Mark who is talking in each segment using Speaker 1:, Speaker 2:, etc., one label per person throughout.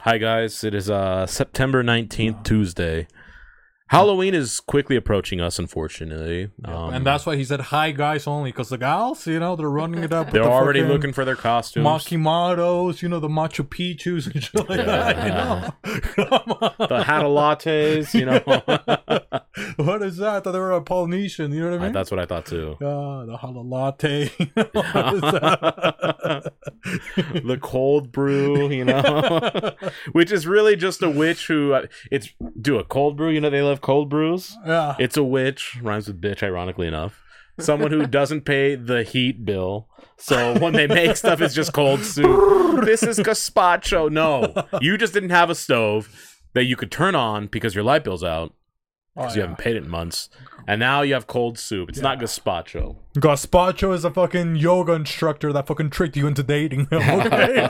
Speaker 1: Hi guys, it is uh September 19th, Tuesday. Halloween is quickly approaching us unfortunately. Um,
Speaker 2: and that's why he said hi guys only because the gals, you know, they're running it up. with
Speaker 1: they're
Speaker 2: the
Speaker 1: already
Speaker 2: fucking
Speaker 1: looking for their costumes.
Speaker 2: Makimotos, you know, the Machu Picchu's and shit like that. You know, Come on.
Speaker 1: the Hatta lattes, you know.
Speaker 2: what is that? I thought they were a Polynesian. You know what I mean?
Speaker 1: that's what I thought too.
Speaker 2: Ah, the hala latte. what is that?
Speaker 1: the cold brew, you know, which is really just a witch who uh, it's do a cold brew. You know, they love cold brews.
Speaker 2: yeah.
Speaker 1: It's a witch rhymes with bitch, ironically enough. Someone who doesn't pay the heat bill, so when they make stuff, it's just cold soup. this is gazpacho. No, you just didn't have a stove that you could turn on because your light bill's out
Speaker 2: Oh,
Speaker 1: because you
Speaker 2: yeah.
Speaker 1: haven't paid it in months, and now you have cold soup. It's not gazpacho.
Speaker 2: Gazpacho is a fucking yoga instructor that fucking tricked you into dating him. Okay.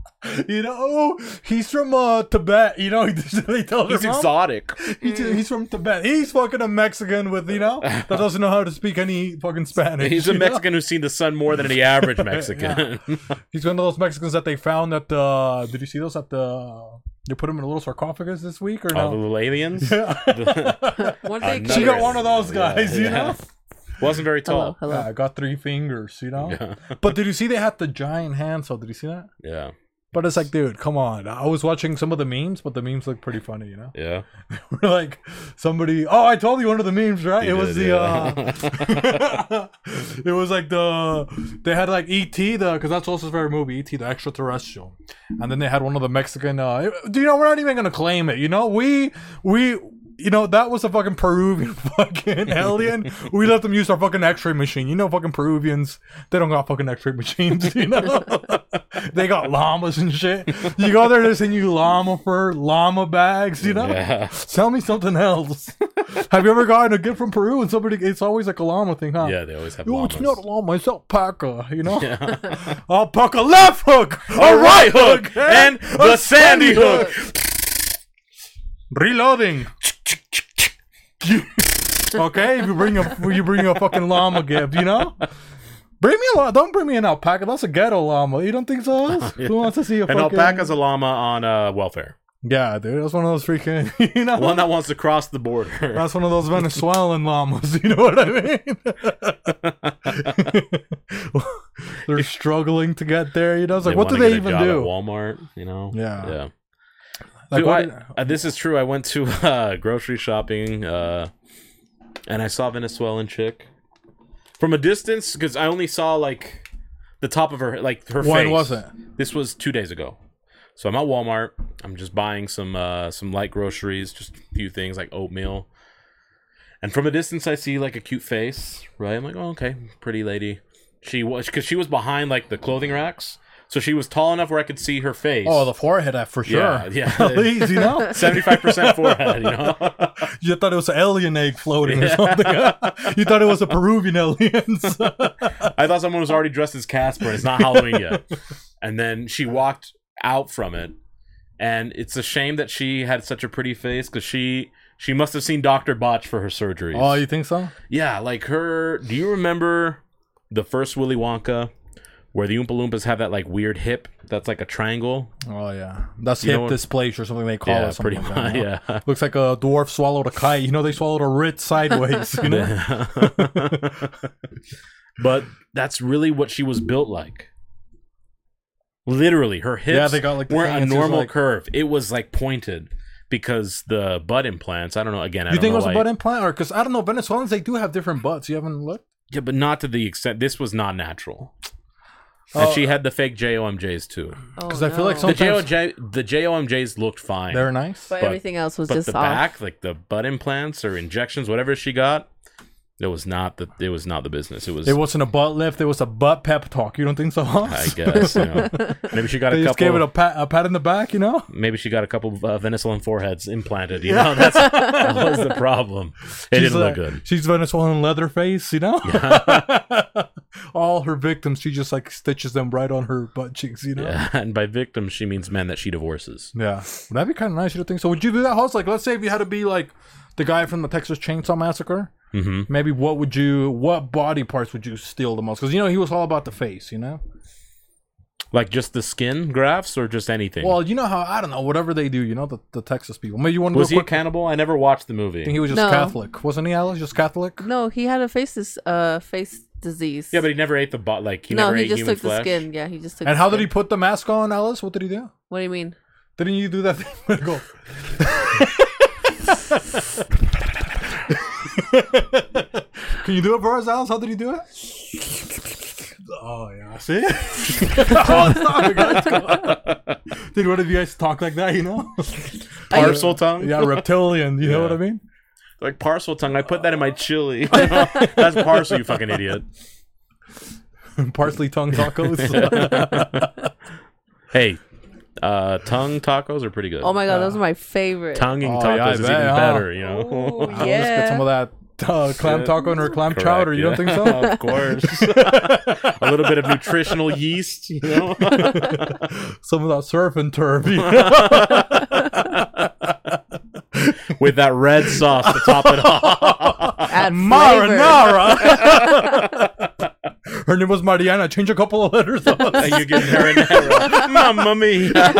Speaker 2: you know, oh, he's from uh, Tibet. You know, he just- they tell
Speaker 1: He's
Speaker 2: their mom,
Speaker 1: exotic.
Speaker 2: he's, he's from Tibet. He's fucking a Mexican with you know that doesn't know how to speak any fucking Spanish.
Speaker 1: He's a
Speaker 2: you know?
Speaker 1: Mexican who's seen the sun more than any average Mexican.
Speaker 2: He's one of those Mexicans that they found at the. Did you see those at the? They put him in a little sarcophagus this week or
Speaker 1: All the
Speaker 2: no?
Speaker 1: little aliens.
Speaker 3: What did they
Speaker 1: Another-
Speaker 2: she
Speaker 3: call
Speaker 2: got one of those guys, you know.
Speaker 1: Wasn't very
Speaker 3: Hello,
Speaker 1: tall.
Speaker 3: hello.
Speaker 2: Yeah, I got three fingers, you know.
Speaker 1: Yeah.
Speaker 2: But did you see they had the giant hand? So did you see that?
Speaker 1: Yeah.
Speaker 2: But it's like, dude, come on. I was watching some of the memes, but the memes look pretty funny, you know.
Speaker 1: Yeah.
Speaker 2: We're like somebody. Oh, I told you one of the memes, right?
Speaker 1: You
Speaker 2: it was
Speaker 1: did,
Speaker 2: the.
Speaker 1: yeah.
Speaker 2: uh It was like the they had like ET the because that's also his favorite movie ET the extraterrestrial, and then they had one of the Mexican. Uh, do you know we're not even gonna claim it? You know we we. You know that was a fucking Peruvian fucking alien. We let them use our fucking X-ray machine. You know, fucking Peruvians, they don't got fucking X-ray machines. You know, they got llamas and shit. You go there, they send you llama fur, llama bags. You know,
Speaker 1: Yeah.
Speaker 2: Tell me something else. Have you ever gotten a gift from Peru and somebody? It's always like a llama thing, huh?
Speaker 1: Yeah, they always have
Speaker 2: Yo, it's
Speaker 1: llamas.
Speaker 2: not a llama. It's alpaca. You know, alpaca left hook,
Speaker 1: A
Speaker 2: a right hook,
Speaker 1: and the sandy hook.
Speaker 2: Reloading. okay, if you bring a you bring a fucking llama gift, you know. Bring me a llama. Don't bring me an alpaca. That's a ghetto llama. You don't think so? Who wants to see a
Speaker 1: An
Speaker 2: fucking
Speaker 1: alpaca's a llama on uh, welfare.
Speaker 2: Yeah, dude, that's one of those freaking. You know,
Speaker 1: One that wants to cross the border.
Speaker 2: That's one of those Venezuelan llamas. You know what I mean? They're struggling to get there. You know, it's like, what do
Speaker 1: wanna
Speaker 2: they
Speaker 1: get a
Speaker 2: even
Speaker 1: job At
Speaker 2: do?
Speaker 1: Walmart, you know.
Speaker 2: Yeah.
Speaker 1: Yeah.
Speaker 2: Like,
Speaker 1: Dude,
Speaker 2: what
Speaker 1: I-
Speaker 2: did-
Speaker 1: uh, this is true. I went to uh, grocery shopping, uh, and I saw a Venezuelan chick from a distance because I only saw like the top of her, like her face.
Speaker 2: When was it?
Speaker 1: This was two days ago. So I'm at Walmart. I'm just buying some uh, some light groceries, just a few things like oatmeal. And from a distance, I see like a cute face, right? I'm like, oh, okay, pretty lady. She was because she was behind like the clothing racks, so she was tall enough where I could see her face.
Speaker 2: Oh, the forehead, uh, for sure.
Speaker 1: Yeah, yeah.
Speaker 2: Please, you know,
Speaker 1: Seventy-five percent forehead, you know.
Speaker 2: you thought it was an alien egg floating or something. you thought it was a Peruvian alien.
Speaker 1: I thought someone was already dressed as Casper, and it's not Halloween yet. And then she walked out from it, and it's a shame that she had such a pretty face because she she must have seen Doctor Botch for her surgeries.
Speaker 2: oh, you think so?
Speaker 1: yeah, like her. Do you remember the first Willy Wonka? Where the Oompa Loompas have that like weird hip that's like a triangle.
Speaker 2: Oh yeah, that's
Speaker 1: You know
Speaker 2: hip
Speaker 1: what-
Speaker 2: dysplasia or something they call
Speaker 1: Yeah,
Speaker 2: it. something
Speaker 1: pretty
Speaker 2: like that,
Speaker 1: much.
Speaker 2: you know?
Speaker 1: Yeah,
Speaker 2: Looks like a dwarf swallowed a kite. You know, they swallowed a writ sideways. You know,
Speaker 1: but that's really what she was built like. Literally, her hips
Speaker 2: Yeah, they got, like, the thing
Speaker 1: weren't a
Speaker 2: that's just,
Speaker 1: normal
Speaker 2: like-
Speaker 1: curve. It was like pointed because the butt implants. I don't know. Again, I
Speaker 2: you
Speaker 1: don't
Speaker 2: think it
Speaker 1: know
Speaker 2: was
Speaker 1: why-
Speaker 2: a butt implant, or because I don't know, Venezuelans they do have different butts. You haven't looked.
Speaker 1: Yeah, but not to the extent. This was not natural. And
Speaker 2: Oh.
Speaker 1: she had the fake JOMJs too.
Speaker 3: Oh,
Speaker 2: Because I feel like
Speaker 1: The
Speaker 2: some- Sometimes-
Speaker 1: JOJ, the JOMJs looked fine.
Speaker 2: They're nice.
Speaker 3: But,
Speaker 1: but-
Speaker 3: everything else was
Speaker 1: but
Speaker 3: just
Speaker 1: the
Speaker 3: off.
Speaker 1: back, like the butt implants or injections, whatever she got, it was not the it was not the business. It was
Speaker 2: It wasn't a butt lift. It was a butt pep talk. You don't think so?
Speaker 1: I guess. You know. Maybe she got
Speaker 2: they
Speaker 1: a
Speaker 2: just
Speaker 1: couple.
Speaker 2: gave it a pat, a pat in the back. You know,
Speaker 1: maybe she got a couple uh, Venezuelan foreheads implanted. You know, that's, that was the problem. It
Speaker 2: She's
Speaker 1: didn't look
Speaker 2: like-
Speaker 1: good.
Speaker 2: She's Venezuelan Leatherface. You know, all her victims, she just like stitches them right on her butt cheeks. You know.
Speaker 1: Yeah, and by victims, she means men that she divorces.
Speaker 2: Yeah. Would that be kind of nice? You don't think so? Would you do that, Hoss? Like, let's say if you had to be like the guy from the Texas Chainsaw Massacre,
Speaker 1: Mhm.
Speaker 2: maybe what would you, what body parts would you steal the most? Because, you know, he was all about the face, you know?
Speaker 1: Like just the skin grafts or just anything?
Speaker 2: Well, you know how I don't know whatever they do. You know the, the Texas people. Maybe you want to
Speaker 1: was
Speaker 2: go
Speaker 1: he a
Speaker 2: quick.
Speaker 1: cannibal? I never watched the movie.
Speaker 2: I think he was just
Speaker 3: No.
Speaker 2: Catholic, wasn't he? Alex just Catholic.
Speaker 3: No, he had a face dis- uh face disease.
Speaker 1: yeah, but he never ate the bo- like he
Speaker 3: no,
Speaker 1: never
Speaker 3: he
Speaker 1: ate
Speaker 3: just
Speaker 1: human
Speaker 3: took
Speaker 1: flesh.
Speaker 3: the skin. Yeah, he just took.
Speaker 2: And
Speaker 3: the
Speaker 2: how
Speaker 3: skin.
Speaker 2: did he put the mask on, Alice? What did he do?
Speaker 3: What do you mean?
Speaker 2: Didn't you do that thing? Go. Can you do it for us, Alice? How did you do it? Oh yeah, see. oh, sorry, guys. Did one of you guys talk like that? You know,
Speaker 1: Parcel tongue.
Speaker 2: yeah, reptilian. You know what I mean?
Speaker 1: Like parcel tongue. I put that in my chili. That's parcel, you fucking idiot.
Speaker 2: Parsley tongue tacos.
Speaker 1: Hey, uh, tongue tacos are pretty good.
Speaker 3: Oh my god, those are
Speaker 1: Uh,
Speaker 3: my favorite.
Speaker 1: Tonguing
Speaker 2: Oh,
Speaker 1: tacos
Speaker 2: yeah, I
Speaker 1: is
Speaker 2: bet,
Speaker 1: even
Speaker 2: huh?
Speaker 1: better, you know?
Speaker 3: Oh,
Speaker 2: Ah, Let's get some
Speaker 3: yeah.
Speaker 2: of that uh, clam taco and her clam chowder. You don't think so?
Speaker 1: of course. a little bit of nutritional yeast, you know?
Speaker 2: some of that surf and turf. you know?
Speaker 1: With that red sauce to top it off.
Speaker 3: Add flavor.
Speaker 2: Marinara. Her name was Mariana. Change a couple of letters. up.
Speaker 1: and you get marinara. Mamma mia.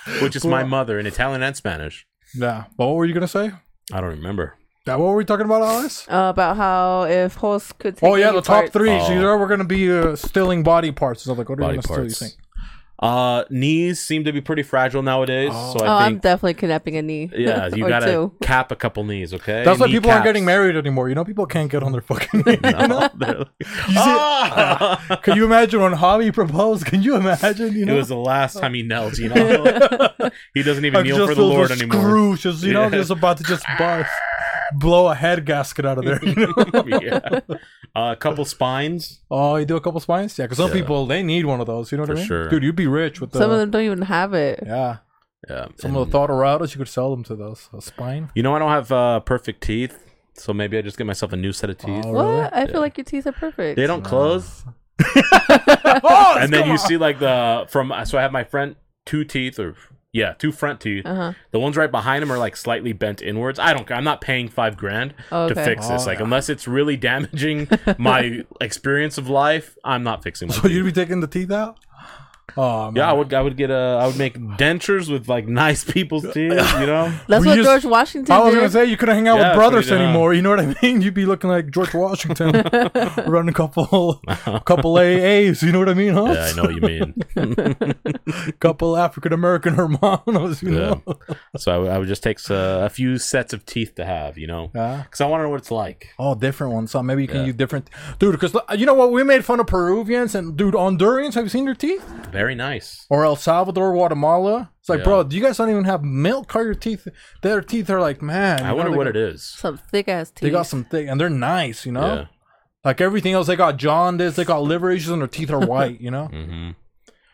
Speaker 1: Which is my mother in Italian and Spanish.
Speaker 2: yeah. But what were you gonna say?
Speaker 1: I don't remember.
Speaker 2: Yeah, what were we talking about, Alice?
Speaker 3: Uh, about how if horse could take
Speaker 2: Oh yeah,
Speaker 3: any
Speaker 2: the top
Speaker 3: part-
Speaker 2: three.
Speaker 1: Oh.
Speaker 2: So you know we're gonna be uh, stealing body parts. So I was like, what are
Speaker 1: Body
Speaker 2: you gonna
Speaker 1: parts.
Speaker 2: steal? You think?
Speaker 1: Uh, knees seem to be pretty fragile nowadays, so
Speaker 3: Oh,
Speaker 1: I
Speaker 3: I'm
Speaker 1: think
Speaker 3: definitely kidnapping a knee.
Speaker 1: yeah, you
Speaker 3: or
Speaker 1: gotta
Speaker 3: two.
Speaker 1: cap a couple knees, okay?
Speaker 2: That's why
Speaker 1: Knee
Speaker 2: people aren't getting
Speaker 1: caps.
Speaker 2: married anymore. You know, people can't get on their fucking. knee, you know?
Speaker 1: They're like,
Speaker 2: You see-
Speaker 1: "Ah!"
Speaker 2: Can you imagine when Javi proposed? Can you imagine? You
Speaker 1: It
Speaker 2: know,
Speaker 1: was the last time he knelt, you know. he doesn't even
Speaker 2: Like,
Speaker 1: kneel
Speaker 2: just
Speaker 1: for the
Speaker 2: those
Speaker 1: Lord
Speaker 2: little
Speaker 1: anymore.
Speaker 2: Screws, just you know,
Speaker 1: Yeah.
Speaker 2: just about to just bust, blow a head gasket out of there. You know?
Speaker 1: yeah. Uh, a couple spines.
Speaker 2: Oh, you do a couple spines? Yeah, because some
Speaker 1: Yeah.
Speaker 2: people they need one of those. You know what
Speaker 1: For
Speaker 2: I mean?
Speaker 1: sure.
Speaker 2: Dude, you'd be rich with the,
Speaker 3: Some of them don't even have it.
Speaker 2: yeah.
Speaker 1: Yeah.
Speaker 2: Some of the thought routers you could sell them to those a spine.
Speaker 1: You know, I don't have uh, perfect teeth, so maybe I just get myself a new set of teeth.
Speaker 2: Oh,
Speaker 3: What?
Speaker 2: really?
Speaker 3: I feel like your teeth are perfect.
Speaker 1: They don't close,
Speaker 2: Oh,
Speaker 1: and then you see like the from. So I have my front two teeth, or yeah, two front teeth.
Speaker 3: Uh-huh.
Speaker 1: The ones right behind them are like slightly bent inwards. I don't. care. I'm not paying five grand
Speaker 3: Oh,
Speaker 1: to
Speaker 3: okay.
Speaker 1: fix this.
Speaker 2: Oh,
Speaker 1: Like
Speaker 2: yeah.
Speaker 1: unless it's really damaging my experience of life, I'm not fixing. My
Speaker 2: so
Speaker 1: teeth.
Speaker 2: you'd be taking the teeth out. Oh man.
Speaker 1: Yeah, I would. I would get a. I would make dentures with like nice people's teeth. You know.
Speaker 3: That's
Speaker 2: We
Speaker 3: what
Speaker 2: just-
Speaker 3: George Washington
Speaker 2: I was
Speaker 3: did.
Speaker 2: gonna say you couldn't hang out
Speaker 1: Yeah,
Speaker 2: with
Speaker 1: that's
Speaker 2: brothers
Speaker 1: pretty dumb.
Speaker 2: anymore. You know what I mean? You'd be looking like George Washington, running a couple, a couple AAs. You know what I mean? Huh?
Speaker 1: Yeah, I know what you mean.
Speaker 2: couple African American hermanos. You
Speaker 1: Yeah.
Speaker 2: know?
Speaker 1: so I would- I would just take uh, a few sets of teeth to have. You know.
Speaker 2: Yeah.
Speaker 1: Because I want to know what it's like.
Speaker 2: Oh, different ones. So maybe you can use different, dude. Because you know what, we made fun of Peruvians and dude Hondurans. Have you seen their teeth?
Speaker 1: Very nice.
Speaker 2: Or El Salvador, Guatemala. It's like,
Speaker 1: Yeah.
Speaker 2: bro, do you guys don't even have milk? Are your teeth? Their teeth are like, man.
Speaker 1: I wonder what it is.
Speaker 3: Some thick ass teeth.
Speaker 2: They got some thick, and they're nice. You know,
Speaker 1: Yeah.
Speaker 2: like everything else, they got jaundice, they got liver issues, and their teeth are white. You know,
Speaker 1: hmm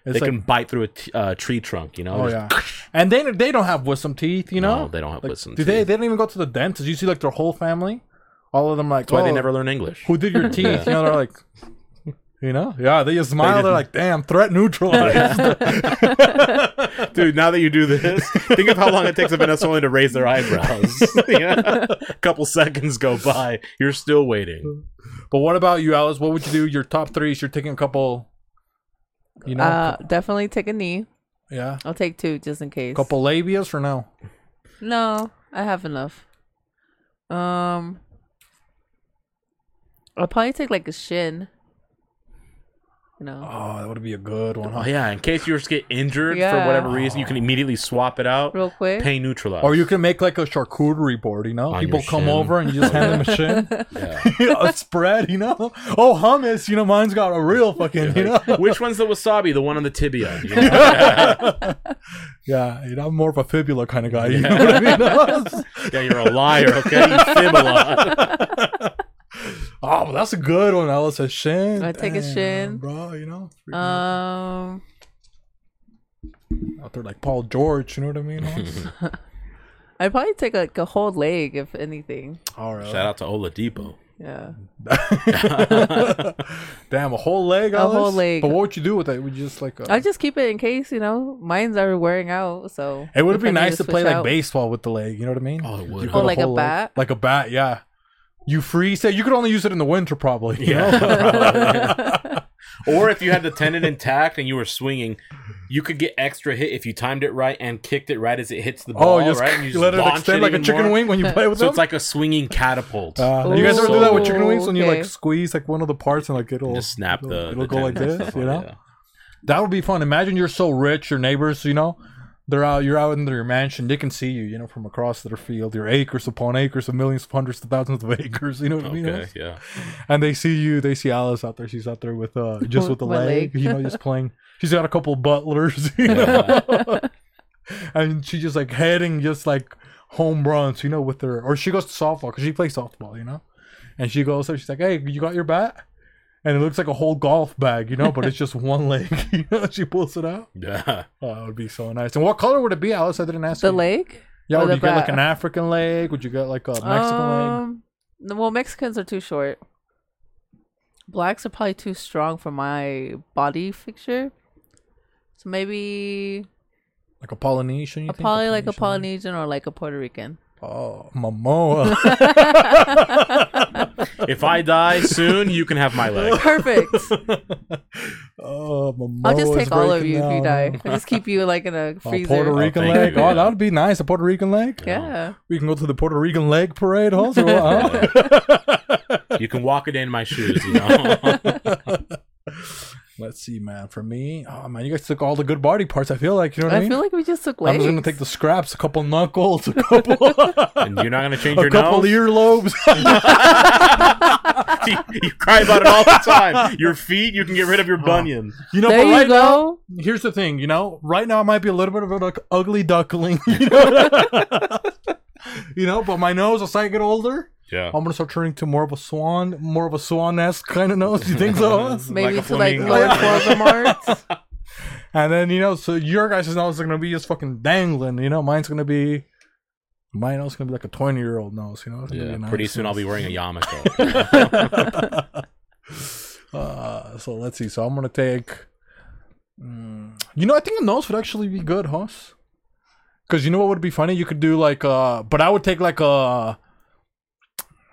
Speaker 2: it's
Speaker 1: They
Speaker 2: like,
Speaker 1: can bite through a t- uh, tree trunk. You know.
Speaker 2: oh
Speaker 1: Just-
Speaker 2: yeah. And they they don't have wisdom teeth. You know,
Speaker 1: No, they don't have
Speaker 2: like,
Speaker 1: wisdom
Speaker 2: Do they?
Speaker 1: teeth.
Speaker 2: They don't even go to the dentist. You see, like their whole family, all of them, like
Speaker 1: That's why they
Speaker 2: oh,
Speaker 1: never learn English.
Speaker 2: who did your teeth? You know, they're like, you know, yeah, they just smile. They are like, damn, threat neutralized.
Speaker 1: Dude, now that you do this, think of how long it takes a Venezuelan to raise their eyebrows. yeah. A couple seconds go by. You're still waiting.
Speaker 2: but what about you, Alice? What would you do? Your top threes. You're taking a couple, you know,
Speaker 3: Uh, definitely take a knee.
Speaker 2: yeah,
Speaker 3: I'll take two just in case.
Speaker 2: couple labias or no?
Speaker 3: No, I have enough. Um, I'll probably take like a shin. You know.
Speaker 2: Oh, that would be a good one.
Speaker 1: Oh,
Speaker 2: Huh?
Speaker 1: yeah. In case you just get injured for
Speaker 3: Yeah.
Speaker 1: whatever reason, you can immediately swap it out.
Speaker 3: Real quick.
Speaker 1: Pain neutralized.
Speaker 2: Or you can make like a charcuterie board. You know,
Speaker 1: On
Speaker 2: people
Speaker 1: your
Speaker 2: come
Speaker 1: shin.
Speaker 2: over and you just hand them a shin, a spread. You know, oh hummus. You know, mine's got a real fucking. You know,
Speaker 1: Which one's the wasabi? The one on the tibia. you know?
Speaker 2: yeah. You know, I'm more of a fibula kind of guy. You know what I mean?
Speaker 1: yeah, you're a liar, okay? You fib a lot.
Speaker 2: oh, but that's a good one, Alice. A shin.
Speaker 3: I take a
Speaker 2: Damn,
Speaker 3: shin.
Speaker 2: bro. You know.
Speaker 3: Um, Uh,
Speaker 2: out there like Paul George, you know what I mean?
Speaker 3: I'd probably take like a whole leg if anything.
Speaker 2: All
Speaker 1: Shout
Speaker 2: right.
Speaker 1: out to Oladipo.
Speaker 3: Yeah.
Speaker 2: Damn, a whole leg,
Speaker 3: A whole
Speaker 2: Alice?
Speaker 3: leg.
Speaker 2: But what would you do with it? Would you just like uh,
Speaker 3: I just keep it in case you know mine's are wearing out. So
Speaker 2: It would
Speaker 3: if I
Speaker 2: be
Speaker 3: need
Speaker 2: nice to play
Speaker 3: switch
Speaker 2: like
Speaker 3: out-
Speaker 2: baseball with the leg, you know what I mean?
Speaker 1: Oh, it
Speaker 2: You
Speaker 1: would.
Speaker 2: got
Speaker 3: Oh, like a
Speaker 2: whole leg-
Speaker 3: bat?
Speaker 2: Like a bat, yeah. You freeze it. You could only use it in the winter probably. You
Speaker 1: Yeah.
Speaker 2: know?
Speaker 1: Or if you had the tendon intact and you were swinging, you could get extra hit if you timed it right and kicked it right as it hits the ball.
Speaker 2: Oh, you just,
Speaker 1: right? And you just
Speaker 2: let it
Speaker 1: launch
Speaker 2: extend like a
Speaker 1: even
Speaker 2: chicken
Speaker 1: more.
Speaker 2: wing when you play with
Speaker 1: So
Speaker 2: them.
Speaker 1: it's like a swinging catapult.
Speaker 2: Uh, you guys ever do
Speaker 1: So
Speaker 2: that with
Speaker 1: cool.
Speaker 2: chicken wings when you
Speaker 3: Okay.
Speaker 2: like squeeze like one of the parts and like it'll
Speaker 1: just snap
Speaker 2: it'll,
Speaker 1: the.
Speaker 2: it'll
Speaker 1: the
Speaker 2: go like
Speaker 1: tendons.
Speaker 2: this, you know?
Speaker 1: Yeah.
Speaker 2: That would be fun. Imagine you're so rich, your neighbors, you know, they're out, you're out in your mansion, they can see you, you know, from across their field, your acres upon acres of millions, hundreds of thousands of acres, you know what I mean?
Speaker 1: Okay, yeah.
Speaker 2: And they see you, they see Alice out there, she's out there with uh just with the
Speaker 3: One
Speaker 2: leg,
Speaker 3: leg.
Speaker 2: you know, just playing. She's got a couple butlers, you know, and she's just like heading just like home runs, you know, with her, or she goes to softball because she plays softball, you know, and she goes there, she's like, hey, you got your bat? And it looks like a whole golf bag, you know, but it's just one leg. You know, she pulls it out.
Speaker 1: Yeah.
Speaker 2: Oh, that would be so nice. And what color would it be, Alice? I didn't ask.
Speaker 3: The
Speaker 2: you.
Speaker 3: lake?
Speaker 2: Yeah,
Speaker 3: or
Speaker 2: would
Speaker 3: the
Speaker 2: you get like
Speaker 3: bat?
Speaker 2: an African leg? Would you get like a Mexican leg?
Speaker 3: Um, no, well, Mexicans are too short. Blacks are probably too strong for my body figure. So maybe
Speaker 2: Like a Polynesian? You
Speaker 3: a
Speaker 2: think?
Speaker 3: probably like a
Speaker 2: Polynesian
Speaker 3: Polynesian or like a Puerto Rican.
Speaker 2: leg? Oh, Momoa.
Speaker 1: If I die soon, you can have my leg.
Speaker 3: Perfect.
Speaker 2: oh, Momoa.
Speaker 3: I'll just take all of you if you die. I'll just keep you like in a
Speaker 2: A
Speaker 3: freezer.
Speaker 2: Oh, Puerto Rican
Speaker 1: thank
Speaker 2: leg.
Speaker 1: you,
Speaker 2: Oh,
Speaker 1: yeah.
Speaker 2: that would be nice. A Puerto Rican leg.
Speaker 3: Yeah.
Speaker 2: We can go to the Puerto Rican leg parade also. huh? uh,
Speaker 1: You can walk it in my shoes, you know?
Speaker 2: Let's see, man. For me, oh man, you guys took all the good body parts. I feel like you know what I,
Speaker 3: I
Speaker 2: mean.
Speaker 3: feel like we just took
Speaker 2: I'm
Speaker 3: legs.
Speaker 2: just gonna take the scraps, a couple knuckles, a couple, a
Speaker 1: and you're not going to change your
Speaker 2: couple
Speaker 1: nose?
Speaker 2: earlobes.
Speaker 1: you, you cry about it all the time. Your feet, you can get rid of your bunion.
Speaker 2: You know,
Speaker 3: there
Speaker 2: but
Speaker 3: you
Speaker 2: right now,
Speaker 3: go.
Speaker 2: here's the thing, you know, right now I might be a little bit of an like, ugly duckling, you know? you know, but my nose, as I get older,
Speaker 1: Yeah.
Speaker 2: I'm gonna start turning to more of a swan, more of a swan-esque kind of nose. You think so?
Speaker 3: Maybe
Speaker 1: like a
Speaker 3: to like
Speaker 1: flamingo.
Speaker 3: Lord Voldemort.
Speaker 2: and then you know, so your guys' nose is gonna be just fucking dangling. You know, mine's gonna be. My nose is gonna be like a twenty-year-old nose, you know. It's gonna
Speaker 1: Yeah,
Speaker 2: be a
Speaker 1: pretty
Speaker 2: nice
Speaker 1: soon
Speaker 2: nose.
Speaker 1: I'll be wearing a yarmulke.
Speaker 2: Uh, so let's see. So I'm gonna take. Mm, you know, I think a nose would actually be good, huh? Because you know what would be funny? You could do like uh, but I would take like a,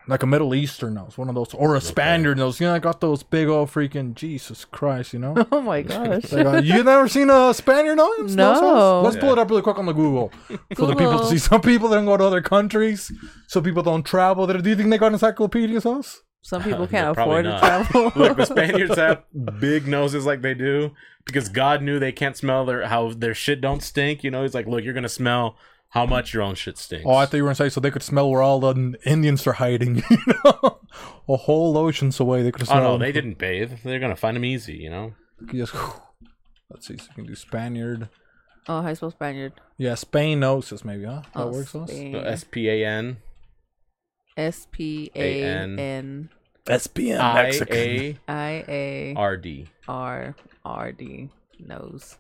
Speaker 2: like a Middle Eastern nose, one of those, or a Spaniard nose. You know, I got those big old freaking Jesus Christ. You know,
Speaker 3: oh my gosh.
Speaker 2: like, uh, you never seen a Spaniard nose?
Speaker 3: No.
Speaker 2: nose? Let's pull it up really quick on the Google for the people to
Speaker 3: Google.
Speaker 2: see. Some people don't go to other countries, so people don't travel. Do you think they got encyclopedias? Us?
Speaker 3: Some people can't
Speaker 1: probably
Speaker 3: afford to
Speaker 1: not.
Speaker 3: travel.
Speaker 1: Look, the Spaniards have big noses like they do because God knew they can't smell their how their shit don't stink. You know, He's like, look, you're gonna smell how much your own shit stinks.
Speaker 2: Oh, I thought you were gonna say so they could smell where all the n- Indians are hiding, you know, a whole oceans away. They could
Speaker 1: Oh
Speaker 2: smell.
Speaker 1: no,
Speaker 2: them.
Speaker 1: they didn't bathe. They're gonna find them easy. You know,
Speaker 2: You just- let's see. So you can do Spaniard.
Speaker 3: oh, I spell Spaniard.
Speaker 2: Yeah, Spain noses maybe, huh? That
Speaker 3: Oh,
Speaker 2: works. us?
Speaker 1: S P A N
Speaker 3: S P A N
Speaker 2: SPN
Speaker 1: I A
Speaker 3: I A
Speaker 1: R D.
Speaker 3: R R D nose.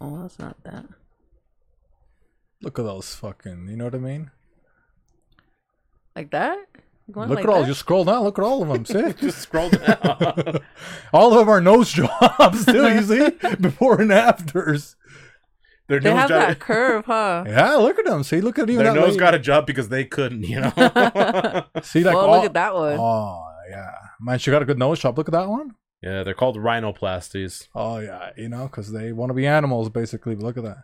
Speaker 3: Oh, that's not that.
Speaker 2: Look at those fucking. You know what I mean?
Speaker 3: Like that? You want it
Speaker 2: look
Speaker 3: like
Speaker 2: at all.
Speaker 3: that?
Speaker 2: You scroll down. Look at all of them. Sick.
Speaker 1: Just scroll down.
Speaker 2: all of them are nose jobs too. You see, before and afters.
Speaker 1: Their
Speaker 3: They
Speaker 1: nose
Speaker 3: have
Speaker 1: got
Speaker 3: that curve, huh?
Speaker 2: Yeah, look at them. See, look at even
Speaker 1: their
Speaker 2: that.
Speaker 1: nose
Speaker 2: lady.
Speaker 1: got a job because they couldn't. You know.
Speaker 2: See, like
Speaker 3: well,
Speaker 2: all,
Speaker 3: look at that one.
Speaker 2: Oh yeah, man, she got a good nose job. Look at that one.
Speaker 1: yeah, they're called rhinoplasties.
Speaker 2: Oh yeah, you know, because they want to be animals, basically. But look at that.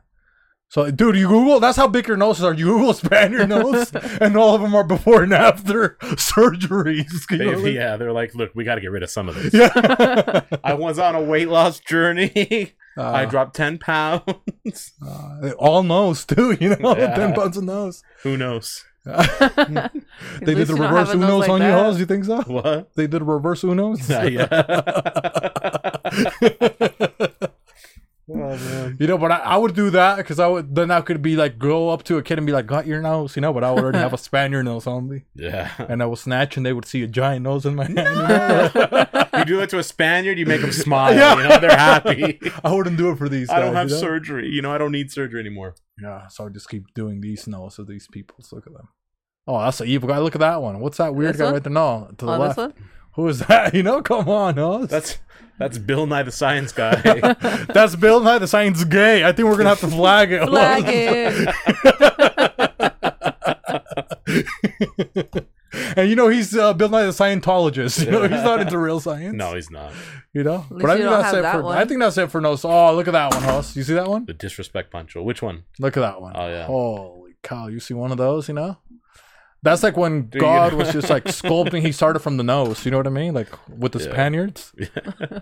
Speaker 2: So, dude, you Google. That's how big your noses are. You Google Spaniard nose, and all of them are before and after surgeries. You
Speaker 1: They,
Speaker 2: know, like-
Speaker 1: yeah, they're like, look, we got to get rid of some of this.
Speaker 2: yeah.
Speaker 1: I was on a weight loss journey.
Speaker 2: Uh,
Speaker 1: I dropped 10 pounds.
Speaker 2: uh, they all nose too. You know,
Speaker 1: Yeah.
Speaker 2: ten pounds of nose.
Speaker 1: Who knows?
Speaker 3: At
Speaker 2: They did
Speaker 3: least
Speaker 2: the
Speaker 3: you don't have
Speaker 2: reverse
Speaker 3: a nose
Speaker 2: unos
Speaker 3: like
Speaker 2: on your
Speaker 3: that.
Speaker 2: hose. You think so?
Speaker 1: What?
Speaker 2: They did reverse unos. Oh, You know, but I, I would do that because I would then I could be like go up to a kid and be like, "Got your nose," you know. But I would already have a Spaniard nose on me,
Speaker 1: Yeah.
Speaker 2: and I would snatch, and they would see a giant nose in my hand. you know?
Speaker 1: You do it to a Spaniard, you make them smile. You know, they're happy.
Speaker 2: I wouldn't do it for these.
Speaker 1: I don't have
Speaker 2: guys, you know?
Speaker 1: surgery. You know, I don't need surgery anymore.
Speaker 2: Yeah, so I just keep doing these noses of these people. So look at them. Oh, that's an evil guy. Look at that one. What's that weird
Speaker 3: This
Speaker 2: guy
Speaker 3: one?
Speaker 2: right there? No, to the
Speaker 3: Oh,
Speaker 2: left.
Speaker 3: this one?
Speaker 2: Who is that? You know, come on, nose.
Speaker 1: That's that's Bill Nye the Science Guy.
Speaker 2: That's Bill Nye, the science gay. I think we're gonna have to flag it.
Speaker 3: Flag it.
Speaker 2: and you know he's uh, Bill Nye the Scientologist. You know he's not into real science.
Speaker 1: No, he's not.
Speaker 2: you know.
Speaker 3: least you don't have
Speaker 2: it
Speaker 3: that
Speaker 2: for.
Speaker 3: one.
Speaker 2: I think that's it for notes. Oh, look at that one, Hoss. You see that one?
Speaker 1: The disrespect poncho. Which one?
Speaker 2: Look at that one.
Speaker 1: Oh, yeah.
Speaker 2: Holy cow! You see one of those? You know. That's like when
Speaker 1: Dude, you
Speaker 2: God
Speaker 1: know-
Speaker 2: was just like sculpting. He started from the nose. You know what I mean? Like with the
Speaker 1: Yeah.
Speaker 2: Spaniards.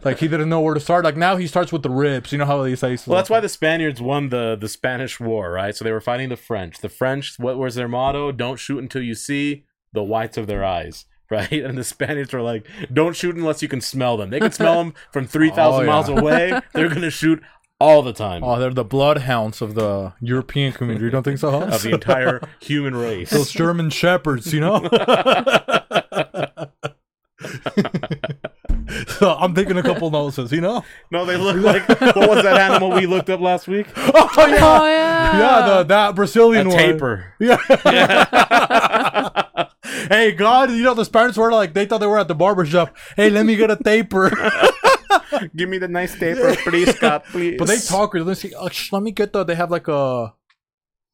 Speaker 2: Like he didn't know where to start. Like now he starts with the ribs. You know how they say.
Speaker 1: Well, that's why the Spaniards won the, the Spanish War, right? So they were fighting the French. The French, what was their motto? Don't shoot until you see the whites of their eyes, right? And the Spaniards were like, don't shoot unless you can smell them. They can smell them from 3,000
Speaker 2: Oh, yeah.
Speaker 1: miles away. They're going to shoot all the time
Speaker 2: Oh, they're the bloodhounds of the European community. You don't think so? Hoss?
Speaker 1: of the entire human race.
Speaker 2: Those German shepherds, you know? so I'm taking a couple noses, you know?
Speaker 1: No, they look like, what was that animal we looked up last week?
Speaker 2: Oh, yeah.
Speaker 3: Oh yeah.
Speaker 2: Yeah, the, that
Speaker 1: A
Speaker 2: Brazilian one.
Speaker 1: taper.
Speaker 2: Hey, God, you know, the Spaniards were like, they thought they were at the barber shop. Hey, let me get a taper.
Speaker 1: Give me the nice taper, please, God, please.
Speaker 2: but they talk, really- let's see, oh, sh- let me get the, they have like a,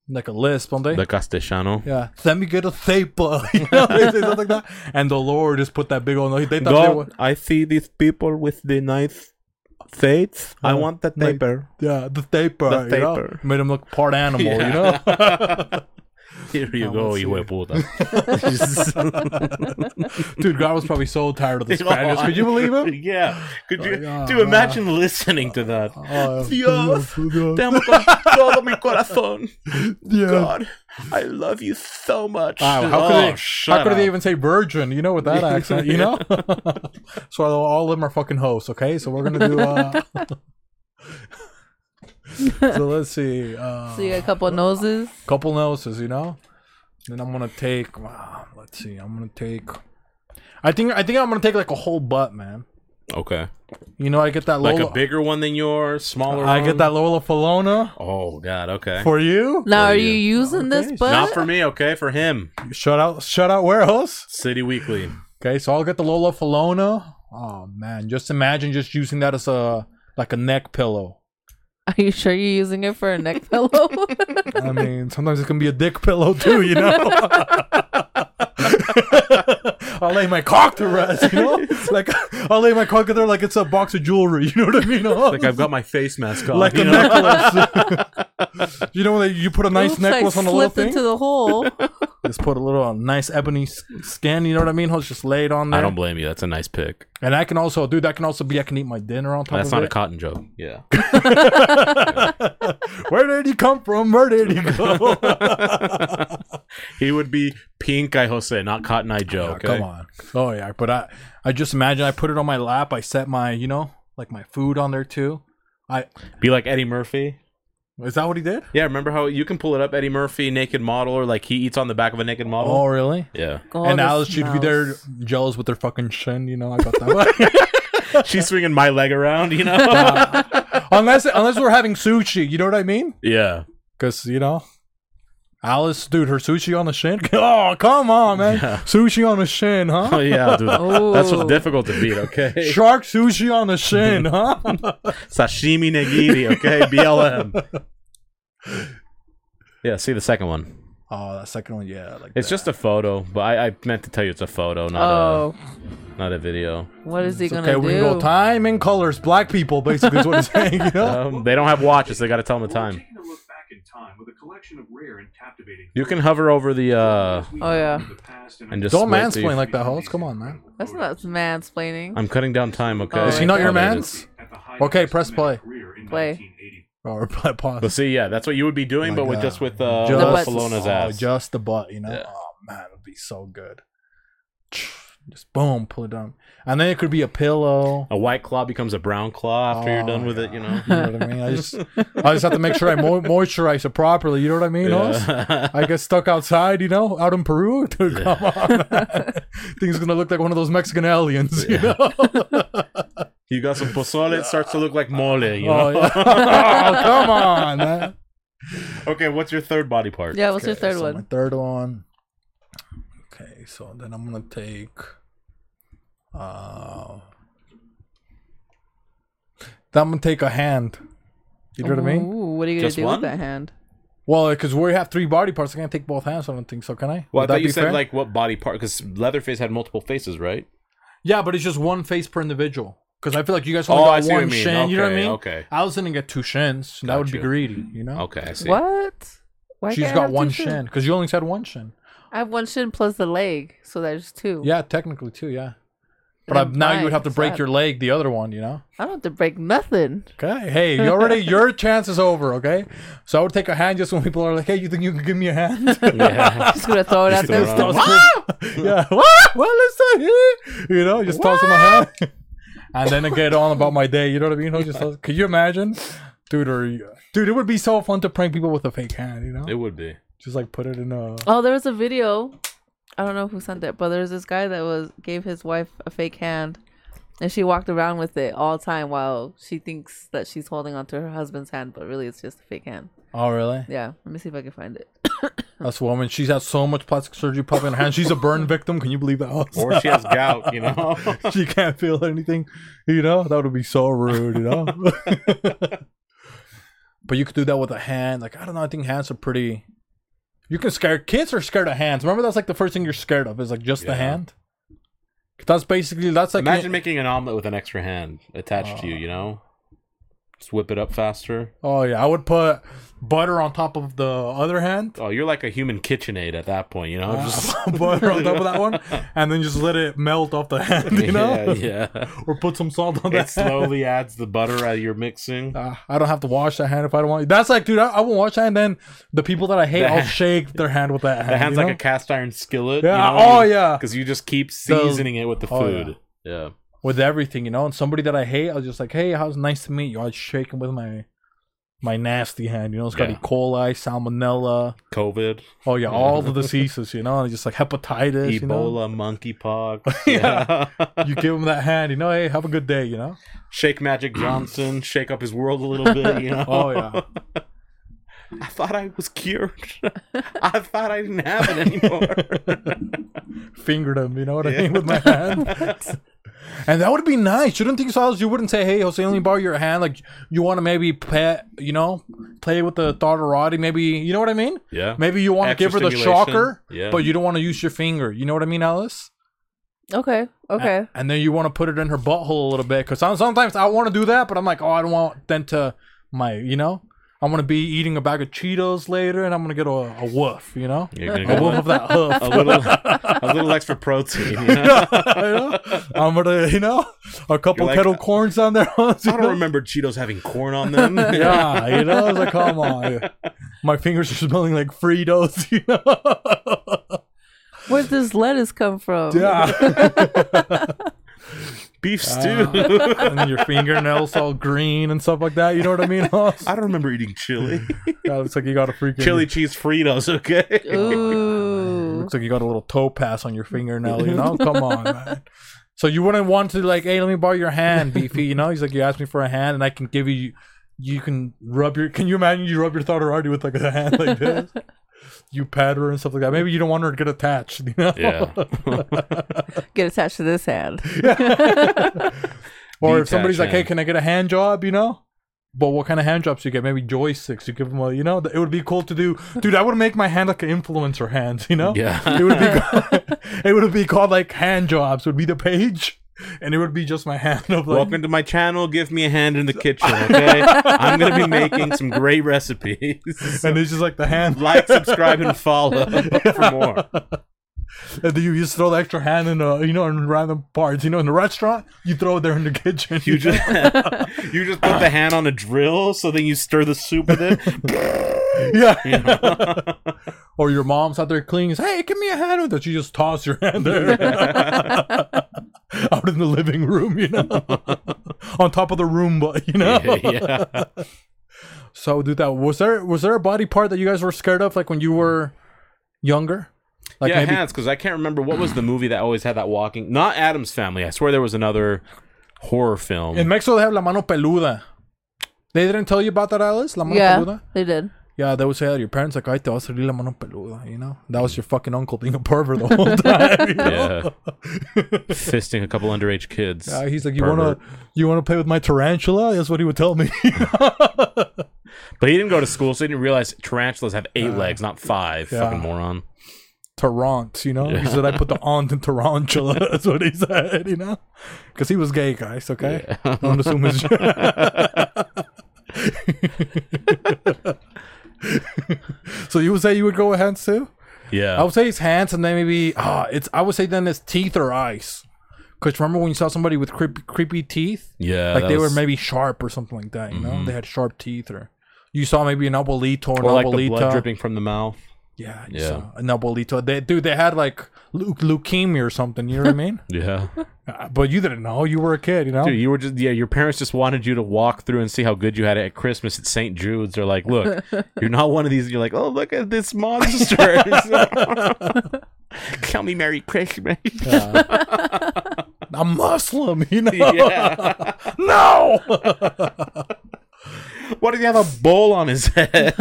Speaker 2: like a lisp, don't they?
Speaker 1: The Castellano.
Speaker 2: yeah, let me get a taper. You know, they say something like that. And the Lord just put that big old, they thought they were,
Speaker 1: God, I see these people with the nice faith. I
Speaker 2: Uh,
Speaker 1: want that
Speaker 2: like-
Speaker 1: paper.
Speaker 2: yeah, the taper.
Speaker 1: The
Speaker 2: you know?
Speaker 1: taper.
Speaker 2: Made him look part animal, you know?
Speaker 1: Here you
Speaker 2: go,
Speaker 1: go,
Speaker 2: let's
Speaker 1: you
Speaker 2: you
Speaker 1: puta.
Speaker 2: Dude, God was probably so tired of the Spaniards. Could you believe him?
Speaker 1: Yeah. Could you,
Speaker 2: yeah,
Speaker 1: dude? Imagine listening to that.
Speaker 2: Oh,
Speaker 1: Dios,
Speaker 2: Dios.
Speaker 1: te amo con todo mi corazón.
Speaker 2: Yeah.
Speaker 1: God, I love you so much.
Speaker 2: Wow, how could,
Speaker 1: Oh,
Speaker 2: they,
Speaker 1: shut
Speaker 2: how could they
Speaker 1: up.
Speaker 2: even say virgin? You know, with that accent, you know. so all of them are fucking hosts. Okay, so we're gonna do. Uh... so let's see. Uh,
Speaker 3: So you got a couple noses.
Speaker 2: couple noses, you know. Then I'm gonna take. Uh, let's see. I'm gonna take. I think. I think I'm gonna take like a whole butt, man.
Speaker 1: Okay.
Speaker 2: You know, I get that.
Speaker 1: Like
Speaker 2: Lola,
Speaker 1: a bigger one than yours, smaller.
Speaker 2: I get
Speaker 1: one?
Speaker 2: that Lola Falona
Speaker 1: Oh God. Okay.
Speaker 2: for you.
Speaker 3: Now,
Speaker 1: Oh,
Speaker 3: are
Speaker 1: yeah.
Speaker 3: you using
Speaker 2: Okay,
Speaker 3: this
Speaker 2: so-
Speaker 3: butt?
Speaker 1: Not for me. Okay, for him.
Speaker 2: Shut out. Shut out. Where else?
Speaker 1: City Weekly.
Speaker 2: Okay, so I'll get the Lola Falona. Oh man, just imagine just using that as a like a neck pillow.
Speaker 3: Are you sure you're using it for a neck pillow?
Speaker 2: I mean, sometimes it can be a dick pillow too, you know. I'll lay my cock to rest, you know. Like I'll lay my cock there like it's a box of jewelry. You know what I mean?
Speaker 1: Like I've got my face mask on.
Speaker 2: Like
Speaker 1: you
Speaker 2: a
Speaker 1: know?
Speaker 2: necklace. you know when they- you put a nice
Speaker 3: Oops,
Speaker 2: necklace
Speaker 3: I
Speaker 2: on a little
Speaker 3: slipped
Speaker 2: thing.
Speaker 3: into the hole.
Speaker 2: just put a little uh, nice ebony s- skin. You know what I mean? It's just laid on there.
Speaker 1: I don't blame you. That's a nice pick.
Speaker 2: and I can also, dude, that can also be. I can eat my dinner on top
Speaker 1: That's
Speaker 2: of
Speaker 1: not
Speaker 2: it.
Speaker 1: a cotton joke. Yeah.
Speaker 2: Where did he come from? Where did he go?
Speaker 1: He would be Pink Eye Jose, not Cotton Eye Joe. Okay?
Speaker 2: Come on. Oh yeah, but I I just imagine I put it on my lap. I set my you know like my food on there too. I
Speaker 1: Be like Eddie Murphy.
Speaker 2: is that what he did?
Speaker 1: Yeah, remember how you can pull it up Eddie Murphy, naked model, or like he eats on the back of a naked model?
Speaker 2: Oh really?
Speaker 1: Yeah.
Speaker 3: God,
Speaker 2: and
Speaker 3: Oh, this
Speaker 2: Alice should be there
Speaker 3: smells.
Speaker 2: jealous with her fucking shin. You know I got that.
Speaker 1: She's swinging my leg around, you know?
Speaker 2: unless unless we're having sushi, you know what I mean?
Speaker 1: yeah.
Speaker 2: Because you know. Alice, dude, her sushi on the shin. Oh, come on, man! Sushi on the shin, huh?
Speaker 1: Oh, yeah, dude.
Speaker 3: Oh.
Speaker 1: That's what's difficult to beat, okay?
Speaker 2: Shark sushi on the shin, huh?
Speaker 1: Sashimi nigiri, okay? BLM. Yeah, see the second one.
Speaker 2: Oh, that second one, yeah, I like
Speaker 1: It's
Speaker 2: that.
Speaker 1: just a photo, but I, I meant to tell you it's a photo, not
Speaker 3: Oh,
Speaker 1: a not a video.
Speaker 3: what is he gonna
Speaker 2: okay.
Speaker 3: do?
Speaker 2: We can go time and colors. Black people, basically, is what it's saying. You know?
Speaker 1: Um, they don't have watches; they got to tell them the
Speaker 4: We're
Speaker 1: time.
Speaker 4: taking a look back in time with a collection of rare and captivating
Speaker 1: You can hover over the uh
Speaker 4: photos we
Speaker 3: Oh, yeah.
Speaker 4: have from the past
Speaker 1: and just
Speaker 2: Don't
Speaker 1: split
Speaker 2: mansplain
Speaker 1: the-
Speaker 2: like that, Holtz. Come on, man.
Speaker 3: That's not mansplaining.
Speaker 1: I'm cutting down time, okay?
Speaker 3: Oh, Is he
Speaker 2: not your
Speaker 1: Oh,
Speaker 2: man?
Speaker 1: it is.
Speaker 4: at the height
Speaker 2: Okay,
Speaker 4: of his
Speaker 2: press play.
Speaker 4: cinematic career in
Speaker 3: Play.
Speaker 4: 1980.
Speaker 2: Or pause.
Speaker 1: But see, yeah, that's what you would be doing,
Speaker 2: My
Speaker 1: but with
Speaker 2: God.
Speaker 1: just with uh,
Speaker 2: Just-
Speaker 1: Lola
Speaker 3: The butt.
Speaker 1: Falona's
Speaker 2: oh,
Speaker 1: ass.
Speaker 2: just the butt. You know?
Speaker 1: Yeah.
Speaker 2: Oh man, it'd be so good. Just boom, pull it down, and then it could be a pillow.
Speaker 1: a white claw becomes a brown claw after you're
Speaker 2: Oh,
Speaker 1: done with it,
Speaker 2: God.
Speaker 1: you know.
Speaker 2: You know what I mean? I just, I just have to make sure I mo- moisturize it properly. You know what I mean? Oz?
Speaker 1: Yeah.
Speaker 2: I get stuck outside, you know, out in Peru. Dude, come on, man. things gonna look like one of those Mexican aliens. You know?
Speaker 1: you got some pozole, it starts to look like mole, you
Speaker 2: Oh,
Speaker 1: know.
Speaker 2: yeah. Oh, come on, man.
Speaker 1: okay, what's your third body part?
Speaker 3: Yeah, what's your
Speaker 2: Okay,
Speaker 3: third
Speaker 2: so
Speaker 3: one?
Speaker 2: My third one. Okay, so then I'm gonna take. Uh, then I'm gonna take a hand. You know what I mean?
Speaker 3: Ooh, what are you gonna
Speaker 1: Just
Speaker 3: do
Speaker 1: one?
Speaker 3: with that hand?
Speaker 2: Well, because we have three body parts, I can't take both hands. I don't think so. Can I? Would
Speaker 1: Well, I
Speaker 2: that
Speaker 1: thought you
Speaker 2: be
Speaker 1: said
Speaker 2: fair?
Speaker 1: like what body part? Because Leatherface had multiple faces, right?
Speaker 2: Yeah, but it's just one face per individual. Because I feel like you guys
Speaker 1: Oh,
Speaker 2: only
Speaker 1: I
Speaker 2: got
Speaker 1: see what
Speaker 2: one
Speaker 1: you mean.
Speaker 2: shin. you know what I
Speaker 1: Okay,
Speaker 2: mean?
Speaker 1: okay.
Speaker 2: I was gonna get two shins. That would be
Speaker 1: Gotcha.
Speaker 2: greedy. You know.
Speaker 1: Okay, I see.
Speaker 3: What? Why
Speaker 2: She's
Speaker 3: can't I
Speaker 2: got
Speaker 3: have two
Speaker 2: one
Speaker 3: shins?
Speaker 2: shin because you only said one shin.
Speaker 3: I have one shin plus the leg, so there's two.
Speaker 2: Yeah, technically two. Yeah. But
Speaker 3: And
Speaker 2: I,
Speaker 3: I'm
Speaker 2: now you would
Speaker 3: fine,
Speaker 2: have to
Speaker 3: so
Speaker 2: break
Speaker 3: I-
Speaker 2: your leg, the other one. You know.
Speaker 3: I don't have to break nothing.
Speaker 2: Okay. Hey, you already your chance is over. Okay. So I would take a hand just when people are like, "Hey, you think you can give me a hand?"
Speaker 1: Yeah.
Speaker 3: Just gonna throw it out
Speaker 1: Just
Speaker 3: there.
Speaker 1: throw it
Speaker 3: and
Speaker 1: out.
Speaker 3: say,
Speaker 2: yeah. What? Well, listen here. You know, just toss him a hand, and then I get on about my day. You know what I mean? I'll Just toss- could you imagine, dude? Or dude, it would be so fun to prank people with a fake hand. You know,
Speaker 1: It would be.
Speaker 2: just like put it in a.
Speaker 3: Oh, there was a video. I don't know who sent it, but there was this guy that was gave his wife a fake hand, and she walked around with it all the time while she thinks that she's holding onto her husband's hand, but really it's just a fake hand.
Speaker 2: Oh, really?
Speaker 3: Yeah, let me see if I can find it.
Speaker 2: That's a woman. She's had so much plastic surgery popping in her hand. She's a burn victim. Can you believe that?
Speaker 1: Or she has gout, you know.
Speaker 2: she can't feel anything. You know, that would be so rude, you know? but you could do that with a hand. Like, I don't know. I think hands are pretty. You can scare kids are scared of hands. Remember, that's like the first thing you're scared of is like just the
Speaker 1: Yeah.
Speaker 2: hand. That's basically that's like
Speaker 1: Imagine making an omelet with an extra hand attached to you. You know, just whip it up faster.
Speaker 2: oh yeah, I would put butter on top of the other hand,
Speaker 1: Oh, you're like a human KitchenAid at that point. You know, just
Speaker 2: butter on top of that one, and then just let it melt off the hand, you know,
Speaker 1: yeah, yeah.
Speaker 2: or put some salt on
Speaker 1: It
Speaker 2: that. hand.
Speaker 1: slowly adds the butter out of your mixing.
Speaker 2: Uh, I don't have to wash that hand if I don't want. That's like, dude, I, I won't wash that. And then the people that I hate,
Speaker 1: The
Speaker 2: I'll
Speaker 1: hand-
Speaker 2: shake their hand with that hand.
Speaker 1: That hand's
Speaker 2: you
Speaker 1: like a
Speaker 2: know?
Speaker 1: cast iron skillet.
Speaker 2: Yeah, oh, yeah.
Speaker 1: Because you just keep
Speaker 2: The-
Speaker 1: seasoning it with the
Speaker 2: oh,
Speaker 1: food. yeah.
Speaker 2: with everything, you know. And somebody that I hate, I'll just like, hey, how's nice to meet you. I'll shake him with my my nasty hand. You know, it's got
Speaker 1: Yeah.
Speaker 2: E. coli, salmonella.
Speaker 1: COVID,
Speaker 2: Oh yeah, all the diseases. You know, and just like hepatitis. You know,
Speaker 1: Ebola, monkeypox.
Speaker 2: Yeah.
Speaker 1: Yeah.
Speaker 2: you give him that hand. You know, hey, have a good day. You know.
Speaker 1: Shake Magic Johnson, shake up his world a little bit. You know.
Speaker 2: Oh yeah.
Speaker 1: I thought I was cured. I thought I didn't have it anymore.
Speaker 2: fingered him. You know what I mean with my hand. and that would be nice. You don't think so? Alex? You wouldn't say, "Hey, Jose, let me borrow your hand." Like you want to maybe pet, you know, play with the Tartarati. Maybe you know what I mean.
Speaker 1: yeah.
Speaker 2: Maybe you want to give her the
Speaker 1: Extra
Speaker 2: shocker,
Speaker 1: stimulation. Yeah.
Speaker 2: but you don't want to use your finger. You know what I mean, Alice?
Speaker 3: Okay, okay.
Speaker 2: And then you want to put it in her butthole a little bit because sometimes I want to do that, but I'm like, oh, I don't want then to my, you know, I'm gonna be eating a bag of Cheetos later, and I'm gonna get a, a woof, you know,
Speaker 1: You're gonna
Speaker 2: a
Speaker 1: get
Speaker 2: woof of that hoof.
Speaker 1: a little, a little extra protein. You know?
Speaker 2: You know? I'm gonna, you know, a couple
Speaker 1: You're like,
Speaker 2: kettle corns on there.
Speaker 1: I don't remember Cheetos having corn on them.
Speaker 2: yeah, you know, it's like, come on. My fingers are smelling like Fritos, you know?
Speaker 3: Where'd this lettuce come from?
Speaker 2: yeah.
Speaker 1: Beef stew.
Speaker 2: and then your fingernails all green and stuff like that. You know what I mean?
Speaker 1: I don't remember eating chili.
Speaker 2: God, looks like you got a freaking
Speaker 1: chili cheese Fritos, okay?
Speaker 3: Ooh.
Speaker 2: Looks like you got a little toe pass on your fingernail, you know? Come on, man. So you wouldn't want to like, hey, let me borrow your hand, beefy, you know? He's like, you asked me for a hand, and I can give you, you can rub your, can you imagine you rub your thought already with like a hand like this? You pat her and stuff like that. Maybe you don't want her to get attached, you know?
Speaker 1: Yeah.
Speaker 3: Get attached to this hand.
Speaker 2: Or if somebody's like,
Speaker 1: Detach
Speaker 2: hey,
Speaker 1: hand.
Speaker 2: can I get a hand job, you know? But what kind of hand jobs you get? Maybe joysticks. You give them a, you know, it would be cool to do. Dude, I would make my hand like an influencer hand, you know?
Speaker 1: Yeah.
Speaker 2: It would be it would be called like hand jobs would be the page, and it would be just my hand of like
Speaker 1: Welcome to my channel. Give me a hand in the kitchen, okay? I'm going to be making some great recipes.
Speaker 2: and it's just like the hand.
Speaker 1: like, subscribe, and follow for more.
Speaker 2: And then you just throw the extra hand in a you know in random parts. You know in the restaurant you throw it there in the kitchen.
Speaker 1: You just you just put the hand on a drill, so then you stir the soup with it.
Speaker 2: yeah. or your mom's out there cleaning. Hey, give me a hand with that. You just toss your hand there out in the living room. You know, on top of the Roomba. You know.
Speaker 1: yeah.
Speaker 2: So do that. Was there was there a body part that you guys were scared of, like when you were younger? Like
Speaker 1: yeah, hands. Because I can't remember what was the movie that always had that walking. Not Adam's Family. I swear there was another horror film.
Speaker 2: in Mexico they have la mano peluda. They didn't tell you about that, Alice. La mano
Speaker 3: Yeah,
Speaker 2: peluda.
Speaker 3: they did.
Speaker 2: Yeah, they would say that your parents like, "Ay, te vas a salir la mano peluda," you know. That was your fucking uncle being a pervert the whole time. you know?
Speaker 1: yeah, fisting a couple underage kids.
Speaker 2: Uh, he's like, "You wanna, you wanna play with my tarantula?" That's what he would tell me.
Speaker 1: But he didn't go to school, so he didn't realize tarantulas have eight
Speaker 2: Yeah.
Speaker 1: legs, not five.
Speaker 2: Yeah.
Speaker 1: Fucking moron.
Speaker 2: Tarant, you know? He
Speaker 1: Yeah.
Speaker 2: said, I put the aunt in tarantula. That's what he said, you know? Because he was gay, guys, okay? Don't assume his. so you would say you would go with hands too?
Speaker 1: Yeah.
Speaker 2: I would say it's hands and then maybe. ah, it's. I would say then it's teeth or eyes. Because remember when you saw somebody with creepy, creepy teeth?
Speaker 1: yeah.
Speaker 2: like
Speaker 1: that
Speaker 2: they
Speaker 1: was- Mm-hmm.
Speaker 2: were maybe sharp or something like that, you know? They had sharp teeth or. You saw maybe an abuelito or an
Speaker 1: Or like the
Speaker 2: abuelita.
Speaker 1: blood dripping from the mouth.
Speaker 2: Yeah,
Speaker 1: Yeah.
Speaker 2: yeah. an abuelito. They, dude, they had like leu- leukemia or something. You know what I mean?
Speaker 1: Yeah.
Speaker 2: Uh, but you didn't know. You were a kid. You know.
Speaker 1: Dude, you were just yeah. Your parents just wanted you to walk through and see how good you had it at Christmas at St. Jude's. They're like, look, you're not one of these. And you're like, oh, look at this monster. Tell me Merry Christmas.
Speaker 2: I'm Muslim. You know.
Speaker 1: Yeah.
Speaker 2: No.
Speaker 1: Why does he have a bowl on his head?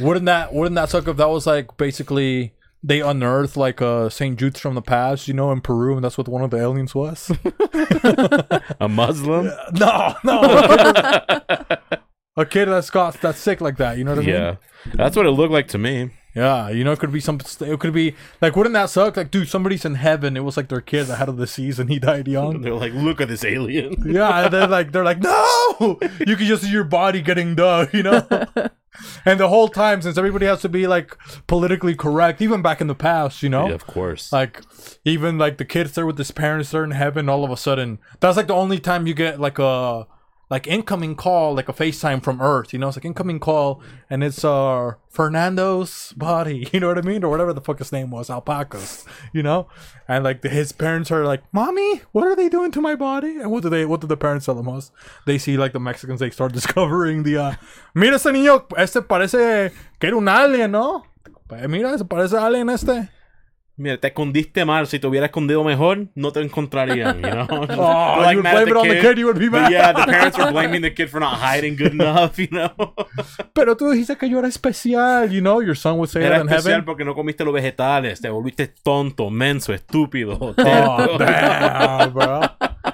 Speaker 2: wouldn't that Wouldn't that suck if that was like basically they unearthed like uh Saint Jude's from the past, you know, in Peru, and that's what one of the aliens was.
Speaker 1: a Muslim?
Speaker 2: no, no. A kid that's got that's sick like that, you know what I mean?
Speaker 1: Yeah. That's what it looked like to me.
Speaker 2: yeah. You know, it could be some. It could be like, wouldn't that suck? Like, dude, somebody's in heaven. It was like their kid that had of the seas and he died young.
Speaker 1: They're like, look at this alien.
Speaker 2: Yeah, and they're like they're like, no, you can just see your body getting done, you know. and the whole time, since everybody has to be like politically correct, even back in the past, you know,
Speaker 1: Yeah, of course.
Speaker 2: like even like the kids there with his parents, they're in heaven. All of a sudden, that's like the only time you get like a like incoming call, like a FaceTime from Earth, you know, it's like incoming call, and it's uh Fernando's body, you know what I mean, or whatever the fuck his name was, alpacas, you know, and like his parents are like, "Mommy, what are they doing to my body?" And what do they, what do the parents tell them? Was they see like the Mexicans, they start discovering the, uh, mira ese niño, este parece que era un alien, no? Eh, Mira, se parece alien este.
Speaker 1: Mira, te escondiste mal. Si te hubiera escondido mejor, no te encontrarían, you know? They're,
Speaker 2: Oh,
Speaker 1: like,
Speaker 2: you would
Speaker 1: mad at
Speaker 2: blame it on the kid, you would be
Speaker 1: But
Speaker 2: mad.
Speaker 1: yeah, the parents were blaming the kid for not hiding good enough, you know?
Speaker 2: Pero tú dijiste que yo era especial, you know, your son would say that
Speaker 1: Era
Speaker 2: in
Speaker 1: especial
Speaker 2: heaven.
Speaker 1: porque no comiste los vegetales. Te volviste tonto, menso, estúpido.
Speaker 2: Oh,
Speaker 1: terco.
Speaker 2: damn, bro.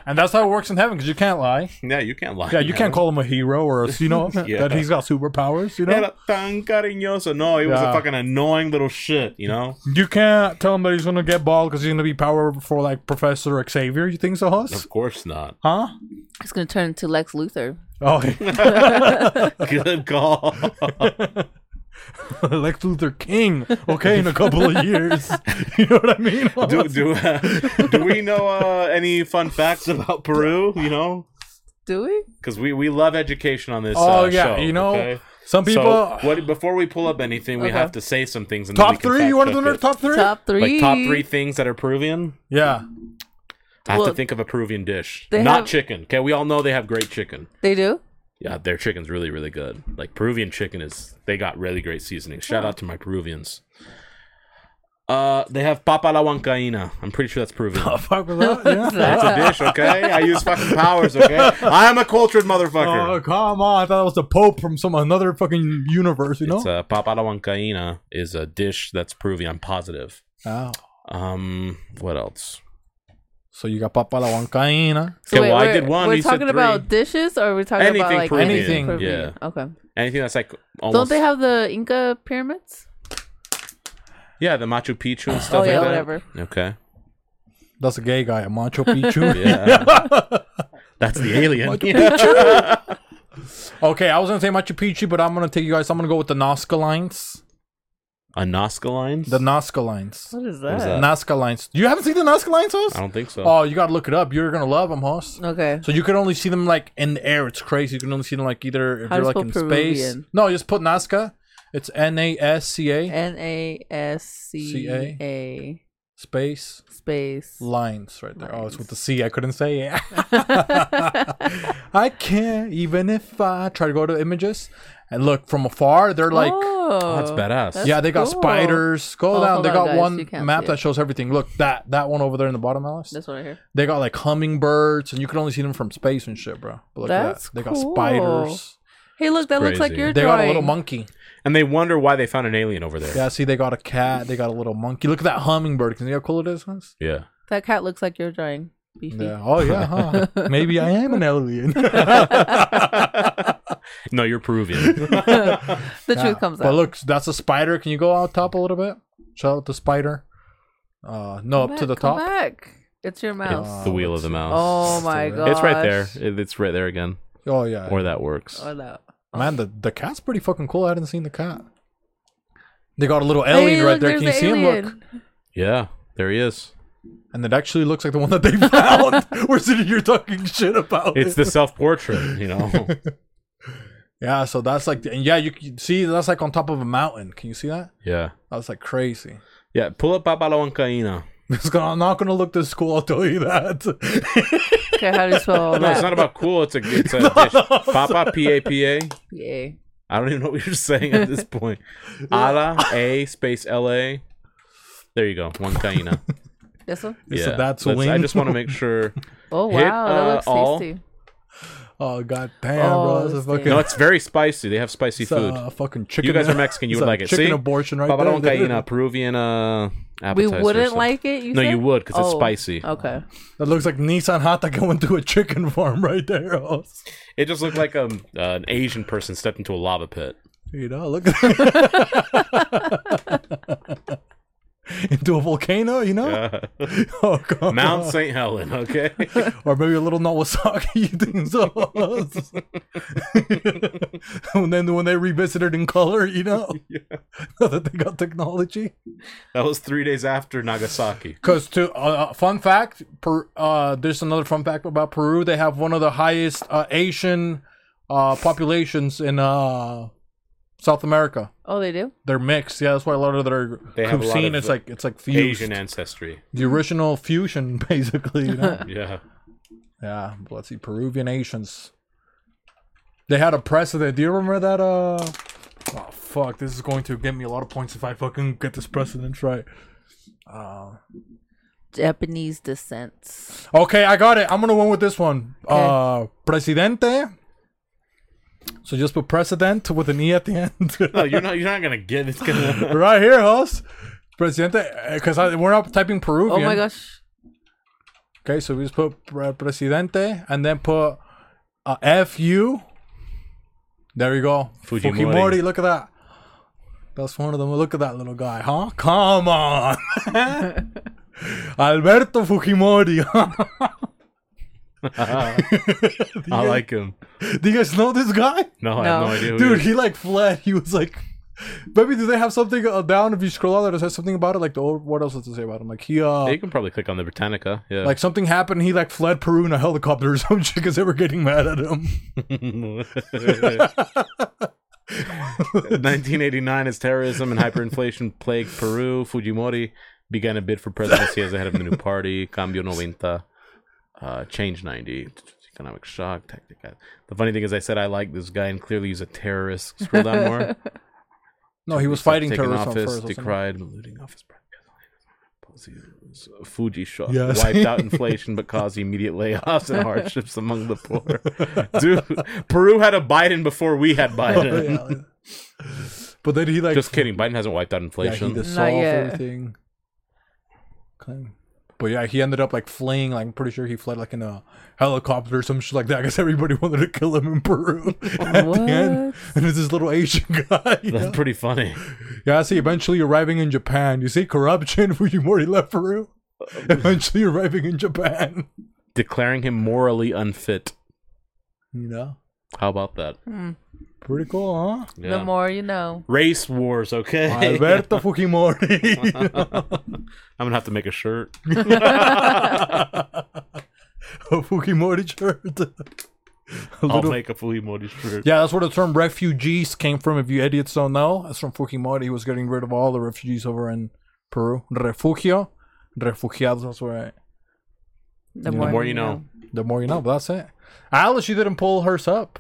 Speaker 2: And that's how it works in heaven because you can't lie.
Speaker 1: yeah, you can't lie.
Speaker 2: Yeah, you can't call him a hero or a, you know,
Speaker 1: Yeah.
Speaker 2: that he's got superpowers, you know?
Speaker 1: Era tan cariñoso. No, he was a
Speaker 2: Yeah.
Speaker 1: fucking annoying little shit, you know?
Speaker 2: You can't tell him that he's going to get bald because he's going to be power for like Professor Xavier. You think so, Hus?
Speaker 1: Of course not.
Speaker 2: Huh?
Speaker 3: It's gonna turn into Lex Luthor.
Speaker 2: Oh,
Speaker 1: Good call.
Speaker 2: Lex Luthor King. Okay, in a couple of years. You know what I mean?
Speaker 1: do do, do we know uh, any fun facts about Peru? You know,
Speaker 3: Do we?
Speaker 1: because we, we love education on this.
Speaker 2: oh,
Speaker 1: uh,
Speaker 2: yeah.
Speaker 1: show,
Speaker 2: you know,
Speaker 1: okay?
Speaker 2: some people.
Speaker 1: So what before we pull up anything, we
Speaker 3: Okay.
Speaker 1: have to say some things. And then we
Speaker 2: top
Speaker 1: can
Speaker 2: three? You want to do
Speaker 1: fact-check
Speaker 2: another
Speaker 1: it.
Speaker 2: top three?
Speaker 3: Top
Speaker 1: Like
Speaker 3: three.
Speaker 1: top three things that are Peruvian.
Speaker 2: Yeah.
Speaker 1: I have to
Speaker 3: Well,
Speaker 1: think of a Peruvian dish,
Speaker 3: they
Speaker 1: not
Speaker 3: have-
Speaker 1: chicken. Okay, we all know they have great chicken.
Speaker 3: They do.
Speaker 1: Yeah, their chicken's really really good. Like Peruvian chicken is, they got really great seasoning. Shout out to my Peruvians. Uh, they have papa la huancaina. I'm pretty sure that's Peruvian.
Speaker 2: Oh, fuck with that? Yeah.
Speaker 1: That's a dish, okay? I use fucking powers, okay? I am a cultured motherfucker.
Speaker 2: Oh come on! I thought it was the Pope from some another fucking universe, you know?
Speaker 1: It's uh, papa la huancaina is a dish that's Peruvian. I'm positive.
Speaker 2: oh.
Speaker 1: Um, what else?
Speaker 2: So you got Papa La Huancaina.
Speaker 1: Okay, well, I
Speaker 3: we're-
Speaker 1: did one,
Speaker 3: We're
Speaker 1: you said
Speaker 3: talking about
Speaker 1: three.
Speaker 3: dishes, or we're talking about
Speaker 1: Anything
Speaker 3: like
Speaker 1: Peruvian,
Speaker 2: Anything.
Speaker 1: yeah.
Speaker 3: Okay.
Speaker 1: Anything that's like
Speaker 3: Don't
Speaker 1: almost
Speaker 3: they have the Inca pyramids?
Speaker 1: yeah the Machu Picchu and
Speaker 3: Oh
Speaker 1: stuff
Speaker 3: yeah,
Speaker 1: like
Speaker 3: whatever.
Speaker 1: that? Okay,
Speaker 2: That's a gay guy, a Machu Picchu.
Speaker 1: yeah, that's the alien.
Speaker 2: Okay, I was gonna say Machu Picchu, but I'm gonna take you guys. I'm gonna go with the Nazca lines.
Speaker 1: A Nazca lines?
Speaker 2: The Nazca lines.
Speaker 3: What is that?
Speaker 1: was that?
Speaker 2: Nazca lines. You haven't seen the Nazca lines, host?
Speaker 1: I don't think so.
Speaker 3: Uh,
Speaker 2: Oh, you gotta look it up. You're gonna love them, host.
Speaker 3: Okay.
Speaker 2: So you can only see them like in the air. It's crazy. You can only see them like either if
Speaker 3: How
Speaker 2: you're
Speaker 3: do
Speaker 2: like
Speaker 3: you
Speaker 2: in
Speaker 3: spell
Speaker 2: space.
Speaker 3: Peruvian?
Speaker 2: No, just put Nazca. It's N A S C A
Speaker 3: N a s c a
Speaker 2: space
Speaker 3: space.
Speaker 2: lines right there. Oh, it's
Speaker 3: Lines.
Speaker 2: with the C. I couldn't say it. I can't even if I try to go to images and look from afar. They're like,
Speaker 3: oh,
Speaker 1: that's badass. that's
Speaker 2: yeah, they got
Speaker 3: cool.
Speaker 2: spiders. Go
Speaker 3: Oh,
Speaker 2: down.
Speaker 3: hold
Speaker 2: They
Speaker 3: on,
Speaker 2: got
Speaker 3: guys, you
Speaker 2: one
Speaker 3: can't
Speaker 2: map
Speaker 3: see
Speaker 2: that
Speaker 3: it.
Speaker 2: shows everything. Look that that one over there in the bottom, Alice.
Speaker 3: That's what I hear.
Speaker 2: They got like hummingbirds, and you can only see them from space and shit, bro. But look
Speaker 3: That's
Speaker 2: at that. They got
Speaker 3: cool.
Speaker 2: spiders.
Speaker 3: Hey, look, that looks like
Speaker 1: crazy.
Speaker 3: your
Speaker 2: They
Speaker 3: drawing.
Speaker 2: got a little monkey.
Speaker 1: and they wonder why they found an alien over there.
Speaker 2: Yeah, see, they got a cat. They got a little monkey. Look at that hummingbird. Can you see how cool it is? Hans?
Speaker 1: Yeah.
Speaker 3: That cat looks like your drawing. Beefy.
Speaker 2: Yeah. Oh yeah. Huh. Maybe I am an alien.
Speaker 1: No, you're Peruvian.
Speaker 3: the truth comes
Speaker 2: But
Speaker 3: out.
Speaker 2: look, that's a spider. Can you go out top a little bit? Shout out the spider. Uh, no,
Speaker 3: Come
Speaker 2: up to
Speaker 3: back,
Speaker 2: the
Speaker 3: come
Speaker 2: top.
Speaker 3: Back. It's your mouse.
Speaker 1: it's the wheel of the mouse.
Speaker 3: oh my
Speaker 2: Let's do
Speaker 3: god.
Speaker 1: it's right there. It- It's right there again.
Speaker 2: Oh yeah.
Speaker 1: Or that works.
Speaker 3: Oh no.
Speaker 2: Man, the, the cat's pretty fucking cool. I hadn't seen the cat. They got a little
Speaker 3: Hey,
Speaker 2: alien right
Speaker 3: look,
Speaker 2: there. Can you
Speaker 3: there's
Speaker 2: see
Speaker 3: the
Speaker 2: him? Look.
Speaker 3: alien.
Speaker 1: Yeah, there he is.
Speaker 2: And it actually looks like the one that they found. We're sitting here talking shit about.
Speaker 1: It's
Speaker 2: it.
Speaker 1: the self portrait, you know.
Speaker 2: yeah. So that's like, and yeah, you can see that's like on top of a mountain. Can you see that?
Speaker 1: yeah.
Speaker 2: That's like crazy.
Speaker 1: Yeah, pull up Papalawankaina.
Speaker 2: It's gonna, I'm not gonna look this cool. I'll tell you that.
Speaker 3: Okay, how do you spell all
Speaker 1: No, it's
Speaker 3: that?
Speaker 1: not about cool. It's a it's a
Speaker 2: No,
Speaker 1: dish.
Speaker 2: no, I'm
Speaker 1: Papa P A P A.
Speaker 3: Yeah.
Speaker 1: I don't even know what you're saying at this point. Ala A space L A. There you go. Wankaina.
Speaker 3: This one?
Speaker 2: It's
Speaker 1: yeah,
Speaker 2: a that's a
Speaker 1: Let's- I
Speaker 2: wing.
Speaker 1: just want to make sure.
Speaker 3: Oh wow,
Speaker 1: Hit,
Speaker 3: that
Speaker 1: uh,
Speaker 3: looks
Speaker 1: all.
Speaker 3: tasty.
Speaker 2: oh god damn,
Speaker 3: Oh,
Speaker 2: bro. That's a
Speaker 3: this
Speaker 2: fucking.
Speaker 3: thing.
Speaker 1: No, it's very spicy. They have spicy
Speaker 2: it's
Speaker 1: food.
Speaker 2: A fucking chicken.
Speaker 1: you guys are Mexican. You
Speaker 2: it's
Speaker 1: would
Speaker 2: a
Speaker 1: like it.
Speaker 2: Chicken
Speaker 1: See,
Speaker 2: abortion right
Speaker 1: Papadon
Speaker 2: there.
Speaker 1: Caina, Peruvian uh,
Speaker 3: We
Speaker 1: appetizer.
Speaker 3: wouldn't
Speaker 1: so-
Speaker 3: like it. You
Speaker 1: No,
Speaker 3: said?
Speaker 1: you would because it's
Speaker 3: Oh,
Speaker 1: spicy.
Speaker 3: Okay.
Speaker 2: That looks like Nissan Hata going to a chicken farm right there. Oh,
Speaker 1: It just looked like um, uh, an Asian person stepped into a lava pit.
Speaker 2: you know, look at that. into a volcano. You know,
Speaker 1: Uh,
Speaker 2: oh god,
Speaker 1: Mount St. Helen. Okay.
Speaker 2: or maybe a little Nawasaki. You think so? and then when they revisit it in color, you know, now that they got technology.
Speaker 1: That was three days after Nagasaki.
Speaker 2: Because to uh, uh, fun fact, per, uh, there's another fun fact about Peru. They have one of the highest uh, Asian uh, populations in uh, South America.
Speaker 3: Oh, they do.
Speaker 2: They're mixed. Yeah, that's why a lot of their
Speaker 1: They have a lot
Speaker 2: cuisine
Speaker 1: of,
Speaker 2: it's
Speaker 1: uh,
Speaker 2: like it's like fused.
Speaker 1: Asian ancestry.
Speaker 2: The original fusion, basically. You know?
Speaker 1: Yeah.
Speaker 2: yeah, but let's see, Peruvian Asians. They had a precedent. Do you remember that? Uh, oh fuck, this is going to get me a lot of points if I fucking get this precedent right. Uh,
Speaker 3: Japanese descent.
Speaker 2: Okay, I got it. I'm gonna win with this one. Uh, presidente. So just put president with an e at the
Speaker 1: No,
Speaker 2: end.
Speaker 1: you're not. You're not gonna get. It's gonna.
Speaker 2: right here, host. Presidente, because we're not typing Peruvian.
Speaker 3: Oh my gosh.
Speaker 2: Okay, so we just put pre- presidente and then put uh, F U. There you go.
Speaker 1: Fujimori.
Speaker 2: Fujimori. Look at that. That's one of them. Look at that little guy, huh? Come on. Alberto Fujimori.
Speaker 1: I like him.
Speaker 2: Do you guys know this guy?
Speaker 1: No, I have
Speaker 3: No.
Speaker 1: no idea. who
Speaker 2: dude
Speaker 1: he
Speaker 2: he like fled he was like maybe do they have something uh, down if you scroll down it says something about it like the old, what else does it say about him like he uh
Speaker 1: is. you can probably click on the Britannica. Yeah.
Speaker 2: like something happened he like fled peru in a helicopter or some shit because they were getting mad at him
Speaker 1: 1989 as terrorism and hyperinflation plagued Peru. Fujimori began a bid for presidency as the head of the new party, Cambio 90, uh, Change 90, Economic Shock, Tactic. The funny thing is, I said I like this guy, and clearly he's a terrorist. Scroll down more.
Speaker 2: no Oh, he was
Speaker 1: Stop
Speaker 2: fighting
Speaker 1: taking
Speaker 2: terrorism
Speaker 1: office,
Speaker 2: first or something.
Speaker 1: decried, looting office policies. Fuji shock
Speaker 2: Yes.
Speaker 1: wiped out inflation but caused immediate layoffs and hardships among the poor. Dude, Peru had a Biden before we had
Speaker 2: Oh,
Speaker 1: Biden.
Speaker 2: yeah. but then he like
Speaker 1: Just kidding. Biden hasn't wiped
Speaker 2: yeah,
Speaker 1: out
Speaker 2: he
Speaker 1: inflation.
Speaker 2: dissolved
Speaker 3: yet.
Speaker 2: everything okay. but yeah he ended up like fleeing like i'm pretty sure he fled like in a helicopter or some shit like that because everybody wanted to kill him in peru at the end. and it's this little asian guy you know?
Speaker 1: That's pretty funny.
Speaker 2: Yeah, I see. Eventually arriving in Japan. You see corruption. Fujimori left Peru. Eventually arriving in Japan.
Speaker 1: Declaring him morally unfit.
Speaker 2: You know,
Speaker 1: How about that?
Speaker 3: Hmm.
Speaker 2: pretty cool, huh?
Speaker 1: Yeah.
Speaker 3: The more you know.
Speaker 1: Race wars, okay?
Speaker 2: Alberto Fujimori.
Speaker 1: I'm going to have to make a shirt.
Speaker 2: A Fujimori shirt. A
Speaker 1: I'll
Speaker 2: little-
Speaker 1: make a Fujimori shirt.
Speaker 2: yeah, that's where the term refugees came from. If you idiots don't know, that's from Fujimori. He was getting rid of all the refugees over in Peru. Refugio, refugiados. That's right.
Speaker 3: The,
Speaker 1: The more you know.
Speaker 2: The more you know. But that's it. Alice, you didn't pull hers up.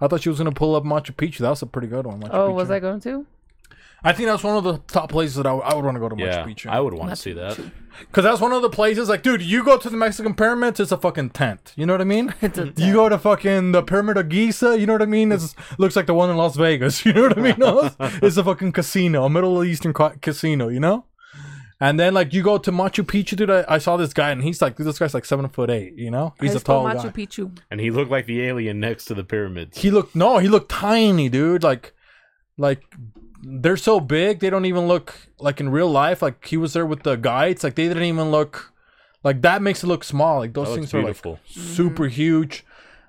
Speaker 2: I thought she was gonna pull up Machu Picchu. That was a pretty good one. Machu
Speaker 3: Oh,
Speaker 2: Picchu.
Speaker 3: was I going to?
Speaker 2: I think that's one of the top places that I, I would want to go to
Speaker 1: Yeah,
Speaker 2: Machu Picchu.
Speaker 1: I would want to see that.
Speaker 2: Because that's one of the places, like, dude, you go to the Mexican pyramids, it's a fucking tent. You know what I mean? You go to fucking the Pyramid of Giza, you know what I mean? It looks like the one in Las Vegas. You know what I mean? No, it's- it's a fucking casino, a Middle Eastern ca- casino, you know? And then like you go to Machu Picchu, dude. I, I saw this guy, and he's like, this guy's like seven foot eight. You know, he's
Speaker 3: I
Speaker 2: a
Speaker 3: spell
Speaker 2: tall
Speaker 3: Machu
Speaker 2: guy.
Speaker 3: Picchu.
Speaker 1: And he looked like the alien next to the pyramids.
Speaker 2: he looked no, he looked tiny, dude. Like, like they're so big, they don't even look like in real life. Like he was there with the guides, like they didn't even look like that. Makes it look small. Like those
Speaker 1: That looks
Speaker 2: things are like
Speaker 1: beautiful.
Speaker 2: super huge.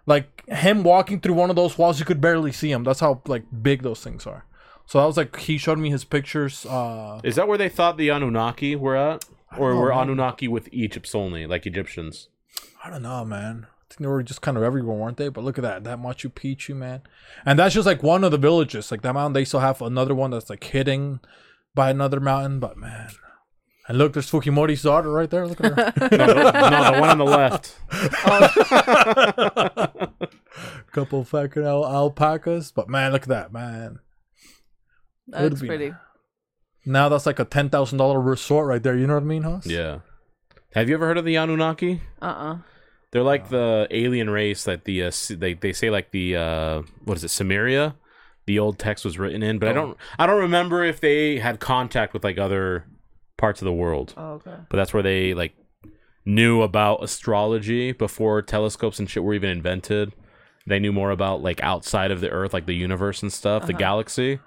Speaker 2: Like him walking through one of those walls, you could barely see him. That's how like big those things are. So that was like he showed me his pictures. Uh,
Speaker 1: Is that where they thought the Anunnaki were at? Or
Speaker 2: know,
Speaker 1: were
Speaker 2: man.
Speaker 1: Anunnaki with Egypt's only, like Egyptians?
Speaker 2: I don't know, man. I think they were just kind of everywhere, weren't they? But look at that, that Machu Picchu, man. And that's just like one of the villages. Like that mountain, they still have another one that's like hidden by another mountain. But man, and look, there's Fukimori's daughter right there. Look at her,
Speaker 1: No, the, no, the one on the left.
Speaker 2: couple fucking al- alpacas. But man, look at that, man.
Speaker 3: That
Speaker 2: Would
Speaker 3: looks
Speaker 2: be.
Speaker 3: pretty.
Speaker 2: Now that's like a ten thousand dollar resort right there. You know what I mean, Hoss?
Speaker 1: Yeah. Have you ever heard of the Anunnaki?
Speaker 3: Uh uh
Speaker 1: They're like the alien race that the uh, S- they they say like the uh, what is it Samaria, the old text was written in,
Speaker 2: Oh.
Speaker 1: but I don't I don't remember if they had contact with like other parts of the world.
Speaker 3: Oh, okay.
Speaker 1: But that's where they like knew about astrology before telescopes and shit were even invented. They knew more about like outside of the Earth, like the universe and stuff, the galaxy,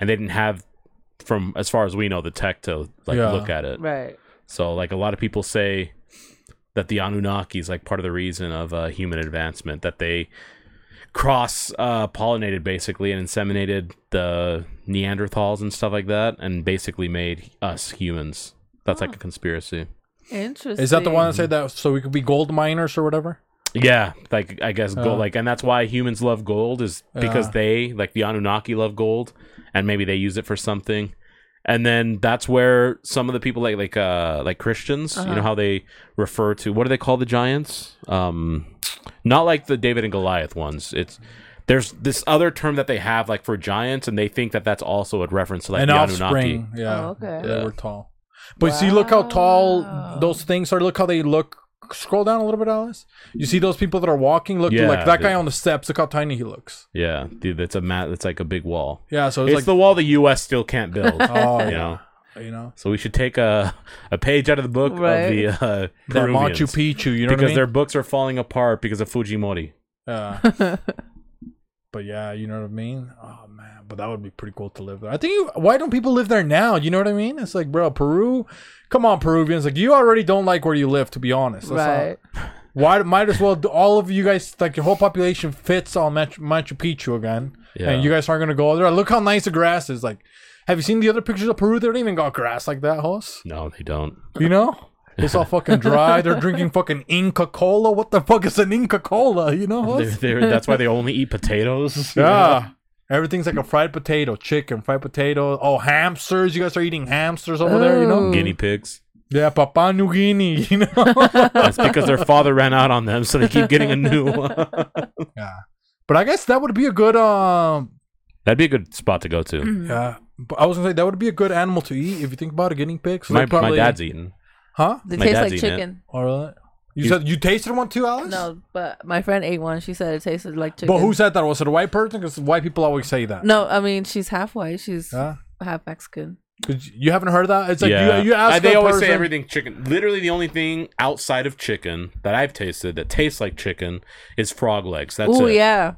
Speaker 1: and they didn't have from as far as we know the tech to like
Speaker 2: Yeah.
Speaker 1: look at it.
Speaker 3: Right.
Speaker 1: So like a lot of people say that the Anunnaki is like part of the reason of uh, human advancement that they cross uh, pollinated basically and inseminated the Neanderthals and stuff like that and basically made us humans. That's like a conspiracy.
Speaker 3: Interesting.
Speaker 2: Is that the one that said that so we could be gold miners or whatever?
Speaker 1: Yeah, like I guess
Speaker 2: Uh.
Speaker 1: gold, like, and that's why humans love gold is because
Speaker 2: Yeah.
Speaker 1: they like the Anunnaki love gold, and maybe they use it for something. And then that's where some of the people like like uh like Christians,
Speaker 2: Uh-huh.
Speaker 1: you know how they refer to what do they call the giants? Um, not like the David and Goliath ones. It's there's this other term that they have like for giants, and they think that that's also a reference to like
Speaker 2: An
Speaker 1: the Anunnaki.
Speaker 2: offspring. Yeah.
Speaker 3: Oh, okay.
Speaker 2: They were tall. But see, look how tall
Speaker 3: Wow.
Speaker 2: those things are. Look how they look. Scroll down a little bit, Alice. You see those people that are walking. Look,
Speaker 1: Yeah,
Speaker 2: like that guy
Speaker 1: dude.
Speaker 2: on the steps. Look how tiny he looks.
Speaker 1: Yeah, dude, that's a mat. That's like a big wall.
Speaker 2: Yeah. So
Speaker 1: It's,
Speaker 2: it's, like,
Speaker 1: the wall the U.S. still can't build.
Speaker 2: oh, yeah,
Speaker 1: you know.
Speaker 2: you know,
Speaker 1: So we should take a a page out of the book
Speaker 3: Right.
Speaker 1: of the uh,
Speaker 2: the
Speaker 1: Peruvians,
Speaker 2: Machu Picchu. You know what
Speaker 1: because
Speaker 2: I
Speaker 1: their
Speaker 2: mean?
Speaker 1: books are falling apart because of Fujimori.
Speaker 2: Yeah. but yeah, you know what I mean. Oh man, but that would be pretty cool to live there. I think. You, why don't people live there now? You know what I mean? It's like, bro, Peru. Come on, Peruvians. Like you already don't like where you live. To be honest, That's not-
Speaker 3: Right.
Speaker 2: Why might as well do all of you guys like your whole population fits on Machu, Machu Picchu again,
Speaker 1: Yeah.
Speaker 2: and you guys aren't gonna go there. Look how nice the grass is. Like, have you seen the other pictures of Peru? They don't even got grass like that, horse.
Speaker 1: No, they don't.
Speaker 2: You know, it's all fucking dry. They're drinking fucking Inca Cola. What the fuck is an Inca Cola? You know,
Speaker 1: They're,
Speaker 2: horse.
Speaker 1: they're, that's why they only eat potatoes.
Speaker 2: Yeah. Everything's like a fried potato, chicken, fried potato. Oh, hamsters! You guys are eating hamsters over there, you know?
Speaker 3: Ooh.
Speaker 1: Guinea pigs.
Speaker 2: Yeah, Papua New Guinea, you know.
Speaker 1: That's because their father ran out on them, so they keep getting a new one.
Speaker 2: but I guess that would be a good um,
Speaker 1: That'd be a good spot to go to.
Speaker 2: Yeah, but I was gonna say that would be a good animal to eat if you think about it. Guinea pigs.
Speaker 1: my,
Speaker 2: They probably-
Speaker 1: my dad's eating.
Speaker 2: Huh?
Speaker 3: They
Speaker 1: My
Speaker 3: taste
Speaker 1: dad's
Speaker 3: like
Speaker 1: eating it.
Speaker 3: chicken.
Speaker 2: All right. You,
Speaker 1: You-
Speaker 2: said you tasted one too, Alice.
Speaker 3: No, but my friend ate one. She said it tasted like chicken.
Speaker 2: But who said that? Was it a white person? Because white people always say that.
Speaker 3: No, I mean she's half white. She's
Speaker 2: Huh?
Speaker 3: half Mexican.
Speaker 2: 'Cause you haven't heard that. It's like
Speaker 1: yeah,
Speaker 2: you, you
Speaker 1: I-
Speaker 2: ask.
Speaker 1: they
Speaker 2: a
Speaker 1: always say
Speaker 2: person-
Speaker 1: everything chicken. Literally, the only thing outside of chicken that I've tasted that tastes like chicken is frog legs. That's
Speaker 3: Oh
Speaker 1: it.
Speaker 3: yeah,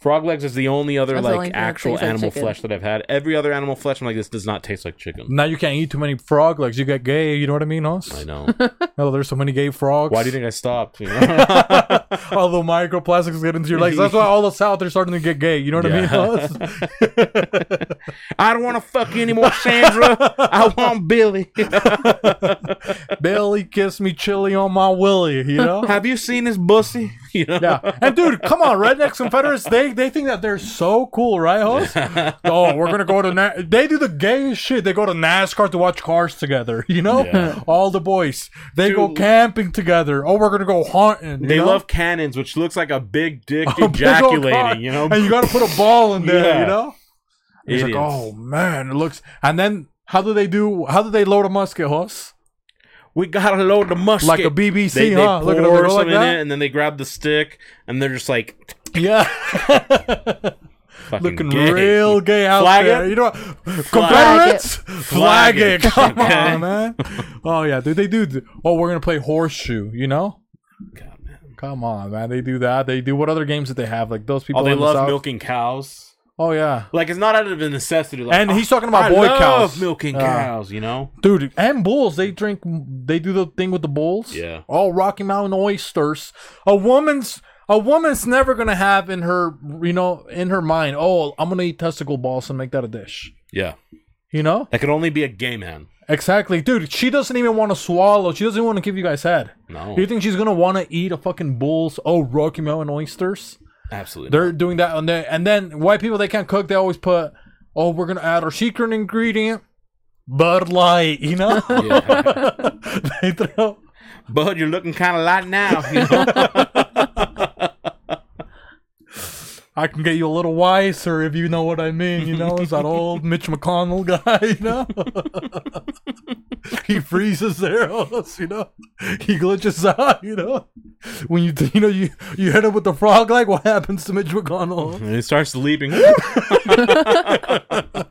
Speaker 1: Frog legs is the only other
Speaker 3: That's the
Speaker 1: like
Speaker 3: only thing that
Speaker 1: actual
Speaker 3: tastes like
Speaker 1: animal
Speaker 3: chicken.
Speaker 1: flesh that I've had. Every other animal flesh, I'm like, this does not taste like chicken.
Speaker 2: Now you can't eat too many frog legs. You get gay. You know what I mean, Hoss?
Speaker 1: I know.
Speaker 2: Oh, there's so many gay frogs.
Speaker 1: Why do you think I stopped? You know?
Speaker 2: all the microplastics get into your legs? That's why all the south are starting to get gay. You know what I
Speaker 1: Yeah.
Speaker 2: mean, Hoss?
Speaker 1: I don't want to fuck you anymore, Sandra. I want Billy.
Speaker 2: Billy kissed me chili on my willy. You know.
Speaker 1: Have you seen his bussy? You know?
Speaker 2: Yeah. And dude, come on, rednecks Confederates, they they think that they're so cool, right, host? oh, we're gonna go to Na- they do the gayest shit. They go to NASCAR to watch cars together, you know?
Speaker 1: Yeah.
Speaker 2: All the boys. They go
Speaker 1: Dude.
Speaker 2: camping together. Oh, we're gonna go hunting. you
Speaker 1: They
Speaker 2: know?
Speaker 1: love cannons, which looks like a big dick
Speaker 2: A big old car,
Speaker 1: ejaculating. You know,
Speaker 2: And you gotta put a ball in there,
Speaker 1: Yeah.
Speaker 2: you know? It's like,
Speaker 1: Idiots.
Speaker 2: oh man, it looks and then how do they do how do they load a musket, host?
Speaker 1: we gotta load the musket
Speaker 2: Like a BBC,
Speaker 1: They, they
Speaker 2: huh?
Speaker 1: pour
Speaker 2: Look at them, they go like
Speaker 1: something in
Speaker 2: that.
Speaker 1: it, and then they grab the stick, and they're just like,
Speaker 2: Yeah.
Speaker 5: Fucking
Speaker 2: Looking
Speaker 5: gay.
Speaker 2: real gay out
Speaker 5: Flag
Speaker 2: there.
Speaker 5: It?
Speaker 2: You know what?
Speaker 6: it.
Speaker 2: Confederates? Flag it. Come
Speaker 5: Okay.
Speaker 2: on, man. Oh, yeah. Dude, they do. Oh, we're going to play horseshoe, you know?
Speaker 5: God, man.
Speaker 2: Come on, man. They do that. They do what other games that they have? Like those people.
Speaker 5: Oh, they
Speaker 2: in the
Speaker 5: love
Speaker 2: South-
Speaker 5: milking cows.
Speaker 2: Oh, yeah.
Speaker 5: Like it's not out of a necessity. Like,
Speaker 2: And he's talking
Speaker 5: "Oh,
Speaker 2: about
Speaker 5: I
Speaker 2: boy
Speaker 5: love
Speaker 2: cows. Uh.
Speaker 5: milking
Speaker 2: Yeah.
Speaker 5: cows. You know,
Speaker 2: Dude, and bulls. They drink. They do the thing with the bulls.
Speaker 5: Yeah.
Speaker 2: All Rocky Mountain oysters. A woman's a woman's never gonna have in her you know in her mind. Oh, I'm gonna eat testicle balls and make that a dish.
Speaker 5: yeah.
Speaker 2: You know
Speaker 5: That could only be a gay man.
Speaker 2: exactly, dude. She doesn't even want to swallow. She doesn't want to give you guys head.
Speaker 5: No,
Speaker 2: You think she's gonna want to eat a fucking bull's? Oh, Rocky Mountain oysters.
Speaker 5: absolutely.
Speaker 2: They're doing that on there, and then white people they can't cook. They always put, oh, we're gonna add our secret ingredient, Bud Light. You know.
Speaker 5: not. Yeah.
Speaker 2: they throw.
Speaker 5: Bud, you're looking kind of light now. You know?
Speaker 2: I can get you a little wiser if you know what I mean. You know, it's that old Mitch McConnell guy. You know, he freezes there. on us, You know, he glitches out. You know, when you you know you you hit him with the frog leg, what happens to Mitch McConnell?
Speaker 5: and he starts leaping.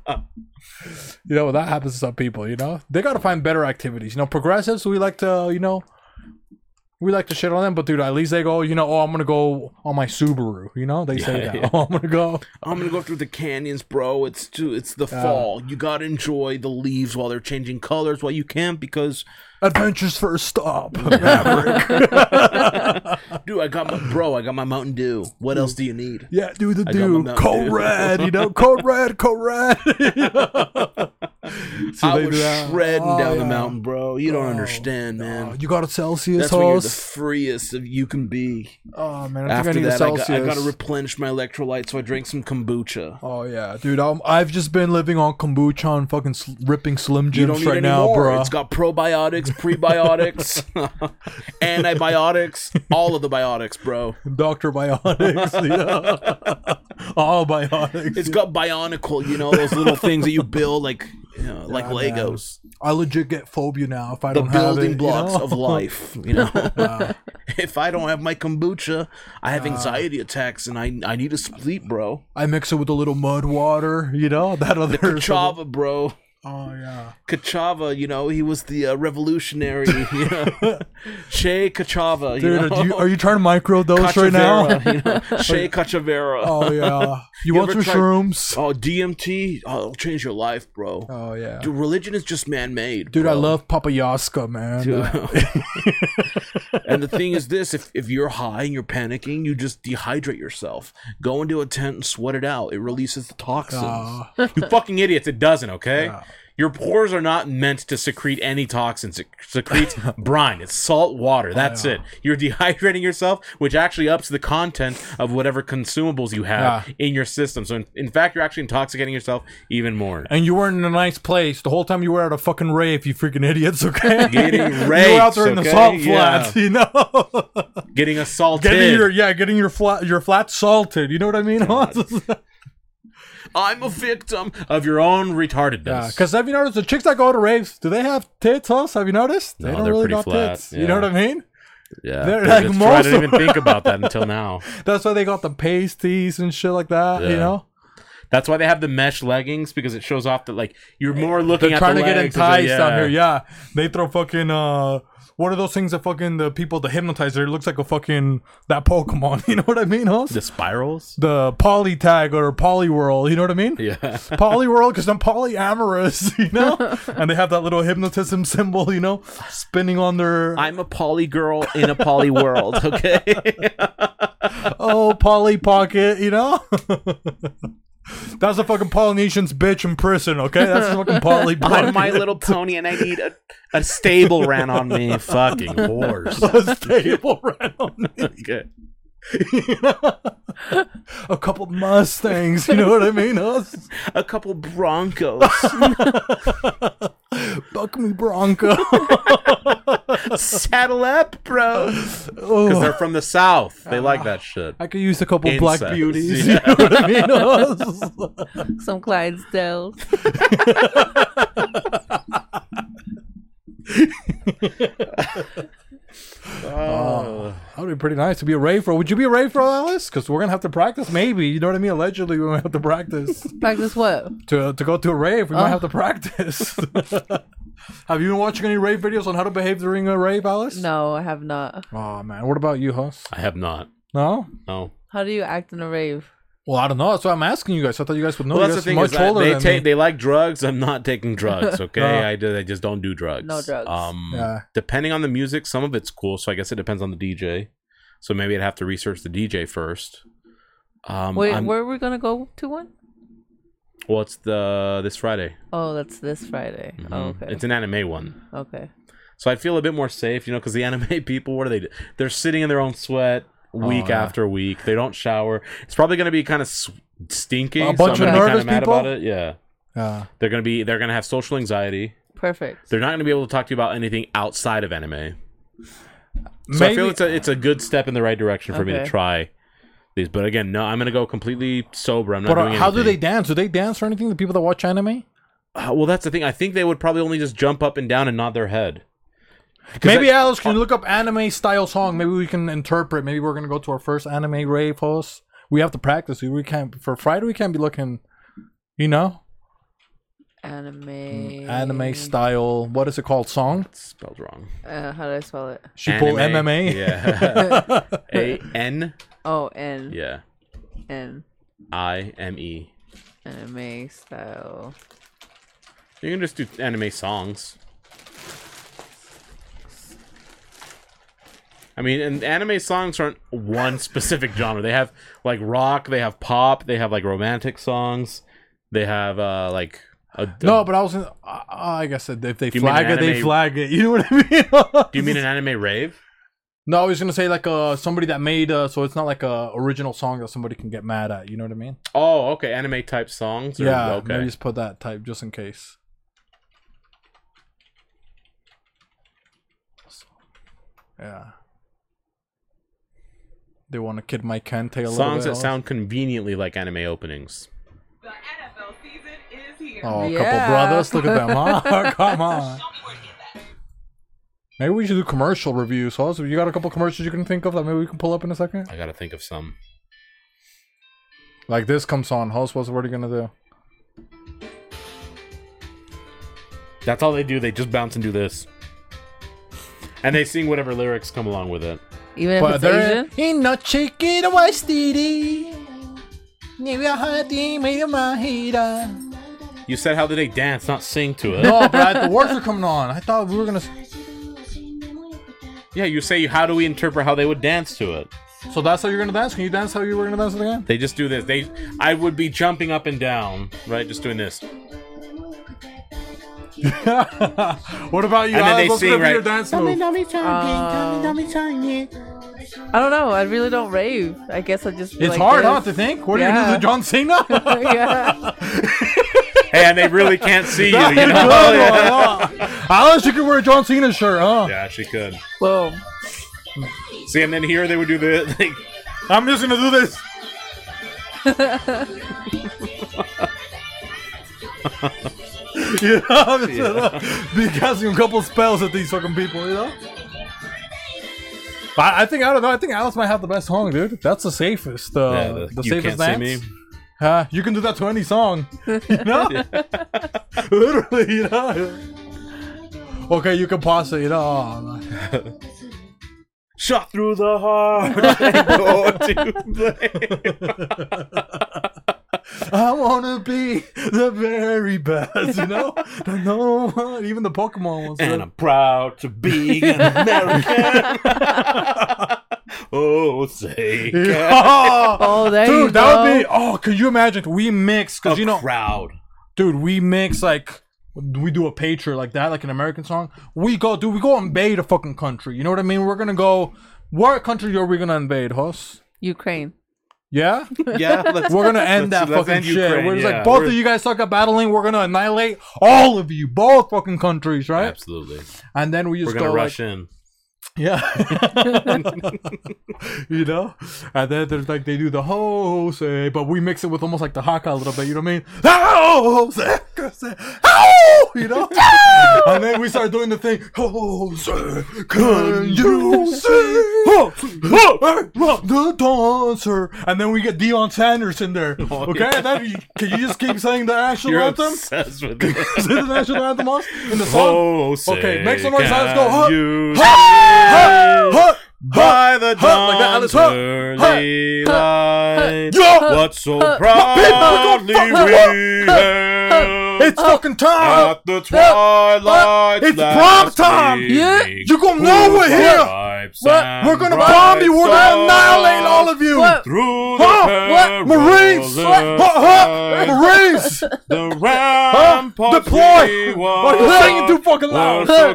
Speaker 2: You know, that happens to some people. You know, they got to find better activities. You know, progressives, we like to you know. We like to shit on them, but dude, at least they go, you know, oh, I'm gonna go on my Subaru. You know, they say
Speaker 5: Yeah,
Speaker 2: that.
Speaker 5: yeah.
Speaker 2: Oh, I'm gonna go.
Speaker 5: I'm gonna go through the canyons, bro. It's too, it's the
Speaker 2: Uh.
Speaker 5: fall. You gotta enjoy the leaves while they're changing colors while you can, because
Speaker 2: Adventures first stop.
Speaker 5: dude, I got my bro, I got my Mountain Dew. What else do you need?
Speaker 2: Yeah, do the
Speaker 5: I got my
Speaker 2: do.
Speaker 5: Mountain
Speaker 2: Code
Speaker 5: Dew.
Speaker 2: red, you know, code red, code red. so
Speaker 5: I
Speaker 2: they
Speaker 5: was
Speaker 2: do that.
Speaker 5: shredding
Speaker 2: Oh,
Speaker 5: down
Speaker 2: yeah.
Speaker 5: the mountain, bro. You don't
Speaker 2: Oh,
Speaker 5: understand, man.
Speaker 2: Oh, you got a Celsius
Speaker 5: That's when you're the
Speaker 2: host.
Speaker 5: freest of you can be.
Speaker 2: oh man, I think I
Speaker 5: After
Speaker 2: need a
Speaker 5: that, I
Speaker 2: Celsius.
Speaker 5: got, I gotta replenish my electrolytes, so I drink some kombucha.
Speaker 2: oh yeah, dude, I'm, I've just been living on kombucha and fucking sl- ripping Slim
Speaker 5: You don't
Speaker 2: Jims
Speaker 5: need
Speaker 2: right
Speaker 5: any
Speaker 2: now,
Speaker 5: more.
Speaker 2: bro.
Speaker 5: It's got probiotics, prebiotics, antibiotics, all of the biotics, bro.
Speaker 2: Doctor Biotics, yeah. all biotics.
Speaker 5: It's got bionicle, you know, those little things that you build like you know, like
Speaker 2: man.
Speaker 5: Legos.
Speaker 2: I legit get phobia now if I
Speaker 5: The
Speaker 2: don't have it.
Speaker 5: building
Speaker 2: you
Speaker 5: blocks
Speaker 2: know?
Speaker 5: of life, you know. if I don't have my kombucha, I have anxiety attacks and I I need to sleep, bro.
Speaker 2: I mix it with a little mud water, you know that other.
Speaker 5: Kachava, bro.
Speaker 2: Oh yeah.
Speaker 5: Kachava, you know, he was the uh, revolutionary. You know? Che Kachava, you
Speaker 2: Dude,
Speaker 5: know?
Speaker 2: are you, are you trying to microdose right now?
Speaker 5: Cachavera, you know? Che Cachavera.
Speaker 2: Oh yeah. You, want
Speaker 5: ever
Speaker 2: some
Speaker 5: tried-
Speaker 2: shrooms?
Speaker 5: Oh, DMT, oh, it'll change your life, bro.
Speaker 2: Oh yeah.
Speaker 5: Dude, religion is just man made.
Speaker 2: Dude, I love Papayaska, man. Uh,
Speaker 5: and the thing is this if, if you're high and you're panicking, you just dehydrate yourself. Go into a tent and sweat it out. It releases the toxins.
Speaker 2: Ah.
Speaker 5: you fucking idiots. It doesn't, okay? Your pores are not meant to secrete any toxins. It secretes brine. It's salt water. That's it. You're dehydrating yourself, which actually ups the content of whatever consumables you have
Speaker 2: Yeah.
Speaker 5: in your system. So, in, in fact, you're actually intoxicating yourself even more.
Speaker 2: And you weren't in a nice place the whole time. You were at a fucking rave, you freaking idiots. Okay,
Speaker 5: Getting
Speaker 2: You were out
Speaker 5: raped,
Speaker 2: there in the
Speaker 5: okay?
Speaker 2: salt
Speaker 5: Yeah.
Speaker 2: flats, you know.
Speaker 5: Getting assaulted.
Speaker 2: getting your yeah, getting your flat your flat salted. You know what I mean?
Speaker 5: I'm a victim of your own retardedness.
Speaker 2: Because have you noticed the chicks that go to raves? Do they have tits? Us? Have you noticed?
Speaker 5: No, they're pretty flat,
Speaker 2: You know
Speaker 5: yeah.
Speaker 2: what I mean?
Speaker 5: Yeah,
Speaker 2: They're
Speaker 5: that's
Speaker 2: like
Speaker 5: true. I didn't
Speaker 2: most
Speaker 5: even think about that until now.
Speaker 2: That's why they got the pasties and shit like that. You
Speaker 5: Yeah.
Speaker 2: know.
Speaker 5: That's why they have the mesh leggings because it shows off that like you're more looking
Speaker 2: They're
Speaker 5: at
Speaker 2: trying
Speaker 5: the
Speaker 2: to get
Speaker 5: legs and
Speaker 2: enticed
Speaker 5: the-
Speaker 2: down here. Yeah, they throw fucking uh, what are those things that fucking the people that hypnotize? It looks like a fucking that Pokemon. You know what I mean? Huh?
Speaker 5: the spirals.
Speaker 2: The poly tag or poly world. You know what I mean?
Speaker 5: Yeah,
Speaker 2: Poly world because I'm polyamorous. You know, and they have that little hypnotism symbol. You know, spinning on their
Speaker 5: I'm a poly girl in a poly world. Okay,
Speaker 2: oh poly pocket. You know. That's a fucking Polynesian's bitch in prison, okay? That's a fucking poly
Speaker 5: I'm
Speaker 2: pocket.
Speaker 5: My Little Pony, and I need a, a stable ran on me. Fucking whores.
Speaker 2: stable right on
Speaker 5: Okay.
Speaker 2: a couple Mustangs. You know what I mean? Us
Speaker 5: A couple Broncos,
Speaker 2: Buck me Bronco.
Speaker 5: saddle up, bro. Because they're from the south. They like that shit.
Speaker 2: Oh, I could use a couple Black
Speaker 5: Incest,
Speaker 2: Beauties.
Speaker 5: yeah.
Speaker 2: You know what I mean? Us.
Speaker 6: Some Clydesdale.
Speaker 5: Oh.
Speaker 2: That would be pretty nice to be a rave for. Would you be a rave for Alice? Because we're gonna have to practice. Maybe you know what I mean. Allegedly, we're gonna have to practice
Speaker 3: Practice what?
Speaker 2: to to go to a rave. We
Speaker 1: Uh.
Speaker 2: might
Speaker 3: Oh.
Speaker 2: have to practice. have you been watching any rave videos on how to behave during a rave, Alice?
Speaker 3: No, I have not.
Speaker 2: Oh man, what about you, Huss?
Speaker 1: I have not.
Speaker 2: No.
Speaker 1: No.
Speaker 3: How do you act in a rave?
Speaker 2: Well, I don't know. That's why I'm asking you guys. I thought you guys would know.
Speaker 1: well,
Speaker 2: you
Speaker 1: that's the
Speaker 2: guys
Speaker 1: thing
Speaker 2: are
Speaker 1: is
Speaker 2: much
Speaker 1: that
Speaker 2: older
Speaker 1: they
Speaker 2: than
Speaker 1: take
Speaker 2: me.
Speaker 1: they like drugs. I'm not taking drugs. Okay,
Speaker 2: No.
Speaker 1: I do. I just don't do drugs.
Speaker 3: No drugs.
Speaker 1: Um,
Speaker 2: Yeah.
Speaker 1: depending on the music, some of it's cool. So I guess it depends on the DJ. So maybe I'd have to research the DJ first. Um,
Speaker 3: Wait,
Speaker 1: I'm-
Speaker 3: where are we gonna go to one?
Speaker 1: well, it's the this Friday.
Speaker 3: Oh, that's this Friday. Oh,
Speaker 1: Mhm.
Speaker 3: okay.
Speaker 1: It's an anime one.
Speaker 3: okay.
Speaker 1: So I'd feel a bit more safe, you know, because the anime people, what are they? do? They're sitting in their own sweat week
Speaker 2: Oh, yeah.
Speaker 1: after week. They don't shower. It's probably going to be kind of s- stinky.
Speaker 2: A
Speaker 1: so I'm
Speaker 2: bunch
Speaker 3: of
Speaker 1: gonna be kinda
Speaker 2: nervous
Speaker 1: mad
Speaker 2: people?
Speaker 1: about it. Yeah,
Speaker 2: Yeah.
Speaker 1: they're going to be. They're going to have social anxiety.
Speaker 3: Perfect.
Speaker 1: They're not going to be able to talk to you about anything outside of anime. So I
Speaker 2: Maybe-
Speaker 1: feel it's a it's a good step in the right direction for me to
Speaker 3: Okay.
Speaker 1: try these. But again, no, I'm going to go completely sober. I'm not
Speaker 2: But uh,
Speaker 1: doing
Speaker 2: how do they
Speaker 1: anything.
Speaker 2: dance? Do they dance or anything? The people that watch anime?
Speaker 1: Uh, well, that's the thing. I think they would probably only just jump up and down and nod their head.
Speaker 2: Maybe
Speaker 1: I- Oh.
Speaker 2: Alice can you look up anime style song. Maybe we can interpret. Maybe we're gonna go to our first anime rave host. We have to practice. We can't for Friday. We can't be looking, you know,
Speaker 3: Anime.
Speaker 2: Mm, anime style. What is it called? Song?
Speaker 1: Spelled wrong.
Speaker 3: Uh, how do I spell it?
Speaker 2: She pulled
Speaker 1: Anime.
Speaker 2: MMA.
Speaker 1: Yeah. A N.
Speaker 3: Oh, N
Speaker 1: Yeah.
Speaker 3: N
Speaker 1: I M E.
Speaker 3: anime style
Speaker 1: You can just do anime songs. I mean, and anime songs aren't one specific genre. They have like rock, they have pop, they have like romantic songs, they have uh like a,
Speaker 2: No, but I was. In, uh, I guess if they
Speaker 1: You mean
Speaker 2: flag it, they
Speaker 1: anime-
Speaker 2: flag it. You know what I mean?
Speaker 1: do you mean an anime rave?
Speaker 2: No, I was gonna say like uh somebody that made uh so it's not like a original song that somebody can get mad at. You know what I mean?
Speaker 1: Oh, okay, anime type songs. Or,
Speaker 2: yeah.
Speaker 1: okay.
Speaker 2: Maybe just put that type just in case. Yeah. They want to kid my Kente a little
Speaker 1: songs
Speaker 2: bit.
Speaker 1: that sound conveniently like anime openings.
Speaker 7: The NFL season is here.
Speaker 2: Oh, a couple
Speaker 3: Yeah.
Speaker 2: brothers. Look at them. Huh? Come on.
Speaker 7: Show me where to get that.
Speaker 2: Maybe we should do commercial reviews. Huh? So you got a couple commercials you can think of that maybe we can pull up in a second.
Speaker 1: I gotta think of some.
Speaker 2: Like this comes on. Host, what's what are you gonna do?
Speaker 1: That's all they do. They just bounce and do this, and they sing whatever lyrics come along with it.
Speaker 3: even if it's
Speaker 2: they're
Speaker 3: Asian.
Speaker 2: in no chiquito vestidi. Ni viajati mi majira.
Speaker 1: You said how do they dance, not sing to it?
Speaker 2: No, but I, the words are coming on. I thought we were gonna.
Speaker 1: Yeah, you say how do we interpret how they would dance to it?
Speaker 2: So that's how you're gonna dance. Can you dance how you were gonna dance it again?
Speaker 1: They just do this. They, I would be jumping up and down, right, just doing this.
Speaker 2: what about you?
Speaker 1: And then they
Speaker 2: Alex? What's
Speaker 1: sing,
Speaker 2: gonna be
Speaker 1: right?
Speaker 2: your dance move?
Speaker 3: Um, I don't know. I really don't rave. I guess I just. be
Speaker 2: It's
Speaker 3: like
Speaker 2: hard,
Speaker 3: this.
Speaker 2: huh? To think. What are you gonna
Speaker 3: Yeah.
Speaker 2: do, John Cena?
Speaker 3: yeah.
Speaker 1: Hey, and they really can't see you.
Speaker 2: That's
Speaker 1: you
Speaker 2: a
Speaker 1: know?
Speaker 2: good
Speaker 1: Oh, yeah.
Speaker 2: one, huh? Alice, you could wear a John Cena shirt, huh?
Speaker 1: Yeah, she could.
Speaker 3: Boom.
Speaker 1: See, and then here they would do the. Like,
Speaker 2: I'm just gonna do this. you know, I'm just gonna be casting a couple spells at these fucking people, you know? But I think I don't know. I think Alice might have the best song, dude. That's the safest. Uh,
Speaker 1: yeah,
Speaker 2: the,
Speaker 1: the- you
Speaker 2: safest
Speaker 1: can't
Speaker 2: dance.
Speaker 1: see me.
Speaker 2: Uh, you can do that to any song. You know? Literally, you know? Okay, you can pause it, you know? Oh, man.
Speaker 1: Shot through the heart. Go to blame.
Speaker 2: I wanna be the very best, you know? no one, even the Pokemon ones.
Speaker 1: and
Speaker 2: right?
Speaker 1: I'm proud to be an American. oh, say,
Speaker 2: oh,
Speaker 3: Oh, there you
Speaker 2: dude, that would be.
Speaker 3: go.
Speaker 2: Oh, could you imagine? We mix because
Speaker 1: a
Speaker 2: you know,
Speaker 1: crowd.
Speaker 2: dude, we mix like we do a patriot like that, like an American song. We go, dude, we go invade a fucking country. You know what I mean? We're gonna go. What country are we gonna invade, Hus?
Speaker 3: Ukraine.
Speaker 2: Yeah,
Speaker 1: Yeah, let's,
Speaker 2: we're gonna end that
Speaker 1: Let's- let's
Speaker 2: fucking
Speaker 1: end
Speaker 2: shit.
Speaker 1: Ukraine,
Speaker 2: we're just
Speaker 1: yeah.
Speaker 2: like both
Speaker 1: We're-
Speaker 2: of you guys suck at battling. We're gonna annihilate all of you, both fucking countries, right?
Speaker 1: Absolutely.
Speaker 2: And then we just
Speaker 1: We're gonna
Speaker 2: go like,
Speaker 1: rush in.
Speaker 2: Yeah. you know? And then there's like they do the Jose, but we mix it with almost like the haka a little bit, you know what I mean? Jose, Jose, oh, you know? and then we started doing the thing. Oh, sir, can you see the dancer? And then we get Deion Sanders in there.
Speaker 1: Oh,
Speaker 2: Okay,
Speaker 1: yeah.
Speaker 2: then you- can you just keep saying the national
Speaker 1: You're
Speaker 2: anthem?
Speaker 1: obsessed with this.
Speaker 2: Is it the national anthem us? in the song?
Speaker 1: Oh,
Speaker 2: Okay,
Speaker 1: say,
Speaker 2: make some noise,
Speaker 1: can
Speaker 2: let's go, huh?
Speaker 1: you
Speaker 2: Huh, huh,
Speaker 1: see
Speaker 2: huh,
Speaker 1: By the
Speaker 2: huh, like that, Alice,
Speaker 1: dawn's
Speaker 2: huh,
Speaker 1: early light,
Speaker 2: huh, huh,
Speaker 1: what so
Speaker 3: huh,
Speaker 1: proudly
Speaker 2: huh, huh,
Speaker 1: we
Speaker 3: huh,
Speaker 1: hailed
Speaker 2: It's fucking time.
Speaker 1: at the twilight.
Speaker 2: It's prom time.
Speaker 3: Yeah.
Speaker 2: You gonna know we're here. We're gonna bomb you. We're gonna annihilate all of you.
Speaker 3: What?
Speaker 1: Through
Speaker 2: Huh?
Speaker 1: the
Speaker 2: What? Marines.
Speaker 1: perilous
Speaker 2: Huh? Huh?
Speaker 1: tides.
Speaker 2: Marines.
Speaker 1: The ramparts
Speaker 2: Deploy.
Speaker 1: we
Speaker 2: Oh, you're singing too fucking
Speaker 1: were
Speaker 2: loud.
Speaker 1: so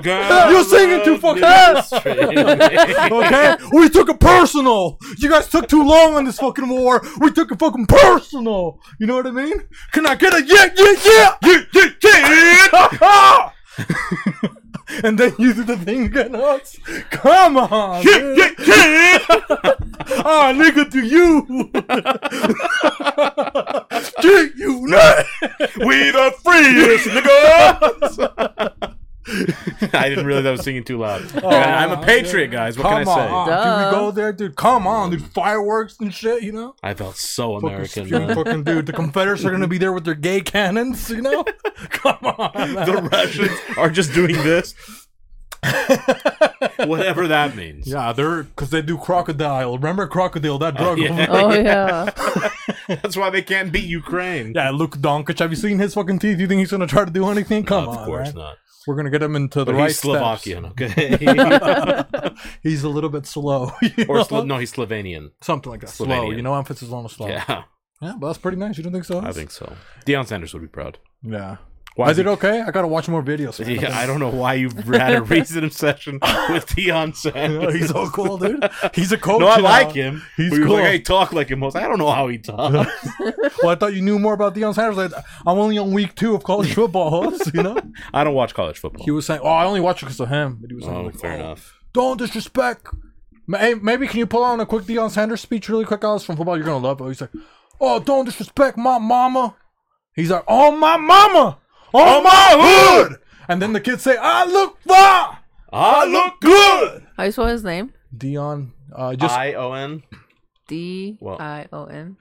Speaker 1: good.
Speaker 2: You're singing too fucking loud. Okay, we took it personal. You guys took too long on this fucking war. We took it fucking personal. You know what I mean? Can I get a yeah, yeah, yeah, yeah, yeah, yeah? and then you do the thing again. Us. Come on. dude. Ah, nigga, to you. Get you nut.
Speaker 1: we the freest, nigga. I didn't realize I was singing too loud. I'm a patriot, guys. What
Speaker 2: Oh, Come
Speaker 1: can I say?
Speaker 2: on.
Speaker 3: Duh.
Speaker 2: Dude, we go there, dude. Come on, dude. Fireworks and shit, you know?
Speaker 1: I felt so
Speaker 2: Fucking,
Speaker 1: American.
Speaker 2: stupid
Speaker 1: man.
Speaker 2: fucking dude. The Confederates are gonna be there with their gay cannons, you know? Come on. man.
Speaker 1: the Russians are just doing this, whatever that means.
Speaker 2: Yeah, they're because they do crocodile. Remember crocodile? That drug.
Speaker 1: yeah.
Speaker 2: yeah.
Speaker 3: Oh yeah.
Speaker 1: That's why they can't beat Ukraine.
Speaker 2: Luke Doncic. Have you seen his fucking teeth? You think he's gonna try to do anything? Come on,
Speaker 1: of course
Speaker 2: man.
Speaker 1: not.
Speaker 2: We're gonna get him into the
Speaker 1: But
Speaker 2: right
Speaker 1: he's
Speaker 2: steps.
Speaker 1: Slovakian, okay?
Speaker 2: He's a little bit slow. you
Speaker 1: or
Speaker 2: know?
Speaker 1: Slo- no, he's Slovenian.
Speaker 2: something like that. Slow,
Speaker 1: Slovenian.
Speaker 2: you know, emphasis on the slow.
Speaker 1: Yeah,
Speaker 2: yeah, but that's pretty nice. You don't think so?
Speaker 1: I think so. Deion Sanders would be proud.
Speaker 2: Yeah.
Speaker 1: Why
Speaker 2: Is it okay? I gotta watch more videos. man.
Speaker 1: Yeah, I don't know why you had a recent obsession with Deion
Speaker 2: Yeah,
Speaker 1: Sanders.
Speaker 2: he's so cool, dude. He's a coach.
Speaker 1: no, I
Speaker 2: you know.
Speaker 1: like him.
Speaker 2: He's
Speaker 1: He's but he was
Speaker 2: cool.
Speaker 1: like, hey, talk like him. I was like, I don't know how he talks.
Speaker 2: Well, I thought you knew more about Deion Sanders. Like, I'm only on week two of college football, hosts, you know?
Speaker 1: I don't watch college football.
Speaker 2: He was saying, oh, I only watch it because of him. But he was saying,
Speaker 1: Oh,
Speaker 2: like,
Speaker 1: fair
Speaker 2: "Oh,
Speaker 1: enough.
Speaker 2: Don't disrespect. Ma- Hey, maybe can you pull on a quick Deion Sanders speech really quick, Alice, from football? You're going to love it. He's like, oh, don't disrespect my mama. He's like, oh, my mama. Oh, my hood. And then the kids say, I look far.
Speaker 1: I look good.
Speaker 3: How you spell his name?
Speaker 2: Deion, uh, just
Speaker 1: I O N.
Speaker 3: D
Speaker 1: Well-
Speaker 3: I O N.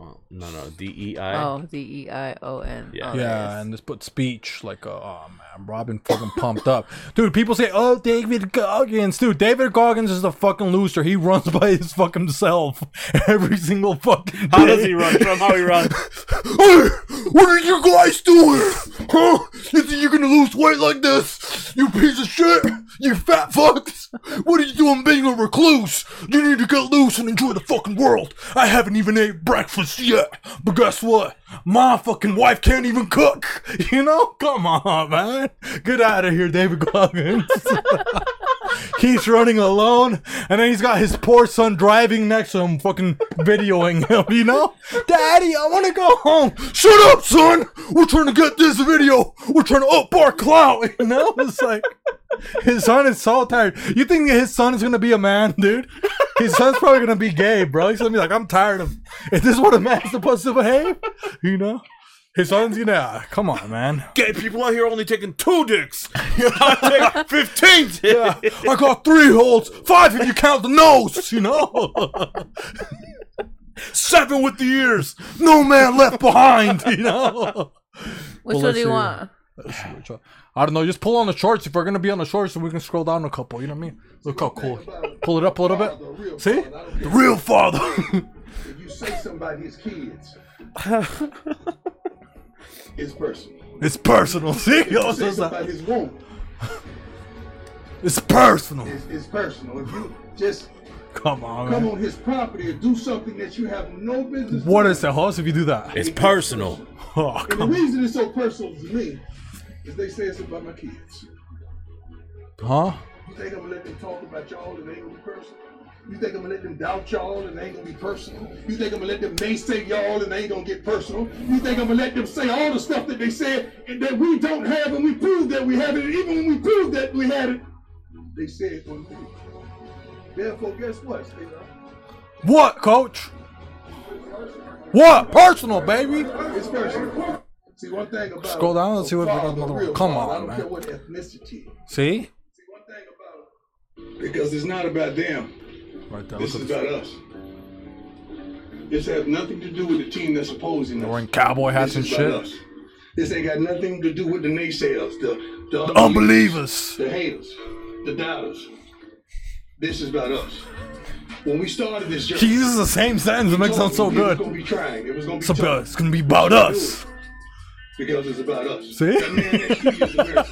Speaker 1: Oh, no, no, D E I.
Speaker 3: Oh, D E I O N.
Speaker 1: Yeah.
Speaker 3: Oh,
Speaker 2: Yeah,
Speaker 3: yes.
Speaker 2: and just put speech like, uh, oh man, Robin fucking pumped up, dude. People say, oh David Goggins, dude. David Goggins is the fucking loser. He runs by his fucking self every single fucking. Day.
Speaker 1: How does he run? From how he runs?
Speaker 2: Hey, what are you guys doing? Huh? You think you're gonna lose weight like this? You piece of shit! You fat fucks! What are you doing being a recluse? You need to get loose and enjoy the fucking world! I haven't even ate breakfast yet! But guess what? My fucking wife can't even cook! You know? Come on, man! Get out of here, David Goggins! he's running alone, and then he's got his poor son driving next to him, fucking videoing him, you know? Daddy, I wanna go home. Shut up, son! We're trying to get this video. We're trying to up our clout, you know? It's like his son is so tired. You think his son is gonna be a man, dude? His son's probably gonna be gay, bro. He's gonna be like, I'm tired of is this what a man's supposed to behave? You know? His son's gonna ah, come on, man.
Speaker 1: Gay people out here only taking two dicks. I take fifteen. Dicks.
Speaker 2: Yeah, I got three holes, five if you count the nose, you know? Seven with the ears, no man left behind, you know? Well,
Speaker 3: Which one
Speaker 2: let's
Speaker 3: do you
Speaker 2: see.
Speaker 3: want?
Speaker 2: I don't know, just pull on the shorts if we're gonna be on the shorts and we can scroll down a couple, you know what I mean? Look how cool. Pull it up a little bit. See? The real father.
Speaker 8: If you say somebody is kids, it's personal.
Speaker 2: it's personal, see?
Speaker 8: If you
Speaker 2: Yo,
Speaker 8: say
Speaker 2: Oh, it's like-
Speaker 8: somebody's womb,
Speaker 2: It's personal.
Speaker 8: it's, it's personal. If you just
Speaker 2: Come on,
Speaker 8: come
Speaker 2: man.
Speaker 8: on his property and do something that you have no business
Speaker 2: What
Speaker 8: doing-
Speaker 2: is that, host, if you do that?
Speaker 1: It's personal.
Speaker 2: Oh,
Speaker 8: And the reason it's so personal to me is they say it's about my kids.
Speaker 2: huh?
Speaker 8: You think I'm gonna let them talk about y'all and it ain't gonna be personal? You think I'm gonna let them doubt y'all and it ain't gonna be personal? You think I'm gonna let them naysay y'all and they ain't gonna get personal? You think I'm gonna let them say all the stuff that they said and that we don't have and we proved that we have it, and even when we proved that we had it, they said it's gonna be. Therefore, guess what? Steve?
Speaker 2: What, coach? What? Personal, baby.
Speaker 8: It's personal. See one thing about
Speaker 2: Scroll down, let's
Speaker 8: a
Speaker 2: see what we got
Speaker 8: father,
Speaker 2: another
Speaker 8: a
Speaker 2: one.
Speaker 8: real
Speaker 2: Come
Speaker 8: father,
Speaker 2: on,
Speaker 8: I don't
Speaker 2: man.
Speaker 8: care what ethnicity.
Speaker 2: See?
Speaker 8: See one thing about 'em, Because it's not about them.
Speaker 2: Right there.
Speaker 8: This
Speaker 2: Look
Speaker 8: is
Speaker 2: at this.
Speaker 8: about us. This has nothing to do with the team that's opposing
Speaker 2: They're
Speaker 8: us.
Speaker 2: wearing cowboy hats
Speaker 8: This
Speaker 2: and
Speaker 8: is
Speaker 2: shit.
Speaker 8: about us. This ain't got nothing to do with the naysayers, the the,
Speaker 2: The unbelievers.
Speaker 8: the haters, the doubters. This is about us. When we started this
Speaker 2: She
Speaker 8: journey,
Speaker 2: uses the same sentence. It makes it sound so
Speaker 8: It was gonna
Speaker 2: good.
Speaker 8: be trying. It was gonna be
Speaker 2: It's about,
Speaker 8: tough
Speaker 2: it's gonna be about us.
Speaker 8: because it's about us.
Speaker 2: See?
Speaker 8: That man next to you is a nurse.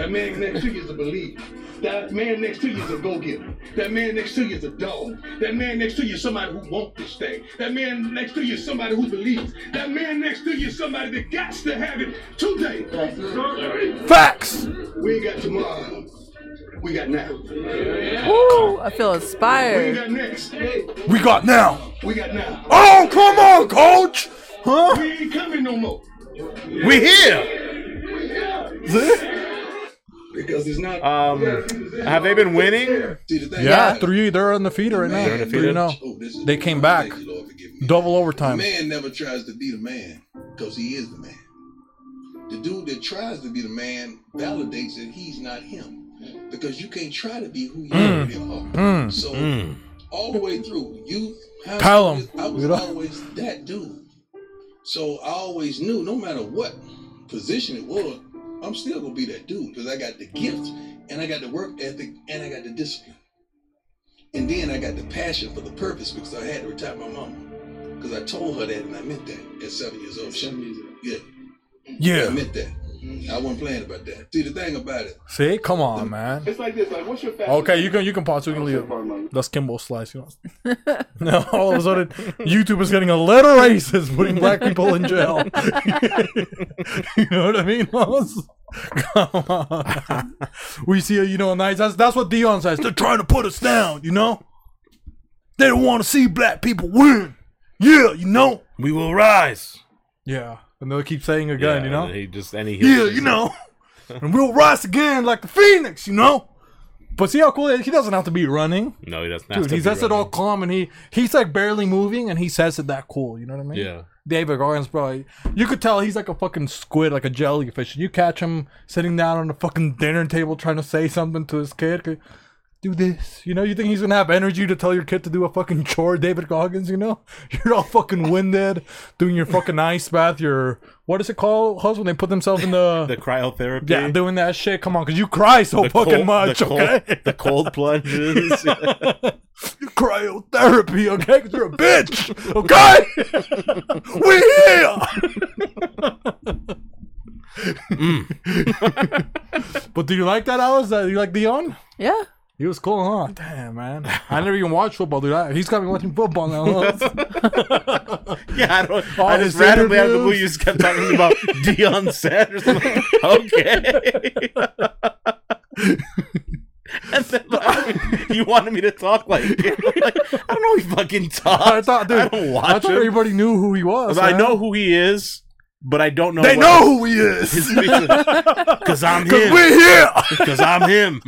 Speaker 8: That man next to you is a believer. That man next to you is a go-getter. That man next to you is a dog. That man next to you is somebody who wants this thing. That man next to you is somebody who believes. That man next to you is somebody that got to have it today.
Speaker 2: Facts.
Speaker 8: We ain't got tomorrow. We got now.
Speaker 3: Woo! I feel
Speaker 8: We ain't
Speaker 3: inspired.
Speaker 8: got next.
Speaker 2: We got now.
Speaker 8: We got now.
Speaker 2: Oh, come on, coach. Huh?
Speaker 8: We ain't coming no more.
Speaker 2: We here. See?
Speaker 8: Because it's not.
Speaker 1: Um, have they been winning?
Speaker 8: see, the thing
Speaker 2: Uh, Yeah,
Speaker 8: is-
Speaker 2: three. They're undefeated right now.
Speaker 8: They're
Speaker 2: Three
Speaker 1: undefeated?
Speaker 2: now.
Speaker 8: Oh, this is
Speaker 2: They
Speaker 8: the
Speaker 2: came
Speaker 8: Lord.
Speaker 2: back.
Speaker 8: Thank you, Lord, forgive me.
Speaker 2: Double
Speaker 8: A
Speaker 2: overtime.
Speaker 8: man never tries to be the man because he is the man. The dude that tries to be the man validates that he's not him because you can't try to be who you really are.
Speaker 2: Mm.
Speaker 8: So
Speaker 1: Mm.
Speaker 8: all the way through, you how-
Speaker 2: Tell 'em,
Speaker 8: I was
Speaker 2: you know?
Speaker 8: always that dude. So I always knew no matter what position it was, I'm still gonna be that dude because I got the gift and I got the work ethic and I got the discipline. And then I got the passion for the purpose because I had to retire my mama. Because I told her that and I meant that at seven years old. Seven years old. Yeah. I
Speaker 2: Yeah.
Speaker 8: meant that. I wasn't playing about that. See the thing about it.
Speaker 2: See? Come on, man.
Speaker 9: It's like this. Like, what's your fastest?
Speaker 2: Okay, you can you can pause. We can leave. it. That's Kimbo Slice. You know. now all of a sudden, YouTube is getting a little racist, putting black people in jail. you know what I mean? Los? Come on. we see a, you know a nice. That's that's what Dion says. They're trying to put us down. You know. They don't want to see black people win. Yeah, you know.
Speaker 1: We will rise.
Speaker 2: Yeah, and they'll keep saying again.
Speaker 1: Yeah,
Speaker 2: you know.
Speaker 1: He just and he
Speaker 2: Yeah, you know. and we'll rise again like the phoenix. You know. But see how cool he doesn't have to be running.
Speaker 1: No, he doesn't. have
Speaker 2: Dude,
Speaker 1: to
Speaker 2: he
Speaker 1: be
Speaker 2: says it
Speaker 1: running.
Speaker 2: all calm and he he's like barely moving and he says it that cool. You know what I mean?
Speaker 1: Yeah.
Speaker 2: David Goggins probably you could tell he's like a fucking squid, like a jellyfish. You catch him sitting down on a fucking dinner table trying to say something to his kid. could, Do this, you know? You think he's gonna have energy to tell your kid to do a fucking chore, David Goggins? You know, you're all fucking winded, doing your fucking ice bath. Your what is it called, husband? They put themselves in the,
Speaker 1: The cryotherapy.
Speaker 2: yeah, doing that shit. Come on, cause you cry so
Speaker 1: The
Speaker 2: fucking
Speaker 1: cold-
Speaker 2: much.
Speaker 1: the cold,
Speaker 2: okay,
Speaker 1: The cold plunges.
Speaker 2: cryotherapy, okay? Because you're a bitch, okay? we here! Mm. but do you like that, Alice? Uh, you like Dion?
Speaker 3: Yeah.
Speaker 2: He was cool, huh? Damn, man. I never even watched football, dude. I, he's got me watching football now. huh?
Speaker 1: yeah, I don't.
Speaker 2: All
Speaker 1: I just
Speaker 2: his
Speaker 1: randomly out of the blue,
Speaker 2: interviews.
Speaker 1: you just kept talking about Dion Sanders. I'm like, okay. and then like, you wanted me to talk like, him. I'm like, I don't know. He fucking talks.
Speaker 2: I thought, dude,
Speaker 1: I don't watch
Speaker 2: I thought
Speaker 1: him.
Speaker 2: everybody knew who he was.
Speaker 1: I
Speaker 2: man.
Speaker 1: know who he is, but I don't know.
Speaker 2: They
Speaker 1: what-
Speaker 2: know who he is.
Speaker 1: Cause I'm
Speaker 2: Because
Speaker 1: him.
Speaker 2: we're here.
Speaker 1: Cause I'm him.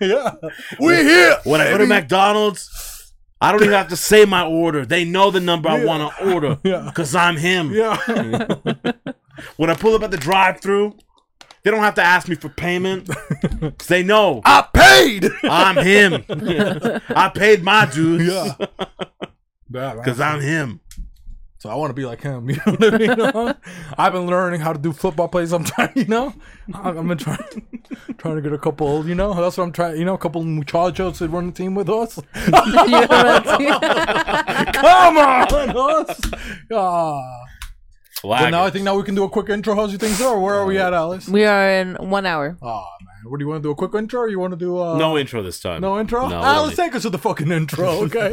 Speaker 2: yeah. We're here.
Speaker 1: When I go to
Speaker 2: baby.
Speaker 1: McDonald's, I don't even have to say my order. They know the number I
Speaker 2: Yeah.
Speaker 1: want to order
Speaker 2: Yeah.
Speaker 1: because I'm him.
Speaker 2: Yeah.
Speaker 1: When I pull up at the drive-through, they don't have to ask me for payment 'cause they know
Speaker 2: I paid.
Speaker 1: I'm him. I paid my dues
Speaker 2: Yeah. Yeah, man.
Speaker 1: because I'm him.
Speaker 2: So I want to be like him. You know what I mean? I've been learning how to do football plays. I'm trying, you know. I- I've been trying, trying to get a couple. You know, that's what I'm trying. You know, a couple muchachos that run the team with us.
Speaker 3: You know what I'm saying?
Speaker 2: Come on, us. Ah. But
Speaker 1: Flag
Speaker 2: now I
Speaker 1: it.
Speaker 2: think now we can do a quick intro. How's you think so? Or where are we at, Alice?
Speaker 3: we are in one hour.
Speaker 2: Oh man, what do you want to do? A quick intro? Or you want to do uh,
Speaker 1: no intro this time.
Speaker 2: no intro?
Speaker 1: No,
Speaker 2: Alice,
Speaker 1: really.
Speaker 2: take us to the fucking intro, okay?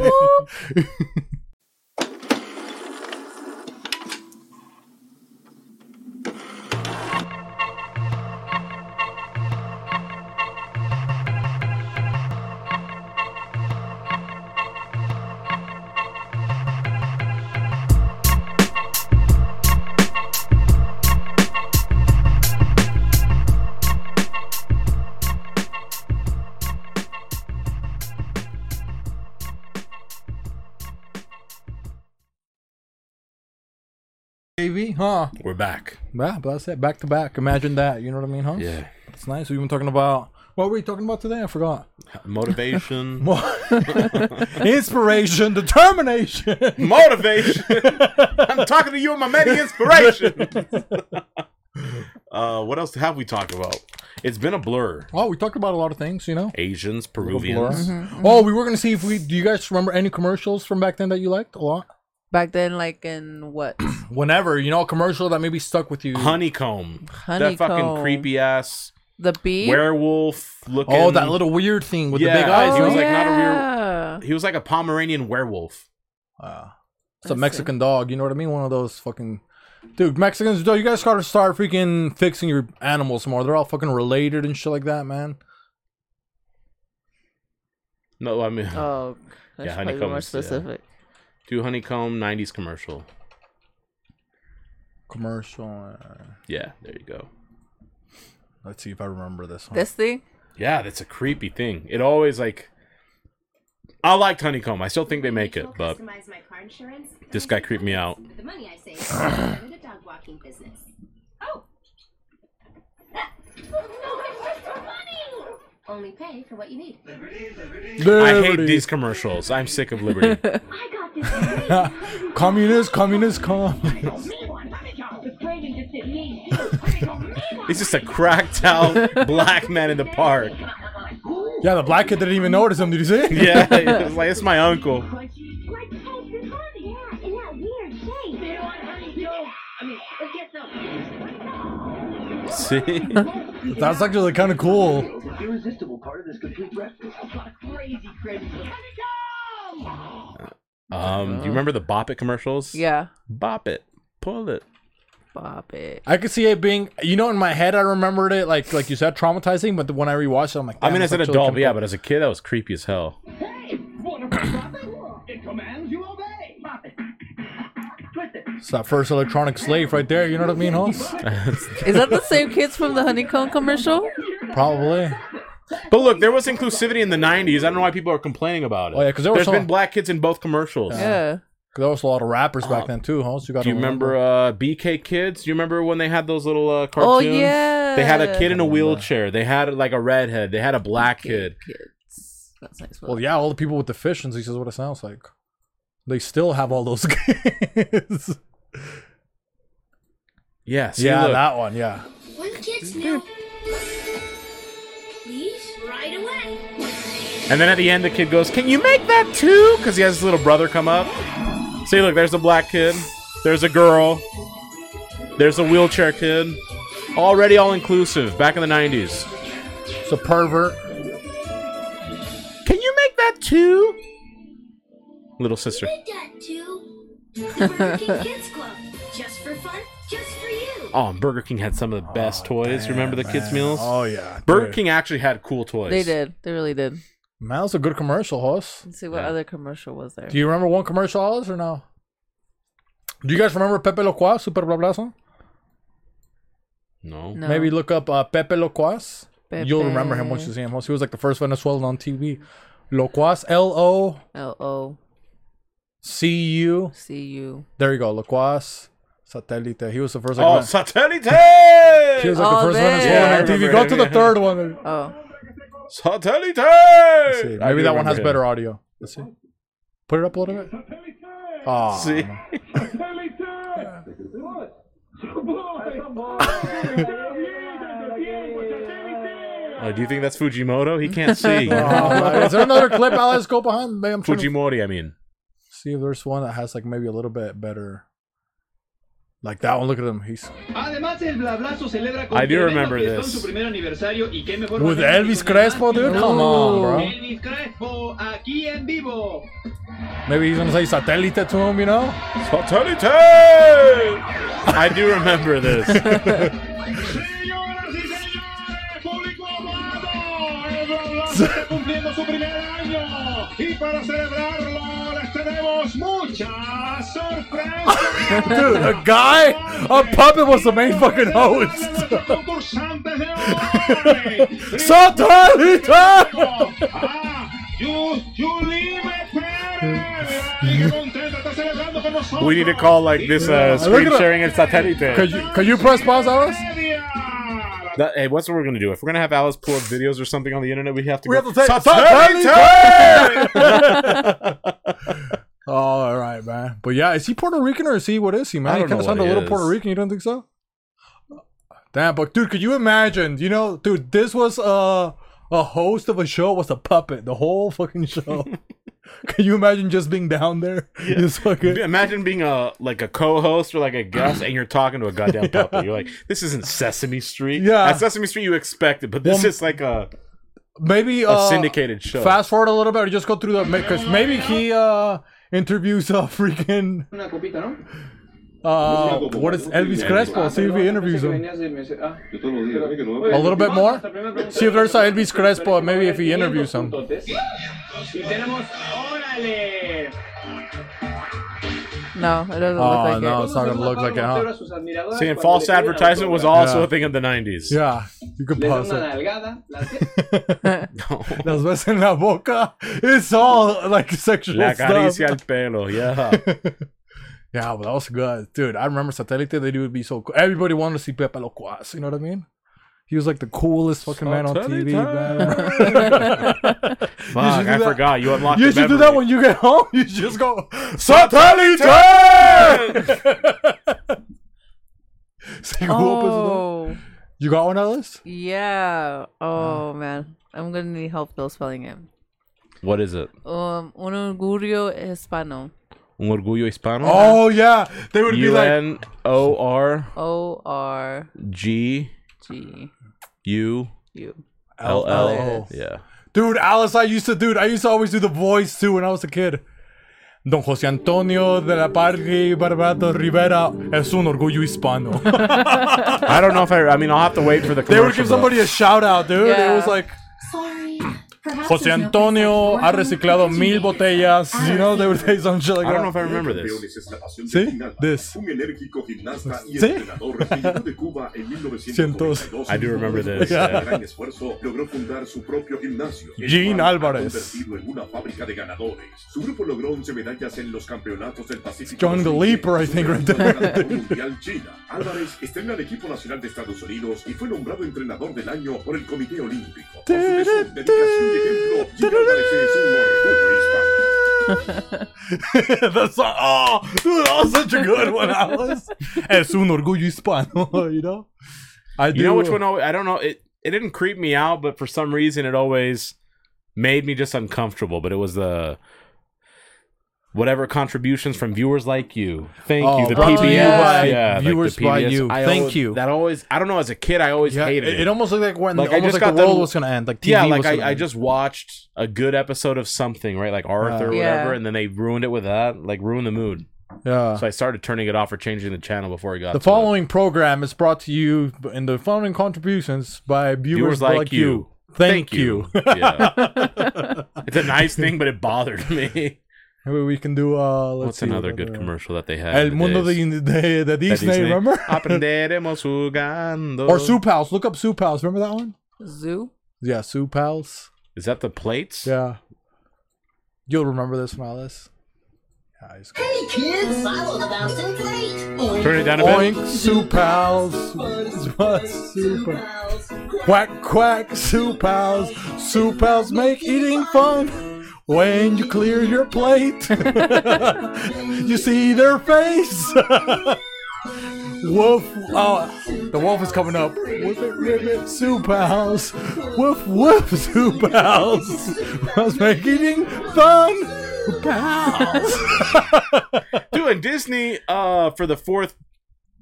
Speaker 2: baby, huh?
Speaker 1: We're back.
Speaker 2: Yeah, but that's it. Back to back. Imagine that. You know what I mean, huh?
Speaker 1: Yeah.
Speaker 2: It's nice. We've been talking about. What were we talking about today? I forgot.
Speaker 1: Motivation.
Speaker 2: Inspiration, determination.
Speaker 1: motivation. I'm talking to you and my many inspirations. uh, what else have we talked about? It's been a blur.
Speaker 2: Oh, we talked about a lot of things, you know.
Speaker 1: Asians,
Speaker 2: Blur.
Speaker 1: Peruvians.
Speaker 2: Oh, we were gonna see if we. Do you guys remember any commercials from back then that you liked a lot?
Speaker 3: Back then, like in what?
Speaker 2: Whenever you know a commercial that maybe stuck with you.
Speaker 1: Honeycomb. That fucking
Speaker 3: Mm-hmm. Honeycomb.
Speaker 1: creepy ass
Speaker 3: The bee?
Speaker 1: werewolf looking.
Speaker 2: Oh, that little weird thing with
Speaker 1: Yeah,
Speaker 2: the big eyes.
Speaker 1: he
Speaker 2: you
Speaker 1: was
Speaker 2: know?
Speaker 1: like not a real-
Speaker 3: yeah.
Speaker 1: He was like a Pomeranian werewolf.
Speaker 2: Wow. It's
Speaker 3: I
Speaker 2: a
Speaker 3: see.
Speaker 2: Mexican dog. You know what I mean? One of those fucking. Dude, Mexicans, though, you guys gotta start freaking fixing your animals more. They're all fucking related and shit like that, man.
Speaker 1: No, I mean,
Speaker 3: Oh, that's
Speaker 1: Yeah,
Speaker 3: yeah, probably be more
Speaker 1: honeycombs, yeah.
Speaker 3: specific.
Speaker 1: do honeycomb '90s commercial.
Speaker 2: Commercial. uh,
Speaker 1: Yeah, there you go.
Speaker 2: Let's see if I remember this one.
Speaker 3: This thing?
Speaker 1: Yeah, that's a creepy thing. It always like. I liked honeycomb. I still think they make it, but
Speaker 9: this guy creeped me out. Oh. Only pay for what you need.
Speaker 1: I hate
Speaker 2: Liberty.
Speaker 1: these commercials. I'm sick of Liberty.
Speaker 9: I got this.
Speaker 2: communist, communist, com.
Speaker 1: He's just a cracked out black man in the park.
Speaker 2: Yeah, the black kid didn't even notice him. Did you see? it?
Speaker 1: Yeah, it's like it's my uncle. See,
Speaker 2: That's actually kind of cool.
Speaker 6: irresistible part of this complete breakfast. Crazy, crazy.
Speaker 1: um, you remember the Bop It commercials?
Speaker 3: Oh. Yeah.
Speaker 1: Bop It, pull it.
Speaker 3: Bop it.
Speaker 2: I could see it being, you know, in my head I remembered it like like you said, traumatizing. But when I rewatched it, I'm like,
Speaker 1: I
Speaker 2: damn,
Speaker 1: mean,
Speaker 2: it's
Speaker 1: as an
Speaker 2: actually
Speaker 1: adult,
Speaker 2: kinda
Speaker 1: yeah,
Speaker 2: cool.
Speaker 1: but as a kid, that was creepy as hell.
Speaker 6: Hey, wonderful Bop It commands you obey. Bop it. Twist it.
Speaker 2: it's that first electronic slave right there. You know what I mean, Hoss?
Speaker 3: Is that the same kids from the honeycomb commercial?
Speaker 2: Probably.
Speaker 1: But look, there was inclusivity in the '90s. I don't know why people are complaining about it.
Speaker 2: Oh, yeah, 'cause there were
Speaker 1: has
Speaker 2: some-
Speaker 1: been black kids in both commercials.
Speaker 3: Yeah.
Speaker 2: There was a lot of rappers back then too, Hoss. You got.
Speaker 1: Do you remember uh, BK Kids? Do you remember when they had those little uh,
Speaker 3: Oh,
Speaker 1: cartoons?
Speaker 3: yeah.
Speaker 1: They had a kid in a
Speaker 2: remember.
Speaker 1: wheelchair. They had like a redhead. They had a black kid.
Speaker 3: Kids. That's nice.
Speaker 1: uh,
Speaker 2: Well, yeah, all the people with deficiencies is what it sounds like. They still have all those kids.
Speaker 1: Yeah, see,
Speaker 2: yeah,
Speaker 1: look.
Speaker 2: that one. Yeah.
Speaker 9: One kid's new. Please, right away.
Speaker 1: And then at the end, the kid goes, "Can you make that too?" Because he has his little brother come up. See, look, there's a black kid. There's a girl. There's a wheelchair kid. Already all inclusive. Back in the '90s.
Speaker 2: It's a pervert.
Speaker 1: Can you make that too? Little sister.
Speaker 9: Make that two. The Burger King Kids Club. Just for fun, just for you.
Speaker 1: Oh, and Burger King had some of the best toys. Remember the kids' meals?
Speaker 2: Oh yeah.
Speaker 1: Burger
Speaker 2: dude.
Speaker 1: King actually had cool toys.
Speaker 3: They did. They really did.
Speaker 2: Man, that's a good commercial, Hoss.
Speaker 3: Let's see what
Speaker 1: Yeah.
Speaker 3: other commercial was there.
Speaker 2: Do you remember one commercial, Hoss, or no? Do you guys remember Pepe Loquaz, Super Bla Blazo?
Speaker 1: No.
Speaker 3: No.
Speaker 2: Maybe look up uh, Pepe Loquaz. You'll
Speaker 3: Pepe.
Speaker 2: remember him once you see him, Hoss. He was like the first Venezuelan on TV. Loquaz, L O
Speaker 3: L O
Speaker 2: C U.
Speaker 3: C U.
Speaker 2: There you go, Loquaz. Satellite. He was the first.
Speaker 1: Oh,
Speaker 2: Like, Ven- he was
Speaker 1: Satellite!
Speaker 2: like
Speaker 3: Oh,
Speaker 2: the first
Speaker 3: there.
Speaker 2: Venezuelan
Speaker 1: Yeah, I
Speaker 2: on TV.
Speaker 1: remember
Speaker 2: Go
Speaker 1: him,
Speaker 2: to the
Speaker 1: yeah.
Speaker 2: third one.
Speaker 3: Oh.
Speaker 1: Satellite!
Speaker 2: Let's see. Maybe that one has better audio. Let's see. Put it up a little bit. Oh,
Speaker 1: See? Oh, do you think that's Fujimoto? He can't see.
Speaker 2: is there another clip? Alex, go behind. Maybe I'm trying to
Speaker 1: Fujimori, I mean.
Speaker 2: see if there's one that has like maybe a little bit better. Like that one. Look at him. He's
Speaker 6: Además, el blablazo celebra
Speaker 10: Oh,
Speaker 1: I do
Speaker 6: tremendo
Speaker 1: remember
Speaker 6: fiestón
Speaker 1: this.
Speaker 6: su primer aniversario y qué mejor
Speaker 2: with
Speaker 6: manera que
Speaker 2: Elvis
Speaker 6: con el más
Speaker 2: Crespo, dude.
Speaker 6: viral
Speaker 2: Come on, bro.
Speaker 6: Elvis Crespo aquí en vivo.
Speaker 2: Maybe he's gonna say satellite to him. You know?
Speaker 1: Satellite! I do remember this.
Speaker 6: Señoras y señores, público amado, el Blablazo está cumpliendo su primer año y para celebrarlo les tenemos muchas sorpresas.
Speaker 2: Dude, a guy, a puppet was the main fucking host.
Speaker 6: Nuestros concursantes de hoy.
Speaker 2: satellite.
Speaker 6: Ah, Yu- Yulime Pérez. Ay, qué contenta, está celebrando con
Speaker 1: We need to call like this uh, screen sharing and satellite.
Speaker 2: Could you could you press pause on us?
Speaker 1: That- hey, what's what we're gonna do? If we're gonna have Alice pull up videos or something on the internet, we have to
Speaker 2: We
Speaker 1: go.
Speaker 2: have to say-
Speaker 1: Satellite!
Speaker 2: Oh, all right, man. But yeah, is he Puerto Rican or is he what is he, man?
Speaker 1: I
Speaker 2: He
Speaker 1: don't
Speaker 2: kind
Speaker 1: know
Speaker 2: of sounded a
Speaker 1: what he
Speaker 2: little
Speaker 1: is.
Speaker 2: Puerto Rican. You don't think so? Damn, but dude, could you imagine? You know, dude, this was uh, a host of a show was a puppet the whole fucking show. Can you imagine just being down there? Just fucking-
Speaker 1: Imagine being a like a co-host or like a guest, and you're talking to a goddamn puppet. You're like, this isn't Sesame Street.
Speaker 2: Yeah.
Speaker 1: At Sesame Street, you expect it, but this
Speaker 2: Well,
Speaker 1: is like a,
Speaker 2: maybe
Speaker 1: a
Speaker 2: uh,
Speaker 1: syndicated show.
Speaker 2: Fast forward a little bit, or just go through the because maybe he uh interviews a freaking uh what is Elvis Crespo? See if he interviews him.
Speaker 1: ah.
Speaker 8: ¿eh?
Speaker 2: A little bit more. See if there's a Elvis Crespo. Maybe if he interviews him.
Speaker 3: No, it doesn't look
Speaker 2: Oh
Speaker 3: like
Speaker 2: no,
Speaker 3: it.
Speaker 2: it's not gonna look like it. Huh?
Speaker 1: Seeing false advertisement was also
Speaker 2: Yeah.
Speaker 1: a thing in the '90s.
Speaker 2: Yeah, you can pause it.
Speaker 1: No.
Speaker 2: Las ves en la boca. It's all like sexual
Speaker 1: La
Speaker 2: stuff.
Speaker 1: caricia al pelo. Yeah.
Speaker 2: Yeah, but that was good, dude. I remember Satellite. They would be so cool. Everybody wanted to see Pepe Locuaz. You know what I mean? He was like the coolest fucking man on TV. Man.
Speaker 1: Fuck, I
Speaker 2: that.
Speaker 1: forgot. You unlocked.
Speaker 2: You
Speaker 1: the
Speaker 2: should do
Speaker 1: memory.
Speaker 2: that when you get home. You just go Satellite. Say, "Whoop is
Speaker 3: Oh,
Speaker 2: the-" You got one of those?
Speaker 3: yeah. Oh man, I'm gonna need help though spelling it.
Speaker 1: What is it?
Speaker 3: Um, un orgullo hispano.
Speaker 1: Un orgullo hispano.
Speaker 2: Oh yeah, they would be
Speaker 1: U
Speaker 2: like
Speaker 1: N O R
Speaker 3: O R
Speaker 1: G
Speaker 3: G
Speaker 1: U
Speaker 3: U.
Speaker 1: L L.
Speaker 2: LL.
Speaker 1: Yeah.
Speaker 2: Dude, Alice, I used to, dude, I used to always do the voice too when I was a kid. Don José Antonio de la Parque Barbato Rivera es un orgullo hispano.
Speaker 1: I don't know if I. I mean, I'll have to wait for the.
Speaker 2: they would
Speaker 1: commercial,
Speaker 2: give somebody
Speaker 1: but-
Speaker 2: a shout out, dude. It
Speaker 3: Yeah.
Speaker 2: was like,
Speaker 9: Sorry. Perhaps
Speaker 2: José
Speaker 9: there's no
Speaker 2: Antonio
Speaker 9: place
Speaker 2: ha
Speaker 9: like working
Speaker 2: reciclado
Speaker 9: because
Speaker 2: mil
Speaker 9: you make it.
Speaker 2: botellas. You know, they would say some shit like
Speaker 1: I don't know
Speaker 2: that.
Speaker 1: if I remember this.
Speaker 2: See? This.
Speaker 8: Un enérgico gimnasta y
Speaker 2: Sí.
Speaker 8: entrenador recibido de Cuba en 1992.
Speaker 1: I do remember this.
Speaker 8: Con
Speaker 1: yeah.
Speaker 8: gran esfuerzo logró fundar su propio gimnasio. el
Speaker 2: Gene
Speaker 8: cual ha
Speaker 2: Álvarez.
Speaker 8: Convertido en una fábrica de ganadores. Su grupo logró 11 medallas en los campeonatos del Pacífico.
Speaker 2: John the
Speaker 8: 2015,
Speaker 2: Leaper, I think, right
Speaker 8: supervisor
Speaker 2: there.
Speaker 8: del Mundial China. Álvarez está en el equipo nacional de Estados Unidos y fue nombrado entrenador del año por el Comité Olímpico. Por su tesón, dedicación y ejemplo, Gene Álvarez es un orgullo hispano.
Speaker 2: That's not, oh, dude, that was such a good one, Alice. es un orgullo hispano, you know? I do.
Speaker 1: You know which one? alwa- I don't know. It it didn't creep me out, but for some reason, it always made me just uncomfortable. But it was the whatever contributions from viewers like you. Thank
Speaker 2: Oh,
Speaker 1: you. The
Speaker 2: brought to you
Speaker 1: PBS.
Speaker 2: by
Speaker 1: yeah,
Speaker 2: viewers by
Speaker 1: PBS.
Speaker 2: you.
Speaker 1: I
Speaker 2: Thank
Speaker 1: always-
Speaker 2: you.
Speaker 1: That always. I don't know. As a kid, I always
Speaker 2: Yeah,
Speaker 1: hated
Speaker 2: it,
Speaker 1: it.
Speaker 2: it almost looked like when
Speaker 1: Like, I
Speaker 2: almost
Speaker 1: just
Speaker 2: like
Speaker 1: got
Speaker 2: the world
Speaker 1: them-
Speaker 2: was gonna end. Like TV
Speaker 1: yeah,
Speaker 2: was
Speaker 1: like
Speaker 2: gonna
Speaker 1: I, I
Speaker 2: end.
Speaker 1: just watched a good episode of something, right? Like Arth or
Speaker 2: Uh,
Speaker 1: whatever,
Speaker 3: Yeah.
Speaker 1: and then they ruined it with that. Like ruined the mood.
Speaker 2: yeah.
Speaker 1: So I started turning it off or changing the channel before I got
Speaker 2: Uh. The
Speaker 1: to it.
Speaker 2: following program is brought to you in the following contributions by viewers,
Speaker 1: Viewers like, you.
Speaker 2: Thank, you.
Speaker 1: yeah. It's a nice thing, but it bothered me.
Speaker 2: Maybe we can do uh. Let's
Speaker 1: What's
Speaker 2: see,
Speaker 1: another
Speaker 2: what
Speaker 1: good
Speaker 2: other-
Speaker 1: commercial that they had?
Speaker 2: El mundo de,
Speaker 1: days?
Speaker 2: de, de, Disney,
Speaker 1: Disney.
Speaker 2: Remember?
Speaker 1: Aprenderemos jugando.
Speaker 2: or Soup House. Look up Soup House. Remember that one?
Speaker 3: Zoo.
Speaker 2: Yeah, Soup House.
Speaker 1: Is that the plates?
Speaker 2: Yeah. You'll remember this from Alice. Yeah, it's good.
Speaker 9: Hey kids, I will announce in plate.
Speaker 1: Turn it down a bit.
Speaker 2: Oink, Soup House. Soup House. Quack, quack, soup house. Soup house make eating fun. When you clear your plate, you see their face. Wolf, oh, the wolf is coming up. Whip it, rip it, soup house. Woof, woof, soup house. House make eating fun. Soup house.
Speaker 1: Dude, and Disney, uh, for the fourth,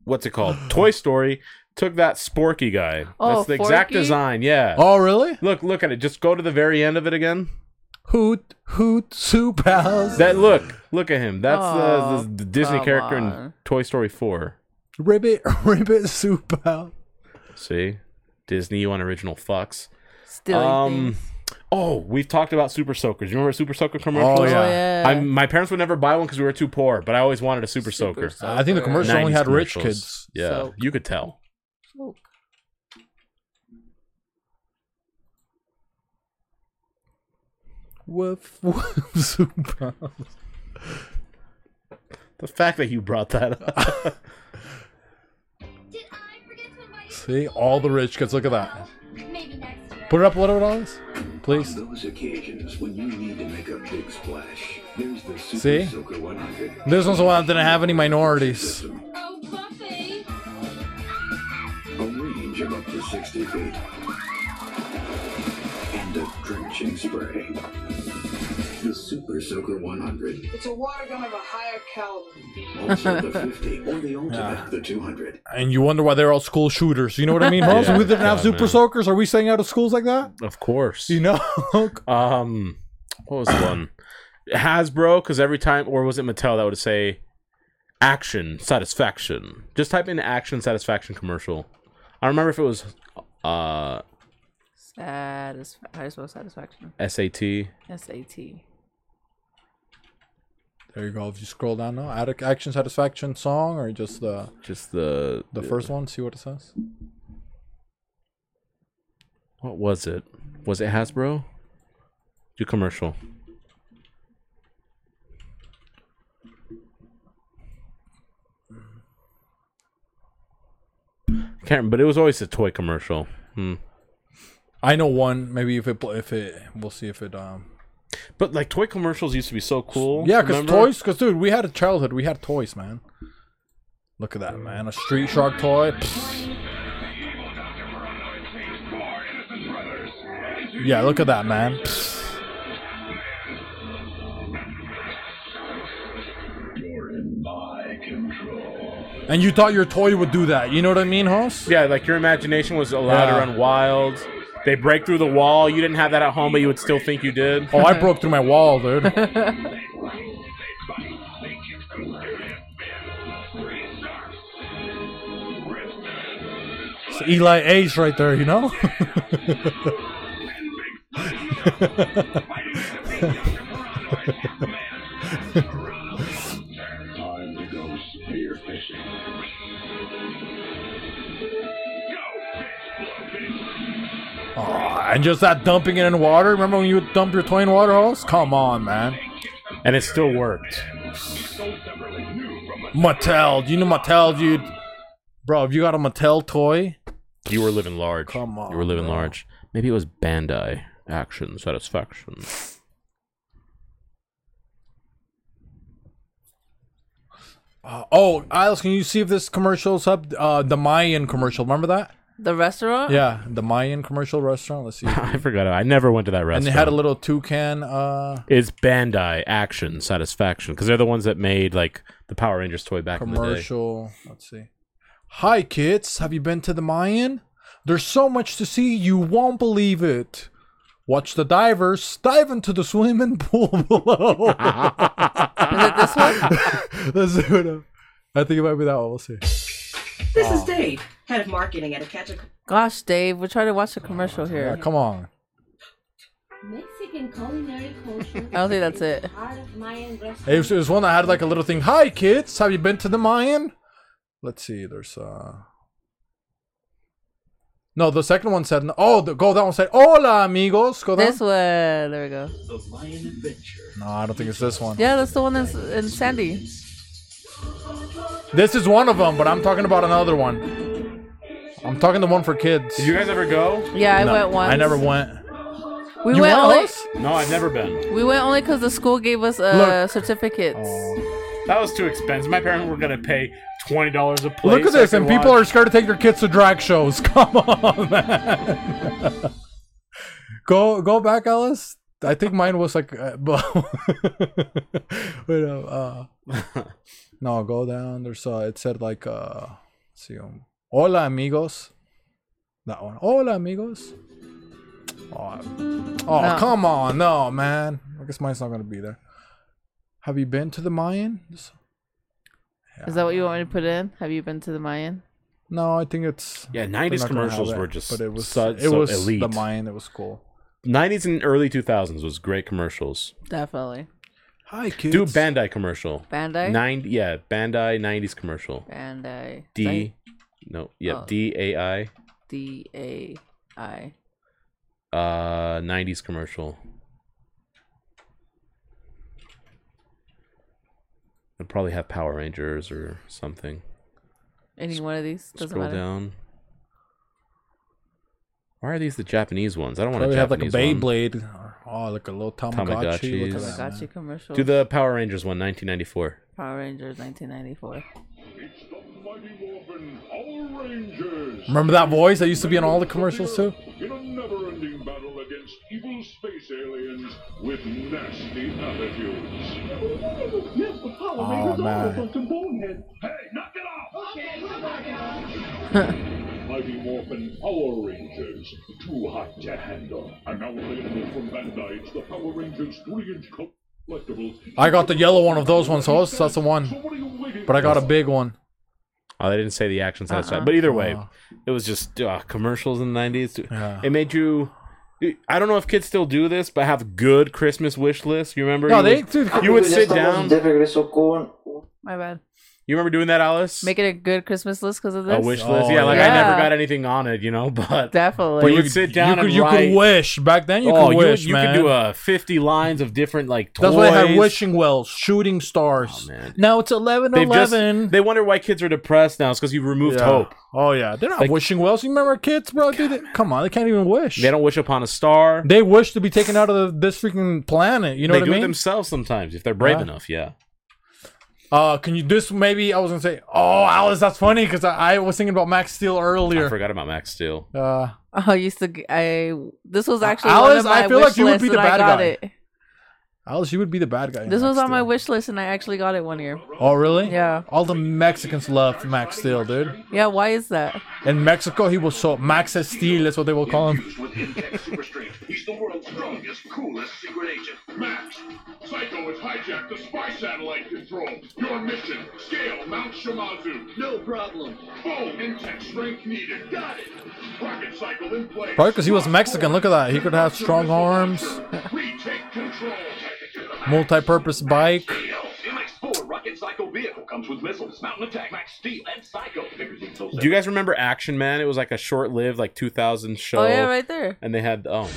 Speaker 1: what's it called? Toy Story took that Sporky guy.
Speaker 3: Oh,
Speaker 1: That's the exact
Speaker 3: Forky?
Speaker 1: design. Yeah.
Speaker 2: Oh, really?
Speaker 1: Look, look at it. Just go to the very end of it again.
Speaker 2: Hoot, hoot, soup house.
Speaker 1: That look, look at him. That's uh,
Speaker 3: Oh,
Speaker 1: the, the Disney
Speaker 3: come
Speaker 1: character in
Speaker 3: on.
Speaker 1: Toy Story Four.
Speaker 2: Ribbit, ribbit, soup house.
Speaker 1: See, Disney, you want original fucks.
Speaker 3: Stealing
Speaker 1: Um,
Speaker 3: things.
Speaker 1: Oh, we've talked about Super Soakers. You remember Super Soaker commercials?
Speaker 2: Oh, yeah.
Speaker 3: yeah.
Speaker 1: I, my parents would never buy one because we were too poor, but I always wanted a Super, Soaker.
Speaker 2: Uh, I think the commercial only
Speaker 1: 90s
Speaker 2: had rich
Speaker 1: commercials.
Speaker 2: kids.
Speaker 1: Yeah,
Speaker 3: Soak.
Speaker 1: you could tell.
Speaker 3: Soak.
Speaker 2: Woof, woof, soup house.
Speaker 1: The fact that you brought that up.
Speaker 9: Did I forget to invite you?
Speaker 2: See, all the rich kids. Look at that.
Speaker 9: Maybe next year.
Speaker 2: Put it up a little bit, Alex. Please.
Speaker 11: Those occasions when you need to make a big splash, there's the Super
Speaker 2: See?
Speaker 11: Soaker 100.
Speaker 2: This one's the one that didn't have any minorities.
Speaker 9: Oh, Buffy!
Speaker 11: A range of up to 60 feet. And a drenching spray. The Super Soaker 100.
Speaker 6: It's a water gun of a higher caliber.
Speaker 11: Also the 50 or the ultimate, the 200.
Speaker 2: And you wonder why they're all school shooters. You know what I mean, Holmes?
Speaker 1: Yeah,
Speaker 2: we didn't have
Speaker 1: God,
Speaker 2: super
Speaker 1: man.
Speaker 2: soakers. Are we staying out of schools like that?
Speaker 1: of course.
Speaker 2: You know? Uh,
Speaker 1: Um, what was the one? Hasbro, because every time, or was it Mattel that would say action satisfaction? Just type in action satisfaction commercial. I remember if it was uh
Speaker 3: Satisfa- how do you spell satisfaction?
Speaker 1: SAT.
Speaker 3: S A T.
Speaker 2: there you go. If you scroll down now, add a- action satisfaction song or just the
Speaker 1: Just the
Speaker 2: the first one. See what it says.
Speaker 1: What was it? Was it Hasbro? Do commercial. Can't, remember, but it was always a toy commercial. Hmm.
Speaker 2: I know one. Maybe if it pl- if it we'll see if it um
Speaker 1: But like toy commercials used to be so cool.
Speaker 2: yeah because
Speaker 1: remember?
Speaker 2: toys because dude we had a childhood we had toys man. Look at that man a street shark toy. Pfft. Yeah, look at that man. Pfft.
Speaker 11: You're in my control.
Speaker 2: And you thought your toy would do that. You know what I mean, Hoss?
Speaker 1: Yeah, like your imagination was allowed
Speaker 2: Yeah.
Speaker 1: to run wild. They break through the wall. You didn't have that at home, but you would still think you did.
Speaker 2: Oh, I broke through my wall, dude. It's Eli Ace right there, you know?
Speaker 11: Time to go spear fishing.
Speaker 2: Aw, and just that dumping it in water. Remember when you would dump your toy in water hose? Come on, man.
Speaker 1: And it still worked.
Speaker 2: Mattel. Do you know Mattel, dude? Bro, if you got a Mattel toy,
Speaker 1: You were living large.
Speaker 2: Come
Speaker 1: You were living
Speaker 2: on, bro.
Speaker 1: large. Maybe it was Bandai. Action satisfaction.
Speaker 2: uh, oh, Isles, can you see if this commercial's up? Uh, the Mayan commercial. Remember that?
Speaker 3: The restaurant?
Speaker 2: Yeah, the Mayan commercial restaurant. Let's see.
Speaker 1: I forgot. I never went to that
Speaker 2: And
Speaker 1: restaurant.
Speaker 2: they had a little toucan. Uh,
Speaker 1: It's Bandai Action Satisfaction because they're the ones that made like the Power Rangers toy back in the day.
Speaker 2: commercial. Let's see. Hi, kids. Have you been to the Mayan? There's so much to see, you won't believe it. Watch the divers dive into the swimming pool below.
Speaker 3: Is it this one?
Speaker 2: Let's see what I- I think it might be that one. We'll see.
Speaker 1: Ah.
Speaker 12: This is Dave, head of marketing at a catch a
Speaker 3: Gosh, Dave, we're trying to watch a commercial
Speaker 2: Yeah,
Speaker 3: here.
Speaker 2: come on.
Speaker 9: Mexican culinary culture.
Speaker 3: I don't think that's it.
Speaker 9: Heart of Mayan
Speaker 2: It was, it was one that had like a little thing. Hi, kids. Have you been to the Mayan? Let's see. There's uh. No, the second one said. Oh, the, go that one said. Hola, amigos. Go down.
Speaker 3: This one. There we go.
Speaker 11: The Lion Adventure.
Speaker 2: No, I don't think it's this one.
Speaker 3: Yeah, that's the one that's in Sandy.
Speaker 2: This is one of them, but I'm talking about another one. I'm talking the one for kids.
Speaker 1: Did you guys ever go?
Speaker 3: Yeah, I
Speaker 2: No,
Speaker 3: went once.
Speaker 2: I never went.
Speaker 3: We
Speaker 2: you
Speaker 3: went
Speaker 2: went,
Speaker 3: only.
Speaker 2: Alice?
Speaker 1: No, I've never been.
Speaker 3: We went only because the school gave us uh,
Speaker 2: Look. Oh,
Speaker 3: certificates.
Speaker 1: That was too expensive. My parents were gonna pay twenty dollars a place.
Speaker 2: Look at this, and people are scared to take their kids to drag shows. Come on, man. go go back, Alice. I think mine was like, uh, bu- wait, uh, uh, no, go down. There's uh, it said like, uh, let's see, um, hola amigos. That one, hola amigos. Oh, oh
Speaker 3: No.
Speaker 2: come on, no, man. I guess mine's not gonna be there. Have you been to the Mayan?
Speaker 3: Is that what you want me to put in? Have you been to the Mayan?
Speaker 2: No, I think it's
Speaker 1: Yeah, 90s
Speaker 2: they're not gonna
Speaker 1: commercials
Speaker 2: have
Speaker 1: were
Speaker 2: that,
Speaker 1: just
Speaker 2: but it was
Speaker 1: so-
Speaker 2: it
Speaker 1: so
Speaker 2: was
Speaker 1: elite.
Speaker 2: the mine that was cool.
Speaker 1: Nineties and early two thousands was great commercials.
Speaker 3: Definitely.
Speaker 2: Hi kids.
Speaker 1: Do Bandai commercial.
Speaker 3: Bandai?
Speaker 1: Nine. Yeah, Bandai nineties commercial.
Speaker 3: Bandai.
Speaker 1: D. No. Yeah.
Speaker 3: Oh.
Speaker 1: D A I.
Speaker 3: D A I.
Speaker 1: Uh, nineties commercial. It'd probably have Power Rangers or something.
Speaker 3: Any one of these doesn't
Speaker 1: Scroll
Speaker 3: matter.
Speaker 1: down. Why are these the Japanese ones? I don't want
Speaker 2: Probably
Speaker 1: a
Speaker 2: have like a
Speaker 1: Japanese one.
Speaker 2: Beyblade. Oh, like a little Tamagotchi. Look
Speaker 1: Tamagotchis.
Speaker 2: at that. man.
Speaker 3: Tamagotchi commercial.
Speaker 1: Do the Power Rangers one, 1994.
Speaker 3: Power Rangers 1994.
Speaker 13: It's the Mighty Morphin Power Rangers.
Speaker 2: Remember that voice that used to be in all the commercials too?
Speaker 13: In a never-ending battle against evil space aliens with nasty attitudes.
Speaker 6: Yes, the Power
Speaker 2: Oh,
Speaker 6: Rangers
Speaker 2: man.
Speaker 6: also come to Bonehead.
Speaker 13: Mighty Morphin Power Rangers. Too hot to handle. And now available from Bandai, it's the Power Rangers 3-inch collectibles.
Speaker 2: I got the yellow one of those ones, so that's that's the one. But I got a big one.
Speaker 1: Oh, they didn't say the actions
Speaker 2: Uh-uh.
Speaker 1: outside. But either way,
Speaker 2: Oh.
Speaker 1: it was just uh, commercials in the 90s. dude.
Speaker 2: Yeah.
Speaker 1: It made you. I don't know if kids still do this, but have good Christmas wish lists. You remember?
Speaker 2: No,
Speaker 1: you
Speaker 2: they-
Speaker 1: would,
Speaker 2: dude,
Speaker 1: you would sit down.
Speaker 3: My bad.
Speaker 1: You remember doing that, Alice?
Speaker 3: Make it a good Christmas list because of this.
Speaker 1: a wish list.
Speaker 2: Oh,
Speaker 1: yeah, like I never got anything on it, you know. But
Speaker 3: Definitely.
Speaker 1: But you would sit down
Speaker 2: you could,
Speaker 1: and
Speaker 2: you
Speaker 1: write.
Speaker 2: could wish back then. You
Speaker 1: oh,
Speaker 2: could
Speaker 1: you,
Speaker 2: wish,
Speaker 1: you
Speaker 2: man.
Speaker 1: could do a fifty lines of different like. Toys. Oh,
Speaker 2: that's why they had wishing wells, shooting stars. now it's 11
Speaker 1: They've just-
Speaker 2: 11.
Speaker 1: they wonder why kids are depressed now. It's because you've removed
Speaker 2: Yeah.
Speaker 1: hope.
Speaker 2: Oh yeah, they're not wishing wells. You remember kids, bro? Dude, they- come on, they can't even wish.
Speaker 1: They don't wish upon a star.
Speaker 2: They wish to be taken out of the, this freaking planet. You know
Speaker 1: they
Speaker 2: what
Speaker 1: do
Speaker 2: I mean?
Speaker 1: it themselves sometimes if they're brave
Speaker 2: Yeah.
Speaker 1: enough. Yeah.
Speaker 2: Uh, can you this maybe I was gonna say, oh Alice, that's funny because I, I was thinking about Max Steel
Speaker 1: I
Speaker 2: earlier.
Speaker 1: forgot about Max Steel.
Speaker 2: Uh,
Speaker 3: Oh, I used to. g- I this was actually one
Speaker 2: Alice,
Speaker 3: of my
Speaker 2: I feel
Speaker 3: wish
Speaker 2: like you would be
Speaker 3: lists
Speaker 2: the
Speaker 3: and I
Speaker 2: bad
Speaker 3: got
Speaker 2: guy.
Speaker 3: it.
Speaker 2: Alice, you would be the bad guy. in
Speaker 3: This
Speaker 2: Max
Speaker 3: was on my
Speaker 2: Steel.
Speaker 3: wish list and I actually got it one year.
Speaker 2: Oh really?
Speaker 3: Yeah.
Speaker 2: All the Mexicans loved Max Steel, dude.
Speaker 3: Yeah, why is that?
Speaker 2: In Mexico, he was so Max Steel. That's what they will call him.
Speaker 4: With Intex Super Strength, he's the world's strongest, coolest secret agent.
Speaker 13: Max, Psycho has hijacked the spy satellite control. Your mission, scale Mount Shimazu. No problem. Full intact strength needed. Got it. Rocket cycle in place.
Speaker 2: Probably because he was Mexican. Look at that. He could have strong arms,
Speaker 13: Retake control.
Speaker 2: multi-purpose bike.
Speaker 4: MX4 Rocket Psycho vehicle comes with missiles, mountain attack, max steel, and psycho. Everything's so
Speaker 1: Do you guys remember Action Man? It was like a short-lived, like 2000 show.
Speaker 3: Oh yeah, right there.
Speaker 1: And they had oh,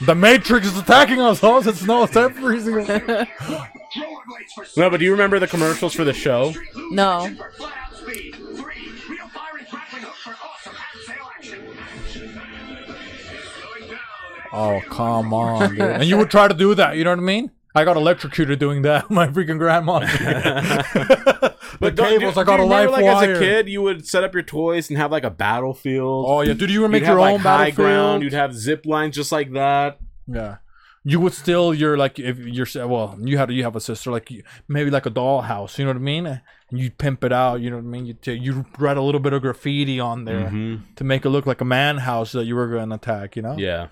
Speaker 2: The Matrix is attacking us, Alice. It's no, it's every single.
Speaker 1: No, but do you remember the commercials for the show?
Speaker 3: No.
Speaker 2: Oh come on, dude. and you would try to do that. You know what I mean? I got electrocuted doing that. My freaking grandma. but
Speaker 1: But
Speaker 2: the
Speaker 1: don't-
Speaker 2: cables,
Speaker 1: do-
Speaker 2: I got
Speaker 1: do
Speaker 2: a
Speaker 1: you
Speaker 2: life
Speaker 1: remember, like
Speaker 2: wire.
Speaker 1: as a kid, you would set up your toys and have like a battlefield.
Speaker 2: Oh yeah, dude, you would make
Speaker 1: You'd
Speaker 2: your
Speaker 1: have, like,
Speaker 2: own
Speaker 1: high
Speaker 2: battlefield.
Speaker 1: ground. You'd have zip lines just like that.
Speaker 2: yeah, you would still your like if you're well, you had you have a sister like you- maybe like a dollhouse. You know what I mean? And you'd pimp it out. You know what I mean? You t- you write a little bit of graffiti on there
Speaker 1: Mhm.
Speaker 2: to make it look like a man house that you were going to attack. You know?
Speaker 1: Yeah.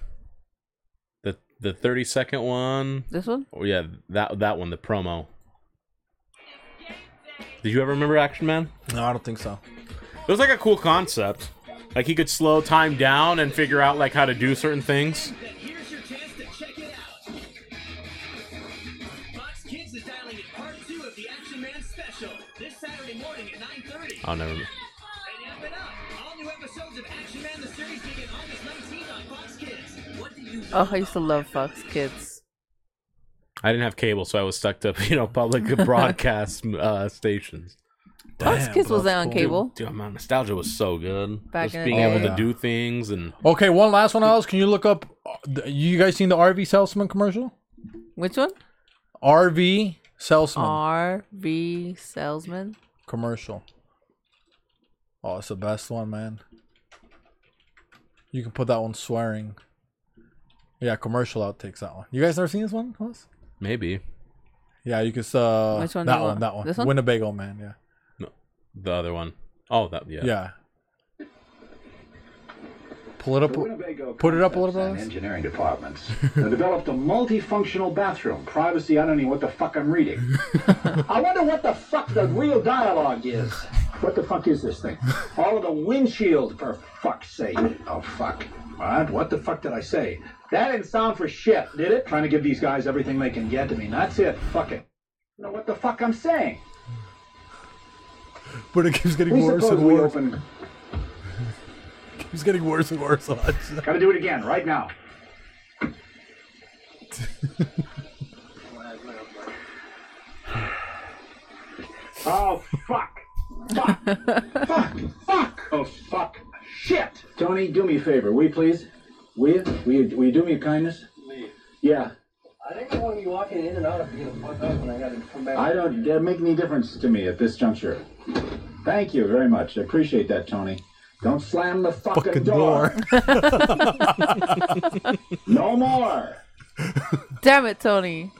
Speaker 1: The the thirty second one.
Speaker 3: This one?
Speaker 1: Oh yeah, that that one. The promo. Did you ever remember Action Man?
Speaker 2: No, I don't think so.
Speaker 1: It was like a cool concept. Like he could slow time down and figure out like how to do certain things.
Speaker 6: Here's your chance to check it out. Fox Kids is dialing in part two of the Action Man special this Saturday morning at 9:30.
Speaker 1: Oh never.
Speaker 6: And up and up, all new episodes of Action Man the series begin August 19th on Fox Kids. What do you know?
Speaker 3: Oh, I used to love Fox Kids.
Speaker 1: I didn't have cable, so I was stuck to you know public broadcast uh, stations.
Speaker 3: Fox Kids wasn't on cable.
Speaker 1: Dude, my nostalgia was so good.
Speaker 3: Back in
Speaker 1: Just
Speaker 3: the
Speaker 1: being
Speaker 2: day.
Speaker 1: able
Speaker 2: Yeah.
Speaker 1: to do things and
Speaker 2: Okay, one last one, Alice. Can you look up? You guys seen the RV salesman commercial?
Speaker 3: Which one?
Speaker 2: RV salesman
Speaker 3: RV salesman.
Speaker 2: commercial. Oh, it's the best one, man. You can put that one swearing. Yeah, commercial outtakes that one. You guys never seen this one? Alice?
Speaker 1: maybe
Speaker 2: Yeah, you can. Uh,
Speaker 3: Which one do
Speaker 2: That one.
Speaker 3: you want?
Speaker 2: That one.
Speaker 3: This one?
Speaker 2: Winnebago man. Yeah.
Speaker 1: the other one. Oh, that yeah.
Speaker 2: Yeah. Pull it up. Put it up a little bit. Alice.
Speaker 10: engineering departments that developed a multifunctional bathroom. Privacy, I don't know what the fuck I'm reading. I wonder what the fuck the real dialogue is. What the fuck is this thing? All of the windshield, for fuck's sake. Oh, fuck. What? What the fuck did I say? That didn't sound for shit, did it? Trying to give these guys everything they can get. I mean, that's it. Fuck it. You know what the fuck I'm saying.
Speaker 2: But it keeps getting
Speaker 10: We
Speaker 2: worse
Speaker 10: suppose
Speaker 2: and
Speaker 10: we
Speaker 2: worse.
Speaker 10: open.
Speaker 2: Keeps getting worse and worse. Alice.
Speaker 10: Gotta do it again, right now. Oh, fuck. Fuck. fuck. Fuck. Oh, fuck. Shit. Tony, do me a favor, will you please? Will you? Will you, will you do me a kindness?
Speaker 14: Me.
Speaker 10: Yeah.
Speaker 14: I think I want to be walking in and out of being fucked up when I got to come back.
Speaker 10: I don't. That make any difference to me at this juncture. Thank you very much. I appreciate that, Tony. Don't slam the fucking,
Speaker 2: Fucking
Speaker 10: door. no more.
Speaker 3: Damn it, Tony.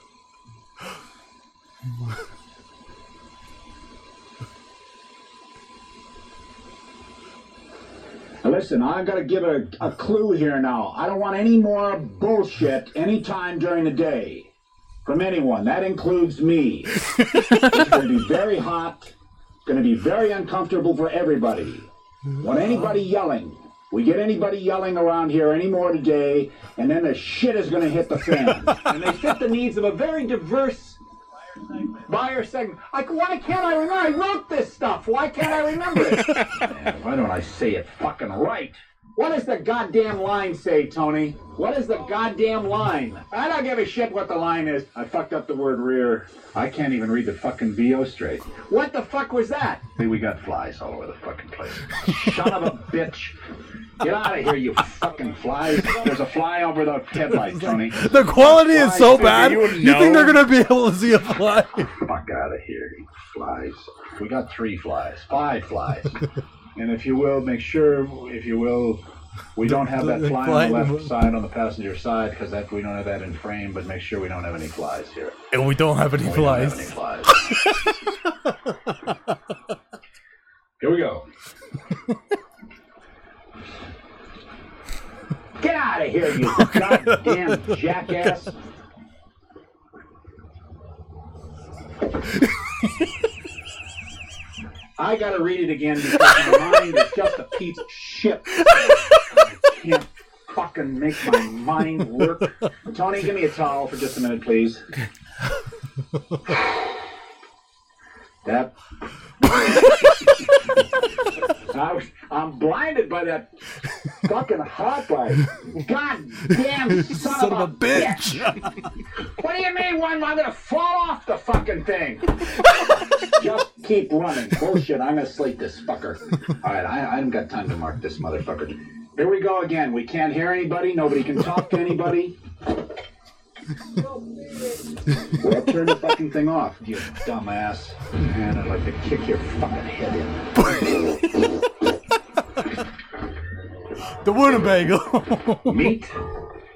Speaker 10: Now Listen, I gotta give a, a clue here now. I don't want any more bullshit anytime during the day from anyone. That includes me. it's gonna be very hot. It's gonna be very uncomfortable for everybody. Want anybody yelling? We get anybody yelling around here anymore today, and then the shit is gonna hit the fan. and they fit the needs of a very diverse buyer segment. Like, why can't I remember? I wrote this stuff. Why can't I remember it? Man, why don't I say it fucking right? What does the goddamn line say, Tony? What is the goddamn line? I don't give a shit what the line is. I fucked up the word rear. I can't even read the fucking VO straight. What the fuck was that? Hey, we got flies all over the fucking place. Son of a bitch. Get out of here, you fucking flies. There's a fly over the headlight, Tony.
Speaker 2: The quality is
Speaker 10: Flies,
Speaker 2: so
Speaker 10: baby,
Speaker 2: bad. You,
Speaker 10: you
Speaker 2: think they're
Speaker 10: know.
Speaker 2: gonna be able to see a fly?
Speaker 10: Fuck out of here, you flies. We got three flies, five flies. and if you will, make sure, if you will, we don't have that
Speaker 2: The- the
Speaker 10: fly on the
Speaker 2: fly-
Speaker 10: left side on the passenger side because that we don't have that in frame. But make sure we don't have any flies here.
Speaker 2: And we don't have any
Speaker 10: We don't have
Speaker 2: flies.
Speaker 10: any flies. here we go. Get out of here, you goddamn jackass! I gotta read it again because my mind is just a piece of shit. I can't fucking make my mind work. Tony, give me a towel for just a minute, please. That. I was, I'm blinded by that fucking hot light. God damn son,
Speaker 6: Son
Speaker 10: of,
Speaker 6: of a bitch.
Speaker 10: what do you mean one? I'm gonna fall off the fucking thing. Just keep running. Bullshit, I'm gonna slate this fucker. Alright, I, I haven't got time to mark this motherfucker. Here we go again. We can't hear anybody, nobody can talk to anybody. Well, turn the fucking thing off, you dumbass. Man, I'd like to kick your fucking head in.
Speaker 2: The Winnebago.
Speaker 10: Meet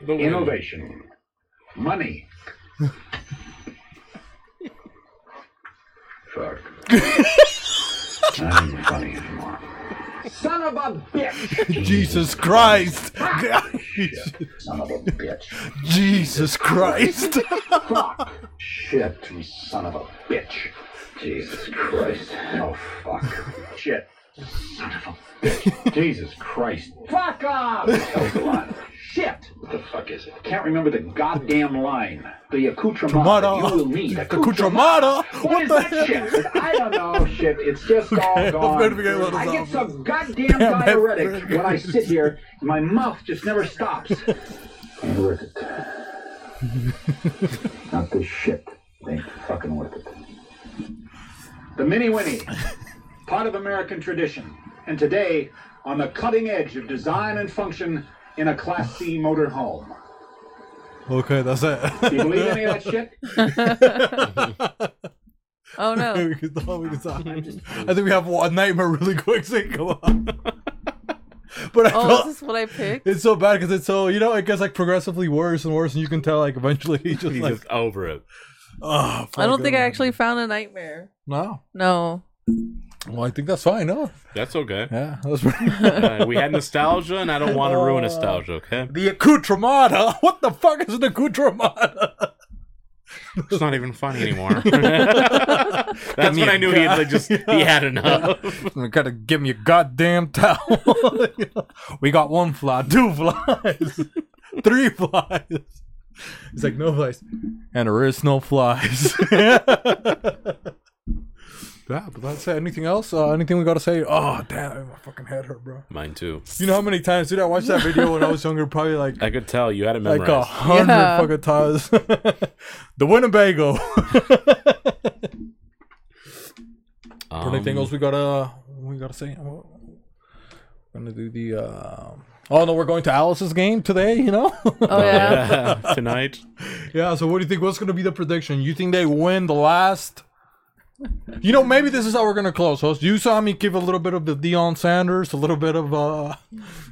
Speaker 10: innovation, money. Fuck. Not even funny anymore. Son of a bitch!
Speaker 2: Jesus Christ!
Speaker 10: Son of a bitch.
Speaker 2: Jesus Christ!
Speaker 10: Fuck. Shit, you son of a bitch. Jesus Christ. Oh, fuck. Shit. Son of a bitch. Jesus Christ. Fuck off! That was a lot. Shit! What the fuck is it? Can't remember the goddamn line. The accoutrement that you will need.
Speaker 2: Accoutremata?
Speaker 10: What, is
Speaker 2: the
Speaker 10: that shit? I don't know. Shit, it's just all
Speaker 2: Okay, I'm
Speaker 10: gone.
Speaker 2: gonna be getting a little
Speaker 10: I get
Speaker 2: zombie.
Speaker 10: so goddamn
Speaker 2: Damn, that
Speaker 10: diuretic
Speaker 2: burger.
Speaker 10: when I sit here. My mouth just never stops. Ain't worth it. Not this shit. Ain't fucking worth it. The Mini Winnie, part of American tradition, and today on the cutting edge of design and function in a Class C motorhome.
Speaker 2: Okay, that's it.
Speaker 10: Do you believe any of that shit?
Speaker 3: Oh no.
Speaker 2: we can stop, we can stop. I think we have one nightmare really quick. So come on. But I
Speaker 3: Oh,
Speaker 2: felt-
Speaker 3: is this what I picked?
Speaker 2: It's so bad because it's so you know it gets like progressively worse and worse, and you can tell like eventually he just
Speaker 1: He's
Speaker 2: like
Speaker 1: just over it.
Speaker 2: oh.
Speaker 3: I don't think I
Speaker 2: fucking-
Speaker 3: actually found a nightmare.
Speaker 2: No.
Speaker 3: No.
Speaker 2: Well, I think that's fine. No.
Speaker 1: That's okay.
Speaker 2: Yeah, that was pretty.
Speaker 1: Uh, we had nostalgia, and I don't want to ruin nostalgia. Okay,
Speaker 2: The accoutremata. What the fuck is an accoutremata?
Speaker 1: it's not even funny anymore. That's when I knew he had like, just he had enough.
Speaker 2: We gotta give him your goddamn towel. we got one fly, two flies, three flies. It's like no flies, and there is no flies. yeah, but that's it. Anything else? Uh, anything we gotta say? Oh damn, my fucking head hurt, bro.
Speaker 1: Mine too.
Speaker 2: You know how many times did I watch that video when I was younger? Probably like
Speaker 1: I could tell you had it
Speaker 2: like a
Speaker 1: memorized.
Speaker 2: hundred
Speaker 3: Yeah.
Speaker 2: fucking times. the Winnebago. Or anything
Speaker 1: Um,
Speaker 2: else we gotta we gotta say? We're gonna do the. Uh, oh no, we're going to Alice's game today. You know.
Speaker 1: Oh, yeah. Yeah, tonight.
Speaker 2: Yeah. So what do you think? What's gonna be the prediction? You think they win the last? You know, maybe this is how we're gonna close, host. You saw me give a little bit of the Dion Sanders, a little bit of uh,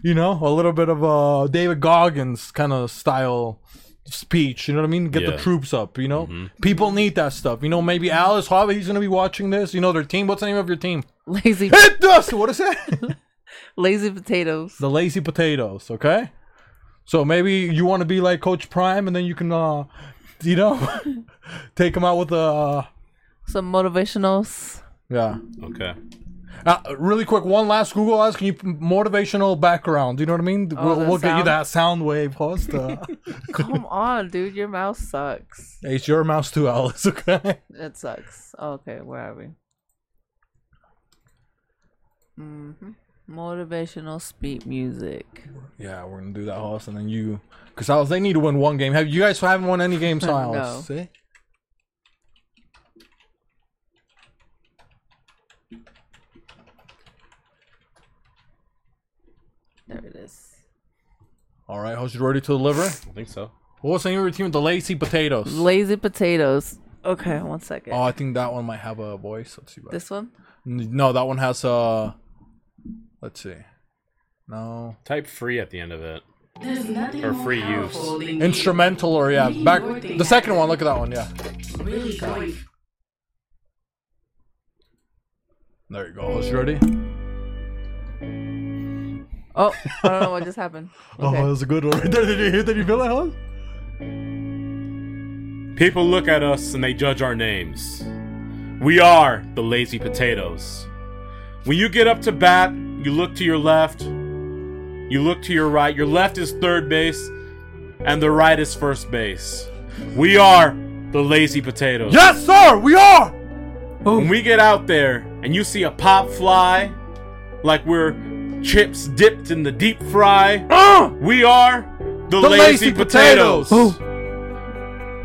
Speaker 2: you know, a little bit of uh David Goggins kind of style speech. You know what I mean? Get
Speaker 1: Yeah.
Speaker 2: the troops up. You know, people need that stuff. You know, maybe Alice Hobbit, he's gonna be watching this. You know, their team. What's the name of your team?
Speaker 3: Lazy.
Speaker 2: Hit us. What is that?
Speaker 3: Lazy potatoes.
Speaker 2: the lazy potatoes okay so maybe you want to be like coach prime and then you can uh you know take him out with uh
Speaker 3: Some motivationals.
Speaker 2: yeah
Speaker 1: Okay.
Speaker 2: uh, really quick one last google ask can you motivational background you know what i mean
Speaker 3: Oh,
Speaker 2: we'll,
Speaker 3: the
Speaker 2: we'll get you
Speaker 3: sound.
Speaker 2: that sound wave host uh,
Speaker 3: Come on, dude. Your mouth sucks.
Speaker 2: it's your mouse too alice okay
Speaker 3: It sucks. Okay, where are we? hmm Motivational speech music.
Speaker 2: yeah we're gonna do that host and then you because alice they need to win one game have you guys haven't won any games so
Speaker 3: No.
Speaker 2: alice eh?
Speaker 3: There it is.
Speaker 2: all right host you ready to deliver i
Speaker 1: think so
Speaker 2: what was the name of your team the lazy potatoes
Speaker 3: Lazy potatoes. Okay, one second.
Speaker 2: Oh, I think that one might have a voice. Let's see. about-
Speaker 3: This one?
Speaker 2: N- No, that one has uh Let's see. No.
Speaker 1: Type free at the end of it.
Speaker 5: There's nothing
Speaker 1: Or
Speaker 5: more
Speaker 1: free
Speaker 5: powerful
Speaker 1: use.
Speaker 5: than
Speaker 2: Instrumental or yeah,
Speaker 5: Maybe
Speaker 2: back
Speaker 5: your thing
Speaker 2: the second one. Look at that one. Yeah.
Speaker 5: really going.
Speaker 2: There you go. Is you ready?
Speaker 3: Oh, I don't know what just happened.
Speaker 2: Oh, that was a good one. Did you hear? Did you feel that one?
Speaker 1: People look at us and they judge our names. We are the lazy potatoes. When you get up to bat, you look to your left, you look to your right. Your left is third base, and the right is first base. We are the lazy potatoes.
Speaker 2: Yes, sir. We are.
Speaker 1: When we get out there and you see a pop fly, like we're chips dipped in the deep fry,
Speaker 2: Uh-huh.
Speaker 1: we are the,
Speaker 2: The
Speaker 1: lazy,
Speaker 2: lazy
Speaker 1: potatoes.
Speaker 2: potatoes.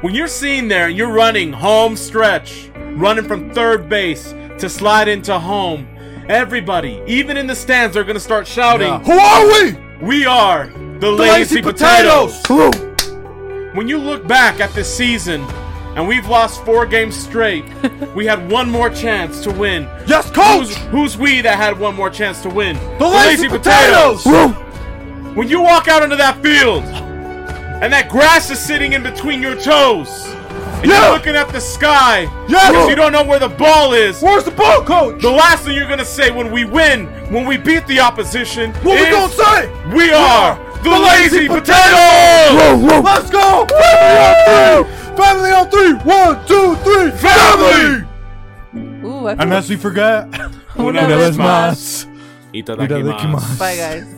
Speaker 1: When you're seen there and you're running home stretch, running from third base to slide into home, everybody, even in the stands, they're gonna start shouting,
Speaker 2: Who are we?
Speaker 1: We are the,
Speaker 2: The
Speaker 1: lazy,
Speaker 2: lazy
Speaker 1: potatoes.
Speaker 2: potatoes.
Speaker 1: When you look back at this season, and we've lost four games straight, we had one more chance to win.
Speaker 2: Yes, coach.
Speaker 1: Who's, who's we that had one more chance to win?
Speaker 2: The lazy potatoes.
Speaker 1: When you walk out onto that field, and that grass is sitting in between your toes, and
Speaker 2: Yeah.
Speaker 1: you're looking at the sky,
Speaker 2: Yeah.
Speaker 1: because you don't know where the ball is.
Speaker 2: Where's the ball, coach?
Speaker 1: The last thing you're gonna say when we win, when we beat the opposition,
Speaker 2: What we
Speaker 1: is,
Speaker 2: gonna say?
Speaker 1: We are the, lazy, potatoes.
Speaker 2: Let's go. Family on three. Family on three. One, two, three. Family.
Speaker 3: Ooh, I
Speaker 2: Unless we forget.
Speaker 1: Una
Speaker 2: Una
Speaker 1: vez
Speaker 2: vez
Speaker 1: más. Itadakimasu.
Speaker 2: Itadakimasu.
Speaker 3: Bye, guys.